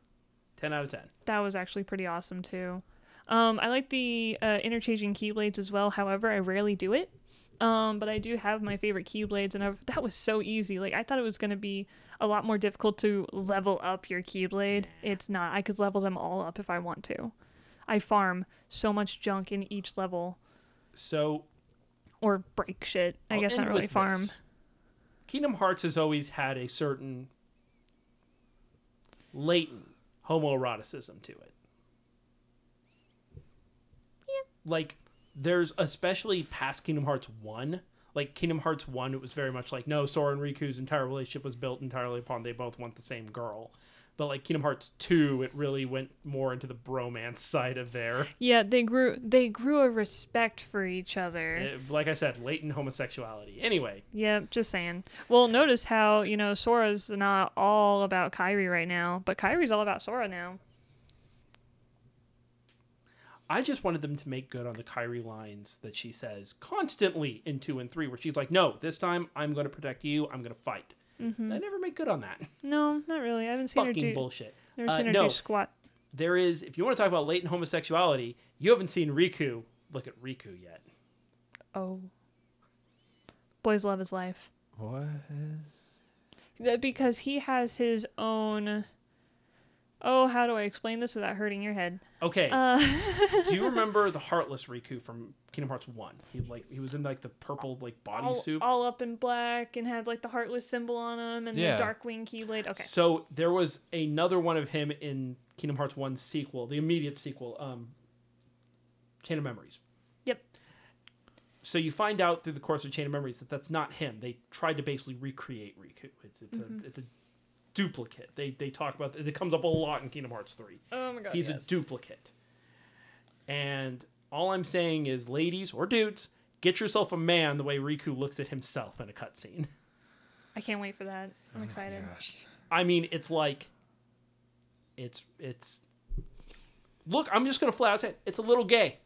Speaker 3: 10 out of 10.
Speaker 2: That was actually pretty awesome too. Um, I like the uh, interchanging keyblades as well. However, I rarely do it. Um, but I do have my favorite keyblades, and I've, that was so easy. Like I thought it was gonna be a lot more difficult to level up your keyblade. It's not. I could level them all up if I want to. I farm so much junk in each level,
Speaker 3: So
Speaker 2: or break shit. I
Speaker 3: I'll
Speaker 2: guess not
Speaker 3: end
Speaker 2: really
Speaker 3: with
Speaker 2: farm.
Speaker 3: this. Kingdom Hearts has always had a certain latent homoeroticism to it. Like, there's especially past Kingdom Hearts 1. Like, Kingdom Hearts 1, it was very much like, no, Sora and Riku's entire relationship was built entirely upon they both want the same girl. But, like, Kingdom Hearts 2, it really went more into the bromance side of there.
Speaker 2: Yeah, they grew. They grew a respect for each other.
Speaker 3: It- eh, like I said, latent homosexuality. Anyway,
Speaker 2: Yeah, just saying. Well, notice how, you know, Sora's not all about Kyrie right now, but Kyrie's all about Sora now.
Speaker 3: I just wanted them to make good on the Kyrie lines that she says constantly in two and three, where she's like, "No, this time I'm going to protect you. I'm going to fight."
Speaker 2: Mm-hmm.
Speaker 3: I never make good on that.
Speaker 2: No, not really. I haven't seen her
Speaker 3: Fucking
Speaker 2: do.
Speaker 3: bullshit.
Speaker 2: Never
Speaker 3: Uh,
Speaker 2: seen her
Speaker 3: no,
Speaker 2: do squat.
Speaker 3: there is. If you want to talk about latent homosexuality, you haven't seen Riku. Look at Riku yet.
Speaker 2: Oh. Boys love his life.
Speaker 4: What?
Speaker 2: That because he has his own. Oh, how do I explain this without hurting your head?
Speaker 3: Okay.
Speaker 2: Uh,
Speaker 3: do you remember the heartless Riku from Kingdom Hearts One? He like he was in like the purple like body
Speaker 2: all,
Speaker 3: suit.
Speaker 2: all up in black and had like the heartless symbol on him and
Speaker 4: Yeah.
Speaker 2: the Darkwing Keyblade. Okay.
Speaker 3: So there was another one of him in Kingdom Hearts 1's sequel, the immediate sequel, um, Chain of Memories.
Speaker 2: Yep.
Speaker 3: So you find out through the course of Chain of Memories that that's not him. They tried to basically recreate Riku. It's it's
Speaker 2: Mm-hmm.
Speaker 3: a it's a duplicate. They they talk about it comes up a lot in Kingdom Hearts 3.
Speaker 2: Oh my god.
Speaker 3: He's
Speaker 2: yes.
Speaker 3: a duplicate. And all I'm saying is ladies or dudes, get yourself a man the way Riku looks at himself in a cutscene.
Speaker 2: I can't wait for that.
Speaker 3: Oh
Speaker 2: I'm excited.
Speaker 4: Gosh.
Speaker 3: I mean, it's like, it's it's. Look, I'm just gonna flat out say it, it's a little gay,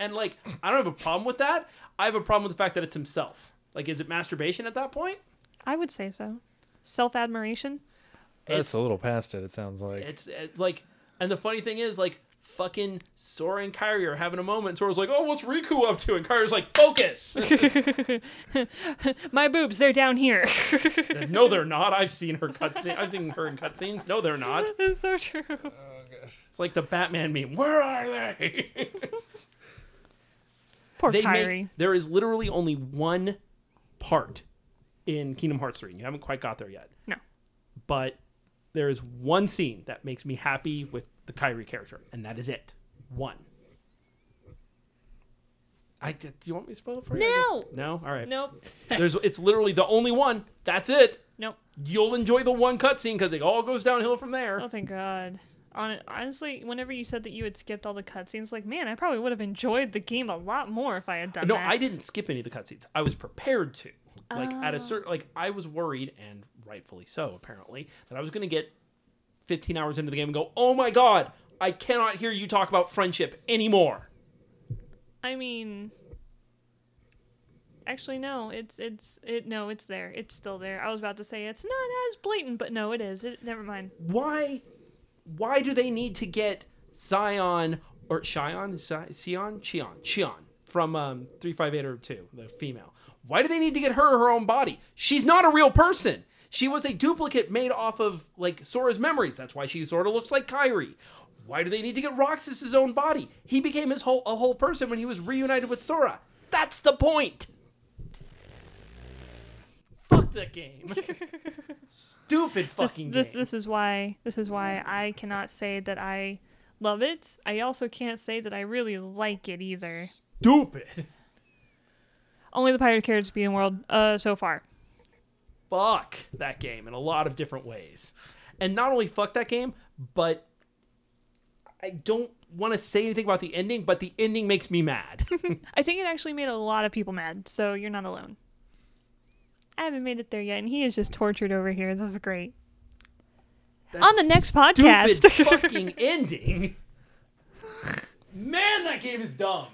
Speaker 3: and like I don't have a problem with that. I have a problem with the fact that it's himself. Like, is it masturbation at that point?
Speaker 2: I would say so. Self admiration.
Speaker 4: That's
Speaker 3: It's-
Speaker 4: a little past it. It sounds like.
Speaker 3: It's, it's like, and the funny thing is, like, fucking Sora and Kyrie are having a moment. Sora's like, "Oh, what's Riku up to?" And Kyrie's like, "Focus."
Speaker 2: My boobs, they're down here.
Speaker 3: no, they're not. I've seen her cutscene. I've seen her in cutscenes. No, they're not.
Speaker 2: it's so true.
Speaker 3: It's like the Batman meme. Where are they?
Speaker 2: Poor
Speaker 3: they
Speaker 2: Kyrie.
Speaker 3: make there is literally only one part in Kingdom Hearts 3. and You haven't quite got there yet.
Speaker 2: No.
Speaker 3: But there is one scene that makes me happy with the Kyrie character, and that is it. One. I did, do you want me to spoil it for you?
Speaker 2: No.
Speaker 3: No? All right.
Speaker 2: Nope.
Speaker 3: There's it's literally the only one. That's it.
Speaker 2: Nope.
Speaker 3: You'll enjoy the one cutscene because it all goes downhill from there.
Speaker 2: Oh thank God. On honestly, whenever you said that you had skipped all the cutscenes, like man, I probably would have enjoyed the game a lot more if I had done
Speaker 3: No,
Speaker 2: that.
Speaker 3: I didn't skip any of the cutscenes. I was prepared to. Like at a certain like I was worried and rightfully so apparently that I was going to get 15 hours into the game and go, "Oh my god, I cannot hear you talk about friendship anymore."
Speaker 2: I mean, actually, no. It's it's it. No, it's there. It's still there. I was about to say it's not as blatant, but no, it is. It, never mind.
Speaker 3: Why why do they need to get Zion or Shion, Sion, Chion, Chion from um 358 or 2, the female. Why do they need to get her her own body? She's not a real person. She was a duplicate made off of like Sora's memories. That's why she sort of looks like Kyrie. Why do they need to get Roxas's own body? He became his whole a whole person when he was reunited with Sora. That's the point. Fuck that game. Stupid
Speaker 2: This
Speaker 3: fucking
Speaker 2: this
Speaker 3: game.
Speaker 2: this is why this is why I cannot say that I love it. I also can't say that I really like it either.
Speaker 3: Stupid.
Speaker 2: Only the pirate carrots be in world uh so far.
Speaker 3: fuck that game in a lot of different ways. And not only fuck that game, but I don't want to say anything about the ending, but the ending makes me mad.
Speaker 2: I think it actually made a lot of people mad, so you're not alone. I haven't made it there yet, and he is just tortured over here. This is great. On the next podcast.
Speaker 3: Stupid fucking ending. Man, that game is dumb.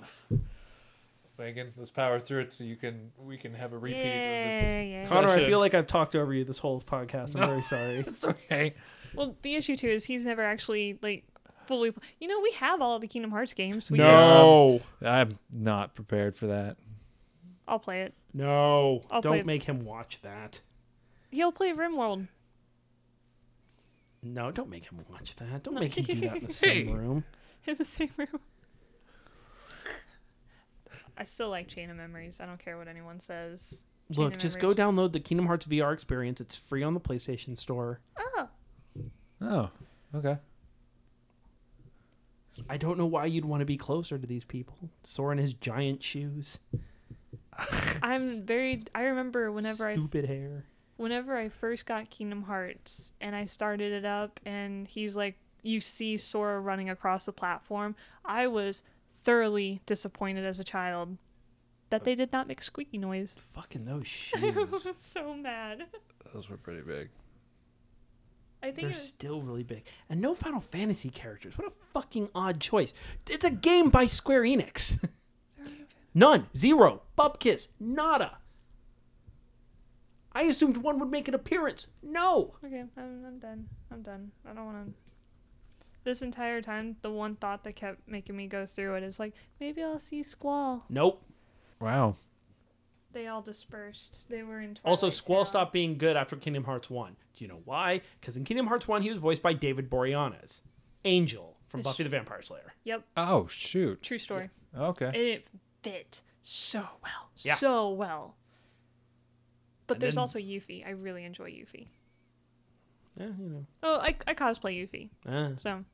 Speaker 5: Megan, let's power through it so you can we can have a repeat
Speaker 2: Yeah,
Speaker 5: of
Speaker 2: yeah.
Speaker 5: this.
Speaker 3: Connor, I
Speaker 5: session.
Speaker 3: feel like I've talked over you this whole podcast. I'm very sorry.
Speaker 4: It's okay.
Speaker 2: Well, the issue too is he's never actually like fully. You know, we have all the Kingdom Hearts games. We
Speaker 4: No. I'm not prepared for that.
Speaker 2: I'll play it.
Speaker 3: No.
Speaker 2: I'll play
Speaker 3: don't
Speaker 2: it.
Speaker 3: make him watch that.
Speaker 2: He'll play RimWorld.
Speaker 3: No, don't make him watch that. Don't make him do that in the same
Speaker 4: Hey.
Speaker 3: room.
Speaker 2: in the same room. I still like Chain of Memories. I don't care what anyone says. Chain
Speaker 3: Look,
Speaker 2: of
Speaker 3: just go
Speaker 2: Memories.
Speaker 3: download the Kingdom Hearts VR experience. It's free on the PlayStation Store.
Speaker 4: Oh, okay.
Speaker 3: I don't know why you'd want to be closer to these people. Sora in his giant shoes,
Speaker 2: I'm very. I remember whenever I
Speaker 3: stupid hair.
Speaker 2: whenever I first got Kingdom Hearts and I started it up, and he's like, you see Sora running across the platform. I was thoroughly disappointed as a child that they did not make squeaky noise.
Speaker 3: Fucking those shoes.
Speaker 2: so mad.
Speaker 5: Those were pretty big.
Speaker 2: I I think
Speaker 3: They're
Speaker 2: it was,
Speaker 3: still really big. And no Final Fantasy characters. What a fucking odd choice. It's a game by Square Enix. None. Zero. Bubkiss. Nada. I assumed one would make an appearance. No.
Speaker 2: okay. I'm, I'm done. I'm done. I don't want to. This entire time, the one thought that kept making me go through it is like, maybe I'll see Squall.
Speaker 3: Nope.
Speaker 4: Wow.
Speaker 2: They all dispersed. They were in. Twilight
Speaker 3: Also, Squall
Speaker 2: Town.
Speaker 3: stopped being good after Kingdom Hearts 1. Do you know why? Because in Kingdom Hearts 1, he was voiced by David Boreanaz, Angel from
Speaker 2: Ish.
Speaker 3: Buffy the Vampire Slayer.
Speaker 2: Yep.
Speaker 4: Oh shoot.
Speaker 2: True story.
Speaker 5: Okay.
Speaker 2: And it fit so well.
Speaker 3: Yeah.
Speaker 2: So well. But
Speaker 3: And
Speaker 2: there's
Speaker 3: then-
Speaker 2: also Yuffie. I really enjoy Yuffie.
Speaker 3: Yeah, you
Speaker 2: Oh, I, I cosplay Yuffie.
Speaker 3: know. Eh.
Speaker 2: So,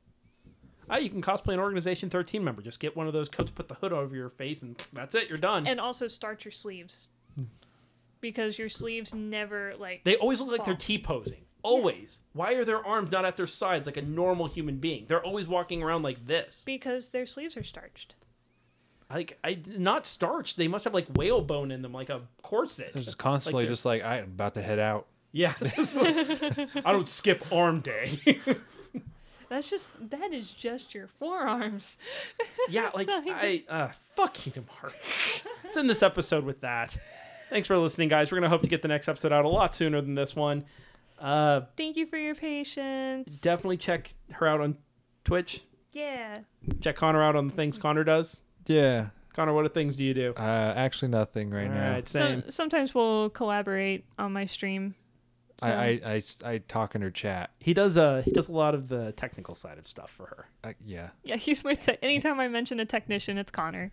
Speaker 3: Ah, you can cosplay an Organization 13 member. Just get one of those coats, put the hood over your face, and that's it. You're done.
Speaker 2: and also start your sleeves. Because your sleeves never like
Speaker 3: Hmm. They always look like they're
Speaker 2: Fall.
Speaker 3: T posing. Always. Why are their arms not at their sides like a normal human being? They're always walking around like this.
Speaker 2: because their sleeves are starched.
Speaker 3: Like I not starched. They must have like whalebone in them, like a corset.
Speaker 4: It's constantly
Speaker 3: Like they're-
Speaker 4: just like I'm about to head out.
Speaker 3: yeah. I don't skip arm day.
Speaker 2: That's just that is just your forearms.
Speaker 3: yeah, like
Speaker 2: not even-
Speaker 3: I uh fuck Kingdom Hearts. Let's end this episode with that. Thanks for listening, guys. We're gonna hope to get the next episode out a lot sooner than this one. Uh
Speaker 2: Thank you for your patience.
Speaker 3: definitely check her out on Twitch.
Speaker 2: yeah.
Speaker 3: Check Connor out on the things Connor does.
Speaker 4: Yeah.
Speaker 3: Connor, what are things do you do?
Speaker 4: Uh, actually, nothing right
Speaker 3: All
Speaker 4: now.
Speaker 3: right,
Speaker 2: So,
Speaker 3: same.
Speaker 2: sometimes we'll collaborate on my stream.
Speaker 4: I, I, I I talk in her chat.
Speaker 3: he does uh he does a lot of the technical side of stuff for her.
Speaker 4: I, Uh, yeah.
Speaker 2: Yeah, he's my te- anytime I mention a technician, it's Connor.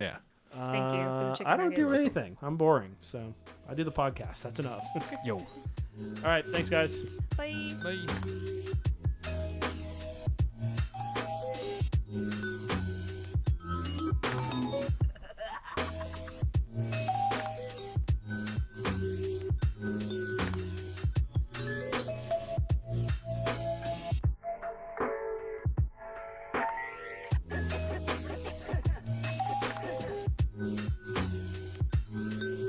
Speaker 4: Yeah.
Speaker 2: Thank you for the
Speaker 3: Uh,
Speaker 2: chicken
Speaker 3: I don't do
Speaker 2: nuggets.
Speaker 3: anything. I'm boring, so I do the podcast. That's enough.
Speaker 4: Yo.
Speaker 3: All right, thanks guys.
Speaker 2: Bye.
Speaker 4: Bye.